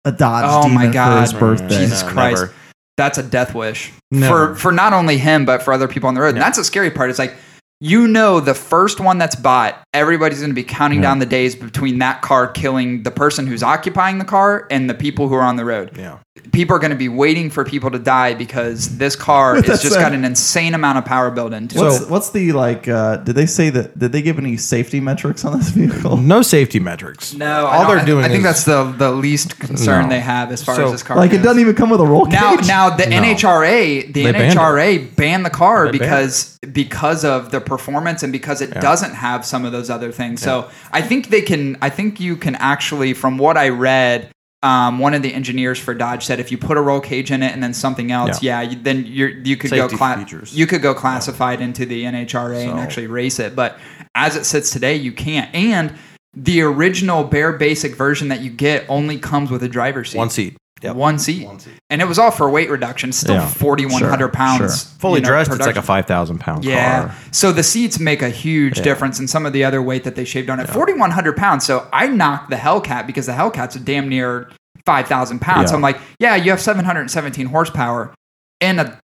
S3: a Dodge
S1: Oh my
S3: Demon for his
S1: God.
S3: birthday.
S1: Jesus
S2: Mm, No,
S1: Christ.
S2: never.
S1: That's a death wish
S2: Never.
S1: for for not only him but for other people on the road. And
S2: Yeah.
S1: that's the scary part. It's like you know the first one that's bought, everybody's going to be counting
S2: Yeah.
S1: down the days between that car killing the person who's occupying the car and the people who are on the road.
S2: Yeah,
S1: People are going to be waiting for people to die because this car
S3: With
S1: has
S3: that
S1: just
S3: said-
S1: got an insane amount of power built into it.
S3: What's what's the like? Uh, did they say that? Did they give any safety metrics on this vehicle?
S2: no safety metrics.
S1: No, I
S2: all
S1: don't-
S2: they're
S1: I-
S2: doing.
S1: I think
S2: is-
S1: that's the the least concern
S2: No.
S1: they have as far
S2: So-
S1: as this car.
S3: Like it
S1: goes.
S3: doesn't even come with a roll cage.
S1: now
S2: [LAUGHS]
S1: now the
S2: No.
S1: NHRA the
S2: They banned it.
S1: NHRA banned, the car
S2: They banned
S1: because because of the performance and because it doesn't have some of those other things. So I think they can I think you can actually from what I read um, one of the engineers for Dodge said if you put a roll cage in it and then something else, yeah, you, then you're, you could go
S2: Safety
S1: cla-
S2: features.
S1: you could go classified into the NHRA and
S2: So-
S1: actually race it. But as it sits today, you can't. And the original bare basic version that you get only comes with a driver's seat.
S2: one seat. Yep.
S1: One seat.
S2: One seat.
S1: And it was all for weight reduction, still
S2: Yeah.
S1: 4,100
S3: Sure,
S1: pounds.
S2: Fully
S1: you know,
S2: dressed, it's like
S1: production.
S2: a five thousand pound
S1: Yeah.
S2: car.
S1: So the seats make a huge difference in some of the other weight that they shaved on it. 4,100 pounds. So I knocked the Hellcat because the Hellcat's a damn near 5,000 pounds. So
S2: Yeah.
S1: I'm like, yeah, you have 717 horsepower in a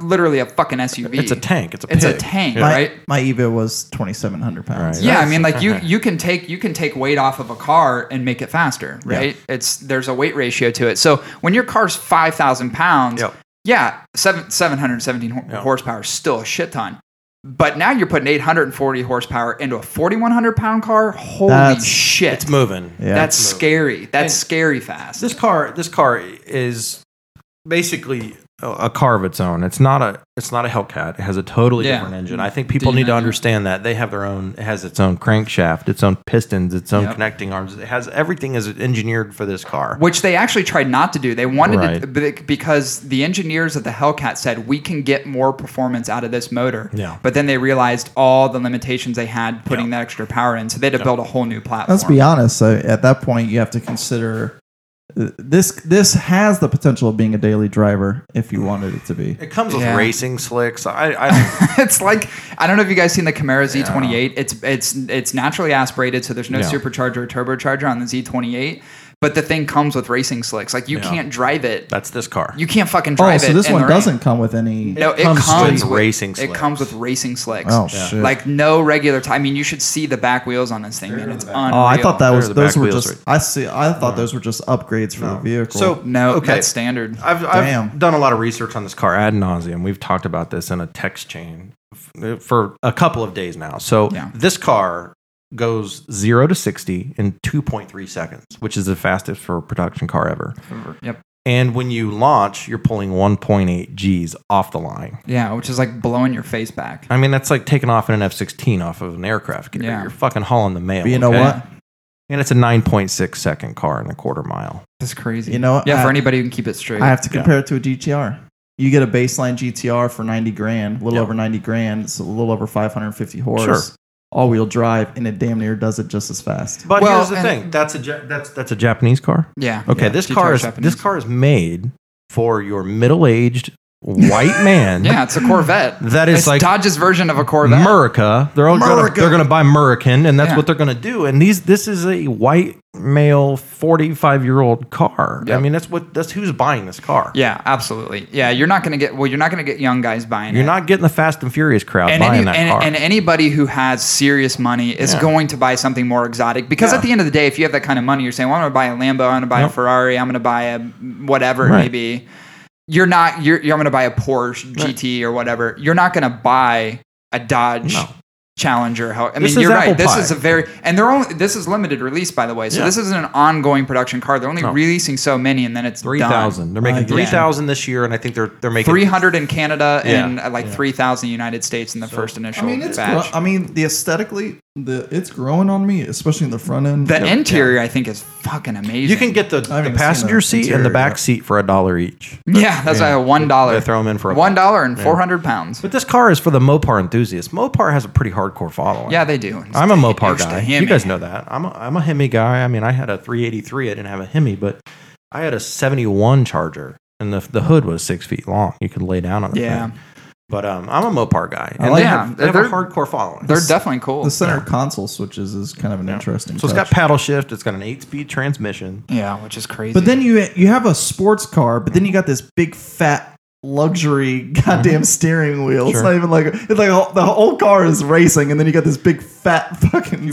S1: literally a fucking SUV.
S2: It's a tank. It's a
S1: It's a
S2: pig.
S1: tank,
S3: my,
S1: right?
S3: my Evo was twenty seven hundred pounds.
S2: Right.
S1: Yeah, I mean, like
S2: [LAUGHS]
S1: you you can take you can take weight off of a car and make it faster, right? It's there's a weight ratio to it. So when your car's five thousand pounds,
S2: Yep.
S1: yeah, seven seven hundred seventeen ho-
S2: Yeah.
S1: horsepower is still a shit ton. But now you're putting eight hundred and forty horsepower into a forty one hundred pound car. Holy
S3: That's-
S1: shit!
S2: It's moving.
S3: Yeah.
S1: That's
S2: It's moving.
S1: scary. That's
S2: And-
S1: scary fast.
S2: This car, this car is basically a, a car of its own. It's not a, it's not a Hellcat. It has a totally
S1: Yeah.
S2: different engine. I think people
S1: Demon
S2: need to
S1: engine.
S2: understand that they have their own. It has its own crankshaft, its own pistons, its own
S1: Yep.
S2: connecting arms. It has everything is engineered for this car.
S1: which they actually tried not to do. They wanted
S2: Right.
S1: it be- because the engineers of the Hellcat said we can get more performance out of this motor.
S2: Yeah.
S1: But then they realized all the limitations they had putting that extra power in, so they had to build a whole new platform.
S3: Let's be honest. So at that point, you have to consider uh, this. This has the potential of being a daily driver if you wanted it to be.
S2: It comes with
S1: Yeah.
S2: racing slicks. I, I
S1: [LAUGHS]
S2: don't, [LAUGHS]
S1: it's like I don't know if you guys seen the Camaro Z28. It's it's it's naturally aspirated, so there's no
S2: Yeah.
S1: supercharger or turbocharger on the Z28. But the thing comes with racing slicks. Like you
S2: Yeah.
S1: can't drive it.
S2: That's this car.
S1: You can't fucking
S3: Oh,
S1: drive it.
S3: so this
S1: in the
S3: one
S1: rain.
S3: doesn't come with any.
S1: No, it
S3: comes
S2: So
S1: comes
S2: it's
S3: with-
S1: with-
S2: racing.
S1: It
S2: slicks.
S1: comes with racing slicks.
S3: Oh
S2: Yeah.
S3: shit!
S1: Like no regular time. I mean, you should see the back wheels on this thing, man. It's unreal.
S3: oh, I thought that
S2: There
S3: was
S2: are the
S3: those
S2: back
S3: were
S2: wheels,
S3: just. I see. I thought those were just upgrades for the vehicle.
S2: So
S1: no.
S2: Okay.
S1: That's standard.
S2: I've,
S3: Damn.
S2: I've done a lot of research on this car ad nauseum. We've talked about this in a text chain f- for a couple of days now. So
S1: Yeah.
S2: this car goes zero to sixty in two point three seconds, which is the fastest for a production car ever.
S1: Yep.
S2: And when you launch, you're pulling one point eight G's off the line.
S1: Yeah, which is like blowing your face back.
S2: I mean, that's like taking off in an F sixteen off of an aircraft carrier.
S1: Yeah.
S2: You're fucking hauling the mail.
S3: But you know
S2: okay?
S3: what?
S2: And it's a nine point six second car in a quarter mile.
S1: That's crazy.
S3: You know what?
S1: Yeah,
S3: I-
S1: for anybody who can keep it straight.
S3: I have to
S2: Yeah.
S3: compare it to a GTR. You get a baseline GTR for 90 grand, a little
S2: Yeah.
S3: over 90 grand. It's a little over 550 horse,
S2: Sure.
S3: all wheel drive, and it damn near does it just as fast.
S2: But
S1: Well,
S2: here's the
S1: and-
S2: thing: that's a Ja- that's that's a Japanese car.
S1: yeah.
S2: Okay,
S1: Yeah,
S2: this
S1: GTR
S2: car is
S1: Japanese.
S2: this car is made for your middle-aged
S1: [LAUGHS]
S2: white man.
S1: Yeah, it's a
S3: [LAUGHS]
S1: Corvette.
S2: that is
S1: it's
S2: like
S1: Dodge's version of a Corvette.
S2: America. They're all gonna,
S3: Murica.
S2: they're going to buy American, and that's
S1: Yeah.
S2: what they're going to do. And these this is a white male, forty-five-year-old car. I
S1: Yep.
S2: mean, that's what that's who's buying this car.
S1: yeah, absolutely. Yeah, you're not gonna get well. You're not gonna get young guys buying
S2: You're
S1: it.
S2: not getting the Fast and Furious crowd
S1: and,
S2: buying
S1: any,
S2: that
S1: and,
S2: car.
S1: and anybody who has serious money is
S2: Yeah.
S1: going to buy something more exotic because at the end of the day, if you have that kind of money, you're saying, "Well, I'm going to buy a Lambo, I'm going to buy a
S2: Yep.
S1: Ferrari, I'm going to buy a whatever it may
S2: Right.
S1: be." You're not. You're. you're I'm going to buy a Porsche GT or whatever. You're not going to buy a Dodge.
S2: No.
S1: Challenger. How, I
S2: This
S1: mean,
S2: is
S1: you're
S2: apple
S1: right. This
S2: pie.
S1: is a very and they're only this is limited release by the way. So
S2: Yeah.
S1: this isn't an ongoing production car. They're only
S2: No.
S1: releasing so many, and then it's
S2: three thousand. They're making
S3: Like, yeah.
S2: three thousand this year, and I think they're they're making
S1: Three hundred in Canada
S2: Yeah.
S1: and uh, like three thousand United States in the first
S3: I
S1: initial
S3: mean, it's gro-
S1: batch.
S3: I mean, the aesthetically, the it's growing on me, especially in the front end.
S1: The interior, I think, is fucking amazing.
S2: You can get the,
S3: haven't
S2: the
S3: even
S2: passenger
S3: seen the
S2: seat and the
S3: interior
S2: back
S3: yet.
S2: seat for a dollar each.
S1: [LAUGHS] yeah, that's like
S2: Yeah.
S1: a one dollar.
S2: They throw 'em in for a
S1: one dollar and four hundred pounds.
S2: But this car is for the Mopar enthusiast. Mopar has a pretty hardcore following.
S1: Yeah, they do.
S2: I'm a Mopar
S1: Just a
S2: guy.
S1: Hemi.
S2: You guys know that. I'm a, I'm a Hemi guy. I mean, I had a 383. I didn't have a Hemi, but I had a 71 Charger, and the the hood was six feet long. You could lay down on the
S1: Yeah.
S2: thing. But um, I'm a Mopar guy, and
S3: like
S2: they,
S1: it.
S2: have, they have
S1: They're-
S2: a hardcore following.
S1: They're definitely cool.
S3: the center console switches is kind of an interesting.
S2: so it's
S3: touch.
S2: got paddle shift. It's got an eight speed transmission.
S1: yeah, which is crazy.
S3: But then you you have a sports car, but then you got this big fat luxury goddamn steering wheel. It's
S2: Mm-hmm. Sure.
S3: not even like it's like a- the whole car is racing, and then you got this big fat [LAUGHS] fucking.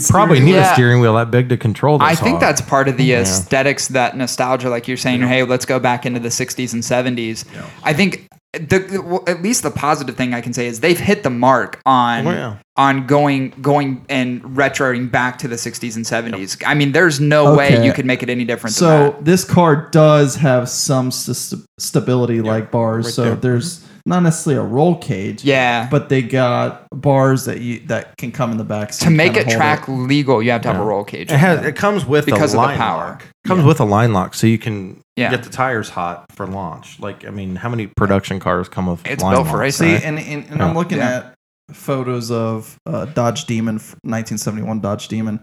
S2: Probably
S3: steering
S2: need
S1: Yeah.
S2: a steering wheel that big to control. This
S1: I think
S2: hog.
S1: that's part of the aesthetics, that nostalgia, like you're saying, hey, let's go back into the 60s and 70s. I think the well, at least the positive thing I can say is they've hit the mark on
S2: Well, Oh, yeah.
S1: on going going and retroing back to the 60s and 70s. I mean, there's no way
S3: Okay.
S1: you could make it any different. than
S3: So
S1: that.
S3: this car does have some st- stability like bars.
S2: right
S3: so
S2: there. Mm-hmm.
S3: there's not necessarily a roll cage.
S1: yeah,
S3: But they got bars that you that can come in the back so
S1: to
S3: you
S1: make
S3: kinda
S1: it
S3: hold
S1: track legal, you have to have a
S2: Yeah.
S1: roll cage.
S2: It has. It comes with
S1: Because
S2: a
S1: of the
S2: line
S1: power.
S2: Lock. Comes with a line lock, so you can
S1: Yeah.
S2: get the tires hot for launch. Like, I mean, how many production cars come with?
S1: It's
S2: line
S1: built for
S2: locks?
S1: racing.
S3: See,
S1: Right.
S3: and and, and
S2: Yeah.
S3: I'm looking
S1: Yeah.
S3: at photos of uh, Dodge Demon, 1971 Dodge Demon,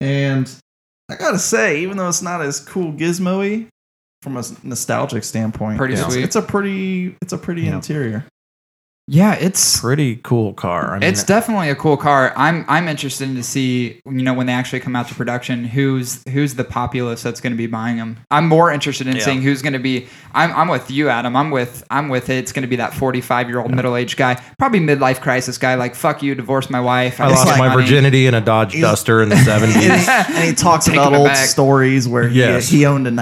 S3: and I gotta say, even though it's not as cool gizmo-y from a s- nostalgic standpoint,
S1: Pretty
S3: it's,
S1: sweet.
S3: It's a pretty, it's a pretty
S2: Yeah.
S3: interior.
S1: yeah, it's
S2: Pretty cool car. I mean,
S1: it's definitely a cool car. I'm I'm interested to see you know when they actually come out to production who's who's the populace that's going to be buying them. I'm more interested in
S2: Yeah.
S1: seeing who's going to be. I'm I'm with you, Adam. I'm with I'm with it. It's going to be that 45 year old middle aged guy, probably midlife crisis guy. Like fuck you, divorce my wife.
S2: I
S1: just
S2: lost
S1: want
S2: my
S1: money."
S2: virginity in a Dodge
S1: [LAUGHS]
S2: Duster in the
S3: [LAUGHS] And,
S2: seventies.
S3: he, and he talks
S1: Taking
S3: about
S1: it
S3: old
S1: back.
S3: stories where he-
S2: Yes.
S3: he, owned a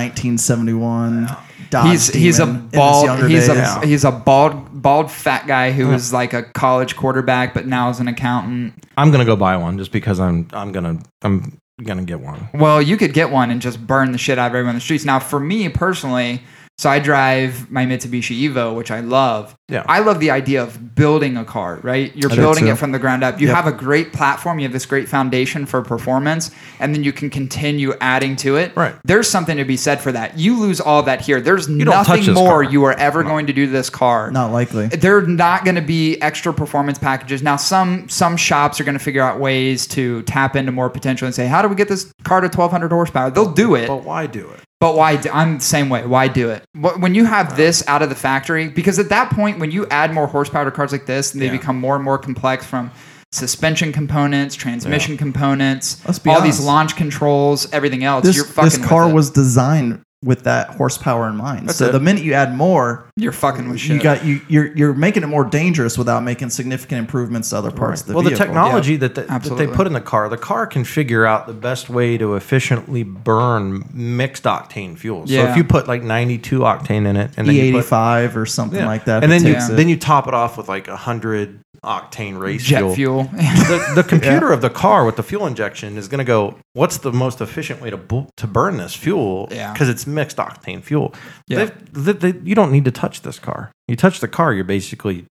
S3: 1971 Dodge
S1: He's he's a
S3: Demon in his
S1: bald
S3: younger
S1: he's
S3: days.
S1: a he's a bald bald fat guy who was like a college quarterback, but now is an accountant.
S2: I'm gonna go buy one just because I'm I'm gonna I'm gonna get one.
S1: Well, you could get one and just burn the shit out of everyone on the streets. Now, for me personally, so I drive my Mitsubishi Evo, which I love.
S2: Yeah.
S1: I love the idea of building a car, right? You're
S3: I do
S1: building
S3: too.
S1: it from the ground up. You have a great platform, you have this great foundation for performance, and then you can continue adding to it.
S2: Right.
S1: There's something to be said for that. You lose all that here. There's
S2: don't touch
S1: nothing
S2: this
S1: more
S2: car.
S1: you are ever going to do to this car
S3: Not likely.
S1: they're not going to be extra performance packages now some some shops are going to figure out ways to tap into more potential and say how do we get this car to 1200 horsepower they'll do it
S2: But why do it?
S1: but why do, i'm the same way why do it Wh- when you have this out of the factory because at that point when you add more horsepower to cars like this and they become more and more complex from suspension components, transmission components,
S3: Let's be
S1: all
S3: honest.
S1: these launch controls, everything else.
S3: This,
S1: you're fucking
S3: this car
S1: with it.
S3: was designed with that horsepower in mind.
S2: That's
S3: so
S2: it.
S3: the minute you add more,
S1: you're fucking with shit.
S3: you got you you're you're making it more dangerous without making significant improvements to other parts of the
S2: well,
S3: vehicle.
S2: the technology that, the, that they
S1: Absolutely.
S2: put in the car, the car can figure out the best way to efficiently burn mixed octane fuel. So
S1: Yeah.
S2: if you put like 92 octane in it, and then
S3: E
S2: you
S3: eighty
S2: put,
S3: five or something
S2: Yeah.
S3: like that.
S2: and
S3: that
S2: then you
S3: takes it.
S2: then you top it off with like 100 octane race
S1: jet fuel. [LAUGHS]
S2: the,
S3: [LAUGHS]
S2: the computer of the car with the fuel injection is going to go what's the most efficient way to bu- to burn this fuel
S1: Yeah.
S2: because it's mixed octane fuel
S1: Yeah.
S2: They've- they- they- you don't need to touch this car you touch the car you're basically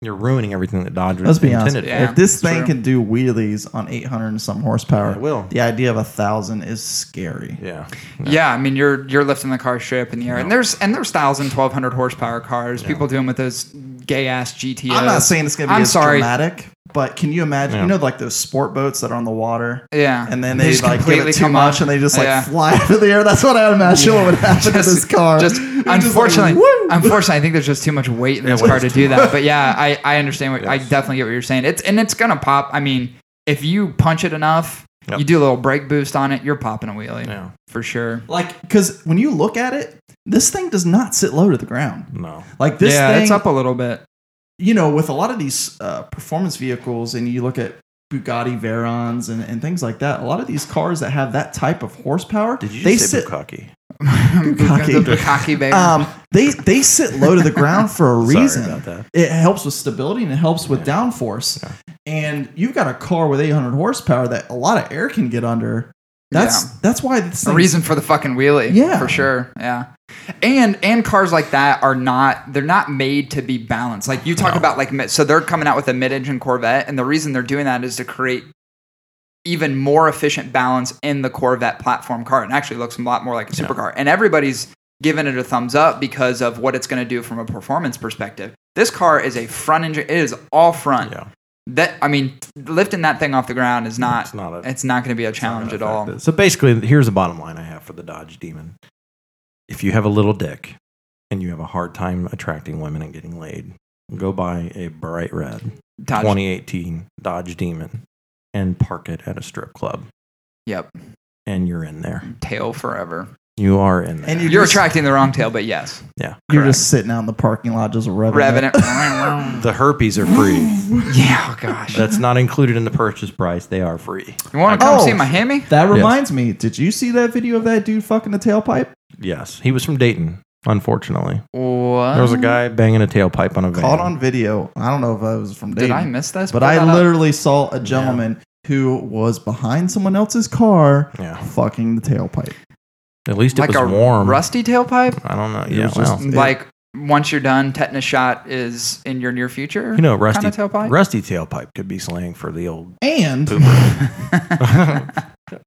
S2: you're ruining everything that dodge
S3: Let's
S2: was
S3: be honest.
S2: intended for.
S1: Yeah,
S3: if this
S1: it's
S3: thing
S1: true.
S3: can do wheelies on eight hundred and some horsepower,
S2: It will.
S3: The idea of a thousand is scary.
S2: yeah
S1: yeah, I mean you're you're lifting the car straight up in the air, and there's and there's thousand twelve hundred horsepower cars. People doing with those gay ass GTS.
S3: I'm not saying it's going to be
S1: I'm
S3: as
S1: sorry.
S3: dramatic, but can you imagine?
S2: Yeah.
S3: You know, like those sport boats that are on the water,
S1: Yeah,
S3: and then
S1: They
S3: they,
S1: just
S3: like give
S1: completely
S3: it too
S1: come
S3: much,
S1: up.
S3: and they just like
S1: Yeah.
S3: fly up in the air. That's what I imagine what would happen to this car. [LAUGHS]
S1: Just
S3: You're like,
S1: unfortunately,
S3: "Woo!"
S1: unfortunately, I think there's just too much weight in this car to do that. But yeah, I, I understand what I definitely get what you're saying. It's and it's gonna pop. I mean, if you punch it enough,
S2: Yep.
S1: you do a little brake boost on it, you're popping a wheelie
S2: yeah
S1: for sure.
S3: like because when you look at it, this thing does not sit low to the ground.
S2: no
S3: Like this
S1: yeah,
S3: thing,
S1: it's up a little bit.
S3: you know, with a lot of these uh, performance vehicles, and you look at Bugatti Verons and, and things like that. A lot of these cars that have that type of horsepower,
S2: did you
S3: they
S2: say
S3: sit
S2: Bukkake?
S1: [LAUGHS]
S3: Bukkake.
S1: the Bukkake
S3: [LAUGHS]
S1: bear.
S3: um, they they sit low to the ground for
S1: [LAUGHS]
S3: a reason.
S2: Sorry about that
S3: It helps with stability and it helps with downforce. And you've got a car with 800 horsepower that a lot of air can get under. That's
S1: Yeah.
S3: that's why this
S1: a
S3: thing,
S1: reason for the fucking wheelie.
S3: Yeah.
S1: for sure. Yeah, and and cars like that are not they're not made to be balanced. Like you talk about like mid- so they're coming out with a mid-engine Corvette, and the reason they're doing that is to create even more efficient balance in the Corvette platform car, and actually looks a lot more like a supercar. And everybody's giving it a thumbs up because of what it's going to do from a performance perspective. This car is a front engine; it is all front.
S2: Yeah.
S1: That I mean, lifting that thing off the ground is not.
S2: it's not a
S1: It's not going to be a challenge at all.
S2: So basically, here's the bottom line I have for the Dodge Demon. If you have a little dick and you have a hard time attracting women and getting laid, go buy a bright red
S1: Dodge.
S2: 2018 Dodge Demon and park it at a strip club.
S1: Yep.
S2: And you're in there.
S1: tail forever.
S2: You are in there.
S3: and
S1: You're,
S3: you're, just,
S1: attracting the wrong tail, but
S2: [LAUGHS]
S1: yes.
S3: you're just sitting out in the parking lot just revving. it.
S1: Revenant. [LAUGHS]
S2: the herpes are free.
S1: yeah, oh gosh.
S2: [LAUGHS] That's not included in the purchase price. They are free.
S1: You want to come
S3: Oh.
S1: see my Hemi?
S3: [LAUGHS] That reminds me, did you see that video of that dude fucking the tailpipe?
S2: Yes. He was from Dayton, unfortunately.
S1: What?
S2: There was a guy banging a tailpipe on a van.
S3: Caught on video. I don't know if I was from
S1: Did
S3: Dayton,
S1: I miss this?
S3: but
S1: Pull that
S3: I
S1: up.
S3: literally saw a gentleman who was behind someone else's car
S2: Yeah.
S3: fucking the tailpipe.
S2: At least it
S1: like
S2: was
S1: a
S2: warm.
S1: rusty tailpipe.
S2: I don't know.
S3: It
S2: Yeah,
S3: was just-
S2: well.
S3: It-
S1: Like once you're done, tetanus shot is in your near future.
S2: You know, rusty
S1: Kinda tailpipe?
S2: Rusty tailpipe could be slang for the old. [LAUGHS]
S3: And,
S2: I'm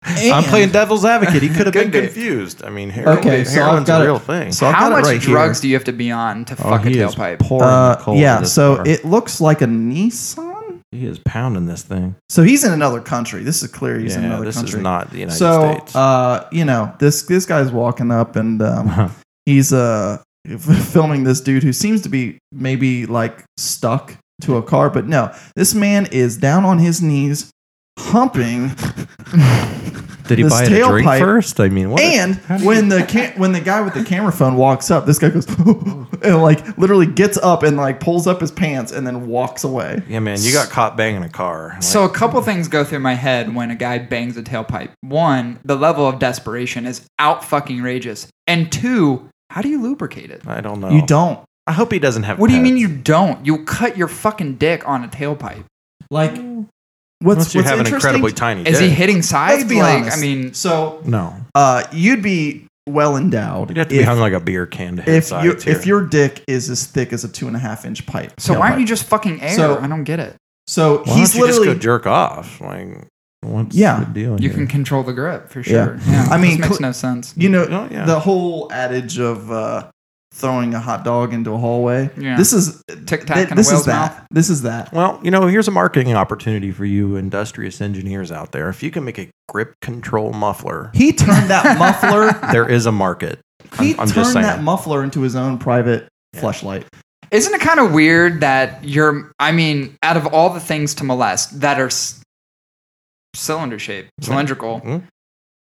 S3: and-
S2: playing devil's advocate. He could have been
S1: Could be.
S2: confused. I mean, heroin,
S3: Okay,
S2: okay,
S3: so I've
S2: heroin's
S3: got
S2: a
S3: it.
S2: real thing.
S3: So I've
S1: How
S3: got it
S1: much
S3: right here.
S1: drugs do you have to be on to fuck a
S2: Oh, he is
S1: tailpipe?
S2: pouring
S3: Uh,
S2: the coal
S3: yeah,
S2: into this
S3: so
S2: car.
S3: it looks like a Nissan.
S2: he is pounding this thing.
S3: So he's in another country. This is clear. He's in
S2: Yeah,
S3: another
S2: this
S3: country.
S2: is not the United
S3: so,
S2: States.
S3: uh, you know, this this guy's walking up and um, he's uh filming this dude who seems to be maybe like stuck to a car, but no, this man is down on his knees, humping.
S2: [LAUGHS] Did he
S3: this
S2: buy it a drink
S3: tailpipe-
S2: first? I mean, [LAUGHS] what?
S3: And when the ca- when the guy with the camera phone walks up, this guy goes [LAUGHS] and like literally gets up and like pulls up his pants and then walks away.
S2: yeah, man, you got caught banging a car. Like,
S1: So a couple things go through my head when a guy bangs a tailpipe. One, the level of desperation is out fucking rageous. And two, how do you lubricate it?
S2: I don't know.
S3: You don't
S2: I hope he doesn't have.
S1: What do you mean
S2: pets.
S1: you don't? You'll cut your fucking dick on a tailpipe.
S3: like
S6: Mm.
S2: Unless
S3: what's
S2: you
S3: what's
S2: have an
S3: interesting.
S2: incredibly tiny.
S1: Is he
S2: dick.
S1: hitting sides?
S3: Let's be
S1: like,
S3: honest.
S1: I mean,
S3: so
S2: No,
S3: uh, you'd be well endowed.
S2: you'd have to be
S3: if,
S2: hung like a beer can to hit
S3: if
S2: sides
S3: your
S2: here.
S3: if your dick is as thick as a two and a half inch pipe.
S1: so why aren't
S3: tailpipe.
S1: you just fucking air?
S3: So-
S1: I don't get it.
S3: So
S2: Why
S3: he's
S2: don't you
S3: literally.
S2: just go jerk off? Like, what's
S3: Yeah.
S2: the deal?
S1: You
S2: here?
S1: can control the grip for sure. Yeah.
S3: I mean,
S1: this makes
S3: cl-
S1: no sense.
S3: you know
S2: Oh, yeah.
S3: the whole adage of uh, throwing a hot dog into a hallway.
S1: Yeah.
S3: This is
S1: Tic tac
S3: th-
S1: and a
S3: this is
S1: whale's
S3: that.
S1: mouth.
S3: This is that.
S2: Well, you know, here's a marketing opportunity for you industrious engineers out there. If you can make a grip control
S3: [LAUGHS]
S2: muffler,
S3: He
S6: [LAUGHS]
S3: turned that muffler.
S2: there is a market.
S3: He
S2: I'm- I'm just
S3: turned
S2: saying.
S3: that muffler into his own private fleshlight.
S1: Isn't it kind of weird that you're? I mean, out of all the things to molest that are s- cylinder shaped, cylindrical,
S2: Mhm.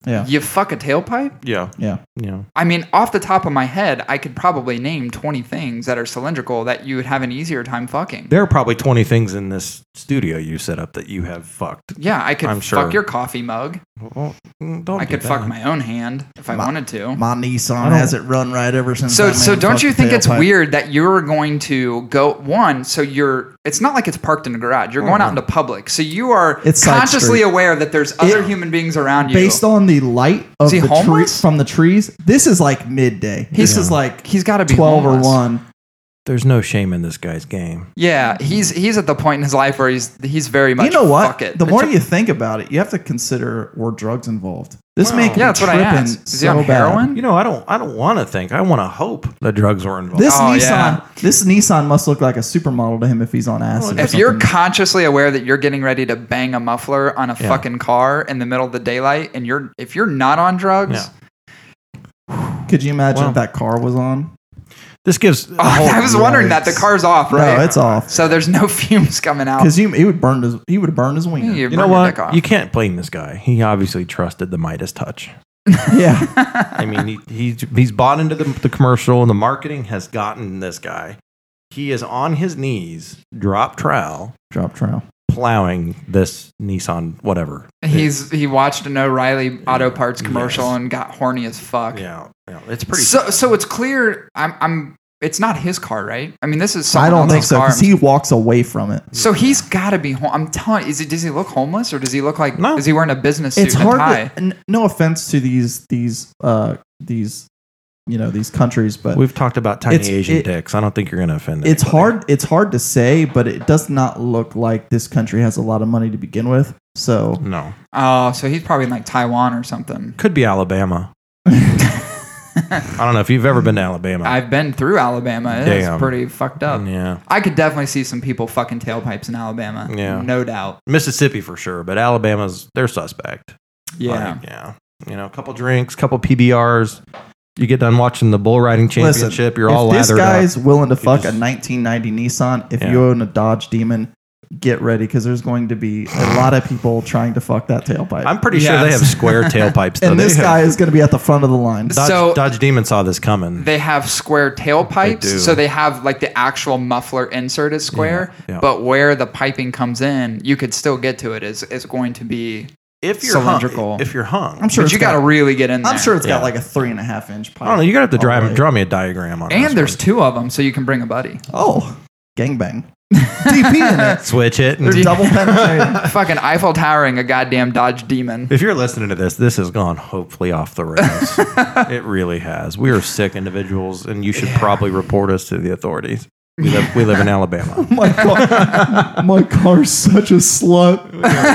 S3: Yeah.
S1: you fuck a tailpipe.
S2: Yeah.
S3: Yeah.
S2: Yeah.
S1: I mean, off the top of my head, I could probably name twenty things that are cylindrical that you would have an easier time fucking.
S2: There are probably 20 things in this studio you set up that you have fucked.
S1: yeah, I could
S2: I'm
S1: fuck
S2: sure.
S1: your coffee mug.
S2: Well, mm, don't
S1: I
S2: do
S1: could
S2: that.
S1: fuck my own hand if I
S6: My-
S1: wanted to.
S6: My Nissan has it run right ever since.
S1: so
S6: that
S1: so
S6: man
S1: don't
S6: fucked
S1: you
S6: the
S1: think it's
S6: tailpipe.
S1: weird that you're going to go one so you're it's not like it's parked in a garage you're going out into public so you are
S3: Oh, It's side
S1: consciously
S3: street.
S1: aware that there's other
S3: It-
S1: human beings around you
S3: Based on the light of
S1: Is he
S3: the tree,
S1: homeless?
S3: from the trees, this is like midday. This
S2: Yeah.
S3: is like
S1: he's got to be
S3: twelve
S1: homeless.
S3: or one.
S2: There's no shame in this guy's game.
S1: yeah he's he's at the point in his life where he's he's very much
S3: You know what?
S1: fuck it.
S3: The more you think about it, you have to consider were drugs involved. This
S2: Wow.
S3: man,
S1: [LAUGHS] yeah that's what i
S3: tripping
S1: asked is he on
S3: so bad.
S1: heroin
S2: You know, I don't I don't want to think. I want to hope the drugs were involved.
S3: This
S1: Oh,
S3: Nissan,
S1: yeah.
S3: this Nissan must look like a supermodel to him if he's on acid. or
S1: if you're
S3: something.
S1: consciously aware that you're getting ready to bang a muffler on a
S2: Yeah.
S1: fucking car in the middle of the daylight and you're if you're not on drugs
S2: Yeah.
S3: could you imagine
S2: Well.
S3: if that car was on?
S2: this gives a
S1: Oh,
S2: whole-
S1: I was wondering that the car's off, right?
S3: No, it's off
S1: so there's no [LAUGHS] fumes coming out.
S3: because he, he would burn his he would burn his wing.
S1: You,
S2: You know what? You can't blame this guy. He obviously trusted the Midas touch.
S3: [LAUGHS] yeah.
S2: I mean, he, he's he's bought into the, the commercial, and the marketing has gotten this guy. He is on his knees, drop trowel,
S3: drop trial.
S2: plowing this Nissan whatever.
S1: [LAUGHS] He's he watched an O'Reilly Auto Parts commercial
S2: Yes.
S1: and got horny as fuck.
S2: yeah, yeah, it's pretty.
S1: so so it's clear. I'm I'm. It's not his car, right? I mean, this is. Someone
S3: I don't think
S1: else's
S3: so
S1: car.
S3: because he walks away from it.
S1: so he's got to be home. I'm telling. Is he? Does he look homeless, or does he look like?
S2: No.
S1: Is he wearing a business suit
S3: It's
S1: and a tie?
S3: hard. To, n- no offense to these these uh these you know these countries, but
S2: We've talked about tiny
S3: It's-
S2: Asian
S3: it-
S2: dicks. I don't think you're gonna offend.
S3: it's
S2: anybody.
S3: hard. It's hard to say, but it does not look like this country has a lot of money to begin with. So
S2: No,
S1: oh, so he's probably in like Taiwan or
S3: [LAUGHS]
S1: something. [LAUGHS]
S2: could be Alabama. I don't know if you've ever been to Alabama.
S1: I've been through Alabama. It's
S2: Damn.
S1: pretty fucked up.
S2: yeah,
S1: I could definitely see some people fucking tailpipes in Alabama.
S2: Yeah.
S1: No doubt.
S2: Mississippi for sure, but Alabama's they're suspect.
S1: Yeah.
S2: Like, yeah. You know, a couple drinks, couple PBRs. You get done watching the bull riding
S3: Listen,
S2: championship. you're all
S3: if this
S2: lathered up.
S3: guy's willing to fuck
S2: just-
S3: a 1990 Nissan, if
S2: Yeah.
S3: you own a Dodge Demon, get ready because there's going to be a lot of people trying to fuck that tailpipe.
S2: I'm pretty sure they
S1: Yes.
S2: have square tailpipes. though.
S3: and
S2: They
S3: this
S2: have-
S3: guy is going to be at the front of the line.
S2: Dodge,
S1: So-
S2: Dodge Demon saw this coming.
S1: they have square tailpipes,
S2: They do.
S1: so they have like the actual muffler insert is square,
S2: Yeah, yeah.
S1: but where the piping comes in, you could still get to it. Is is going to be?
S2: if you're
S1: Cylindrical.
S2: hung, if you're hung,
S3: I'm sure
S1: but
S3: it's
S1: you got to
S3: got-
S1: really get in. There.
S3: I'm sure it's
S2: Yeah.
S3: got like a three and a half inch pipe.
S2: I don't know. You gotta have to
S3: Oh,
S2: drive,
S3: right.
S2: draw me a diagram on. this
S1: And there's
S2: one.
S1: two of them, so you can bring a buddy.
S2: [LAUGHS]
S3: Oh, gangbang. DP in it.
S2: switch it. and-
S3: They're double penetrating.
S1: Fucking Eiffel towering a goddamn Dodge Demon.
S2: if you're listening to this, this has gone hopefully off the rails. it really has. We are sick individuals, and you should probably report us to the authorities. We live, we live in Alabama.
S3: My car, my car's such a slut.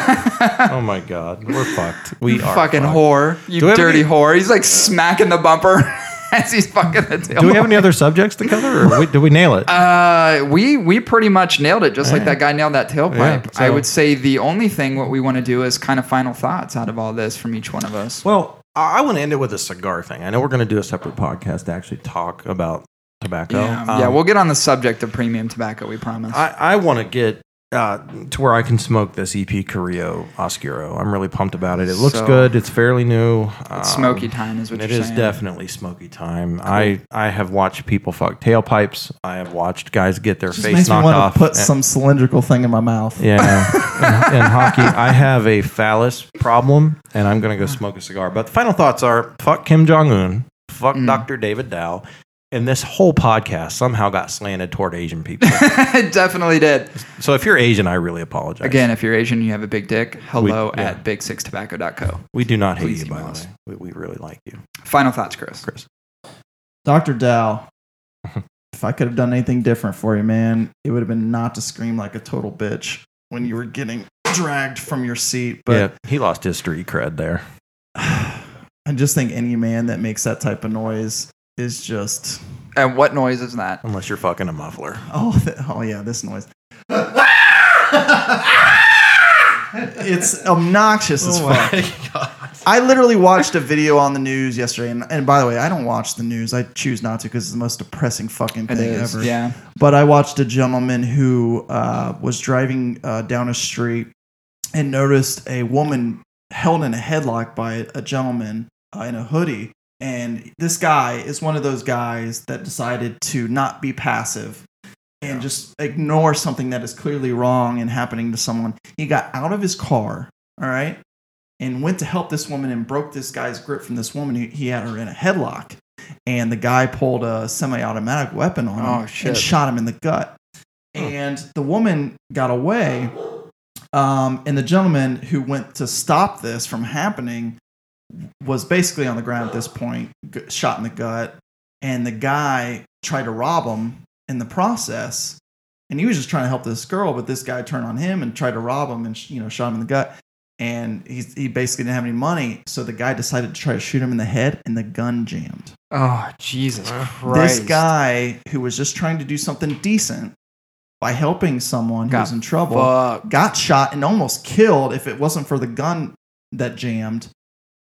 S2: Oh my god, we're fucked. We
S1: You
S2: are
S1: fucking
S2: fucked.
S1: whore, you
S2: Do we have
S1: dirty
S2: any-
S1: whore. He's like smacking the bumper [LAUGHS] as he's fucking the tailpipe.
S2: Do we have any other subjects to cover, or we, did we nail it?
S1: Uh, we we pretty much nailed it, just like that guy nailed that tailpipe.
S2: Yeah,
S1: I
S2: so-
S1: would say the only thing what we want to do is kind of final thoughts out of all this from each one of us.
S2: well, I, I want to end it with a cigar thing. I know we're going to do a separate podcast to actually talk about tobacco.
S1: yeah,
S2: Um,
S1: yeah, we'll get on the subject of premium tobacco. We promise.
S2: I, I want to get uh, to where I can smoke this EP Carrillo Oscuro. I'm really pumped about it. It looks
S1: So-
S2: good. It's fairly new. Um,
S1: it's smoky time is what
S2: And
S1: you're
S2: it is
S1: saying.
S2: definitely smoky time. I, I have watched people fuck tailpipes. I have watched guys get their
S3: Just
S2: face
S3: makes me
S2: knocked
S3: want
S2: off.
S3: to put
S2: And-
S3: some cylindrical thing in my mouth.
S2: Yeah. [LAUGHS] in, in hockey, I have a phallus problem, and I'm going to go smoke a cigar. But the final thoughts are fuck Kim Jong un, fuck
S1: Mm.
S2: Dr. David Dow. And this whole podcast somehow got slanted toward Asian
S3: [LAUGHS]
S2: people.
S1: [LAUGHS] it definitely did.
S2: so if you're Asian, I really apologize.
S1: Again, if you're Asian, and you have a big dick. Hello
S2: We- yeah.
S1: at bigsixtobacco.co.
S2: we do not hate
S1: please
S2: you, by the
S1: email
S2: way.
S1: us.
S2: We, we really like you,
S1: Final thoughts, Chris.
S2: Chris. [LAUGHS]
S3: Dr. Dow, if I could have done anything different for you, man, it would have been not to scream like a total bitch when you were getting dragged from your seat. But
S2: yeah, he lost his street cred there.
S3: I just think any man that makes that type of noise is just
S1: And what noise is that?
S2: Unless you're fucking a muffler.
S3: oh th- oh yeah, this noise.
S2: Oh
S3: it's obnoxious as fuck.
S2: God.
S3: I literally watched a video on the news yesterday, and, and by the way, I don't watch the news. I choose not to because it's the most depressing fucking
S1: It
S3: thing
S1: is.
S3: ever.
S1: Yeah.
S3: But I watched a gentleman who uh, was driving uh, down a street and noticed a woman held in a headlock by a gentleman uh, in a hoodie. And this guy is one of those guys that decided to not be passive and just ignore something that is clearly wrong and happening to someone. He got out of his car, all right, and went to help this woman and broke this guy's grip from this woman. He, he had her in a headlock. And the guy pulled a semi automatic weapon on him
S1: Oh, shit.
S3: and shot him in the gut. And the woman got away. Um, and the gentleman who went to stop this from happening was basically on the ground at this point, g- shot in the gut. And the guy tried to rob him in the process. And he was just trying to help this girl, but this guy turned on him and tried to rob him and, sh- you know, shot him in the gut. And he, he basically didn't have any money. So the guy decided to try to shoot him in the head, and the gun jammed.
S1: Oh Jesus
S3: This
S1: Christ!
S3: guy who was just trying to do something decent by helping someone
S1: Got
S3: who's in trouble
S1: Fuck.
S3: got shot and almost killed if it wasn't for the gun that jammed.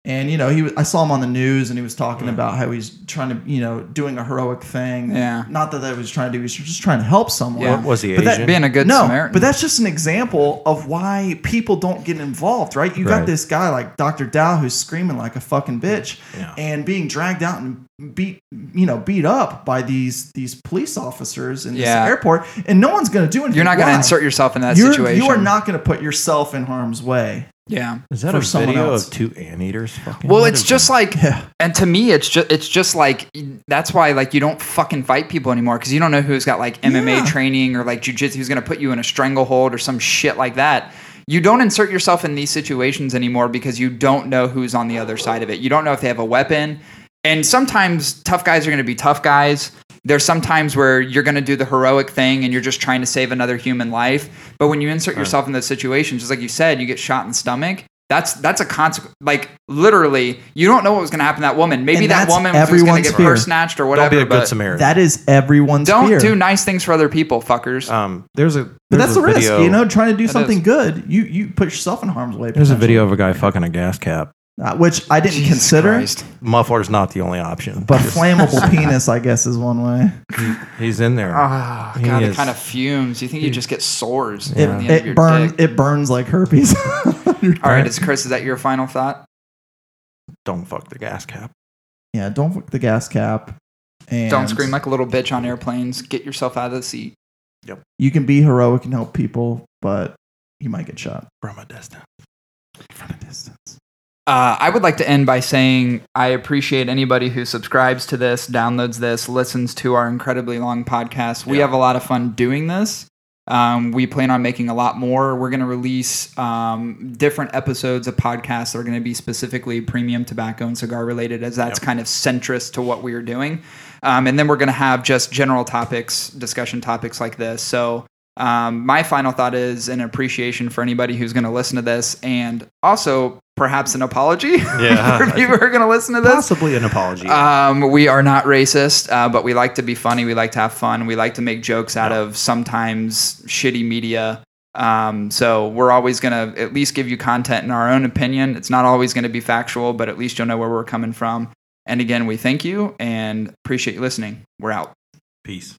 S3: And you know, he was- I saw him on the news and he was talking about how he's trying to, you know, doing a heroic thing.
S1: Yeah.
S3: Not that that was trying to do, he was just trying to help someone.
S2: [LAUGHS]
S1: Yeah.
S2: Was he
S3: But that
S2: Asian?
S1: Being a good
S3: no,
S1: Samaritan.
S3: but that's just an example of why people don't get involved, right? You
S2: Right.
S3: got this guy like Dr. Dow who's screaming like a fucking bitch
S2: Yeah.
S3: and being dragged out and beat, you know, beat up by these these police officers in
S1: Yeah.
S3: this airport, and no one's going to do anything.
S1: you're not going
S3: Why?
S1: to insert yourself in that
S3: You're-
S1: situation.
S3: You are not going to put yourself in harm's way.
S1: Yeah.
S2: Is that
S3: for
S2: a
S3: someone
S2: video
S3: else.
S2: of two anteaters? Fucking
S1: Well, it's just like,
S3: Yeah.
S1: and to me, it's just it's just like that's why like you don't fucking fight people anymore because you don't know who's got like MMA
S3: Yeah.
S1: training or like jujitsu who's going to put you in a stranglehold or some shit like that. You don't insert yourself in these situations anymore because you don't know who's on the other side of it. You don't know if they have a weapon, and sometimes tough guys are going to be tough guys. There's some times where you're going to do the heroic thing and you're just trying to save another human life. But when you insert yourself in those situations, just like you said, you get shot in the stomach. That's that's a consequence. Like literally, you don't know what was going to happen to that woman. Maybe
S3: And
S1: that
S3: that's
S1: woman was going to
S3: everyone's
S1: get
S3: fear.
S1: purse snatched or
S2: don't
S1: whatever.
S2: be a good
S1: but
S2: Samaritan.
S3: That is everyone's
S1: don't
S3: fear.
S1: do nice things for other people, fuckers.
S2: um, there's a
S3: but
S2: there's
S3: that's
S2: a
S3: the risk,
S2: video-
S3: you know. Trying to do
S1: That
S3: something
S1: is.
S3: good, you you put yourself in harm's way.
S2: There's a
S3: potentially.
S2: video of a guy fucking a gas cap.
S3: Uh, which I didn't
S1: Jesus
S3: consider,
S1: Christ.
S2: Muffler's not the only option.
S1: [LAUGHS]
S3: but flammable penis, I guess, is one way.
S2: He's in there.
S1: Ah,
S2: He
S1: God, it
S2: is-
S1: kind of fumes. You think you just get sores?
S2: Yeah.
S1: on the end of
S3: It
S1: your
S3: burns.
S1: dick.
S3: It burns like herpes. [LAUGHS]
S1: All right, is Chris? Is that your final thought?
S2: Don't fuck the gas cap.
S3: yeah, don't fuck the gas cap. And
S1: Don't scream like a little bitch on airplanes. Get yourself out of the seat.
S3: you can be heroic and help people, but you might get shot
S2: From a distance.
S3: from a distance.
S1: Uh, I would like to end by saying I appreciate anybody who subscribes to this, downloads this, listens to our incredibly long podcast. We
S2: Yeah.
S1: have a lot of fun doing this. Um, we plan on making a lot more. We're going to release um, different episodes of podcasts that are going to be specifically premium tobacco and cigar related, as that's kind of centrist to what we are doing. Um, and then we're going to have just general topics, discussion topics like this. So, um, my final thought is an appreciation for anybody who's going to listen to this and also perhaps an apology [LAUGHS]
S2: Yeah.
S1: for people who are going to listen to this.
S2: Possibly an apology.
S1: Um, we are not racist, uh, but we like to be funny. We like to have fun. We like to make jokes out of sometimes shitty media. Um, so we're always going to at least give you content in our own opinion. It's not always going to be factual, but at least you'll know where we're coming from. And again, we thank you and appreciate you listening. We're out.
S2: Peace.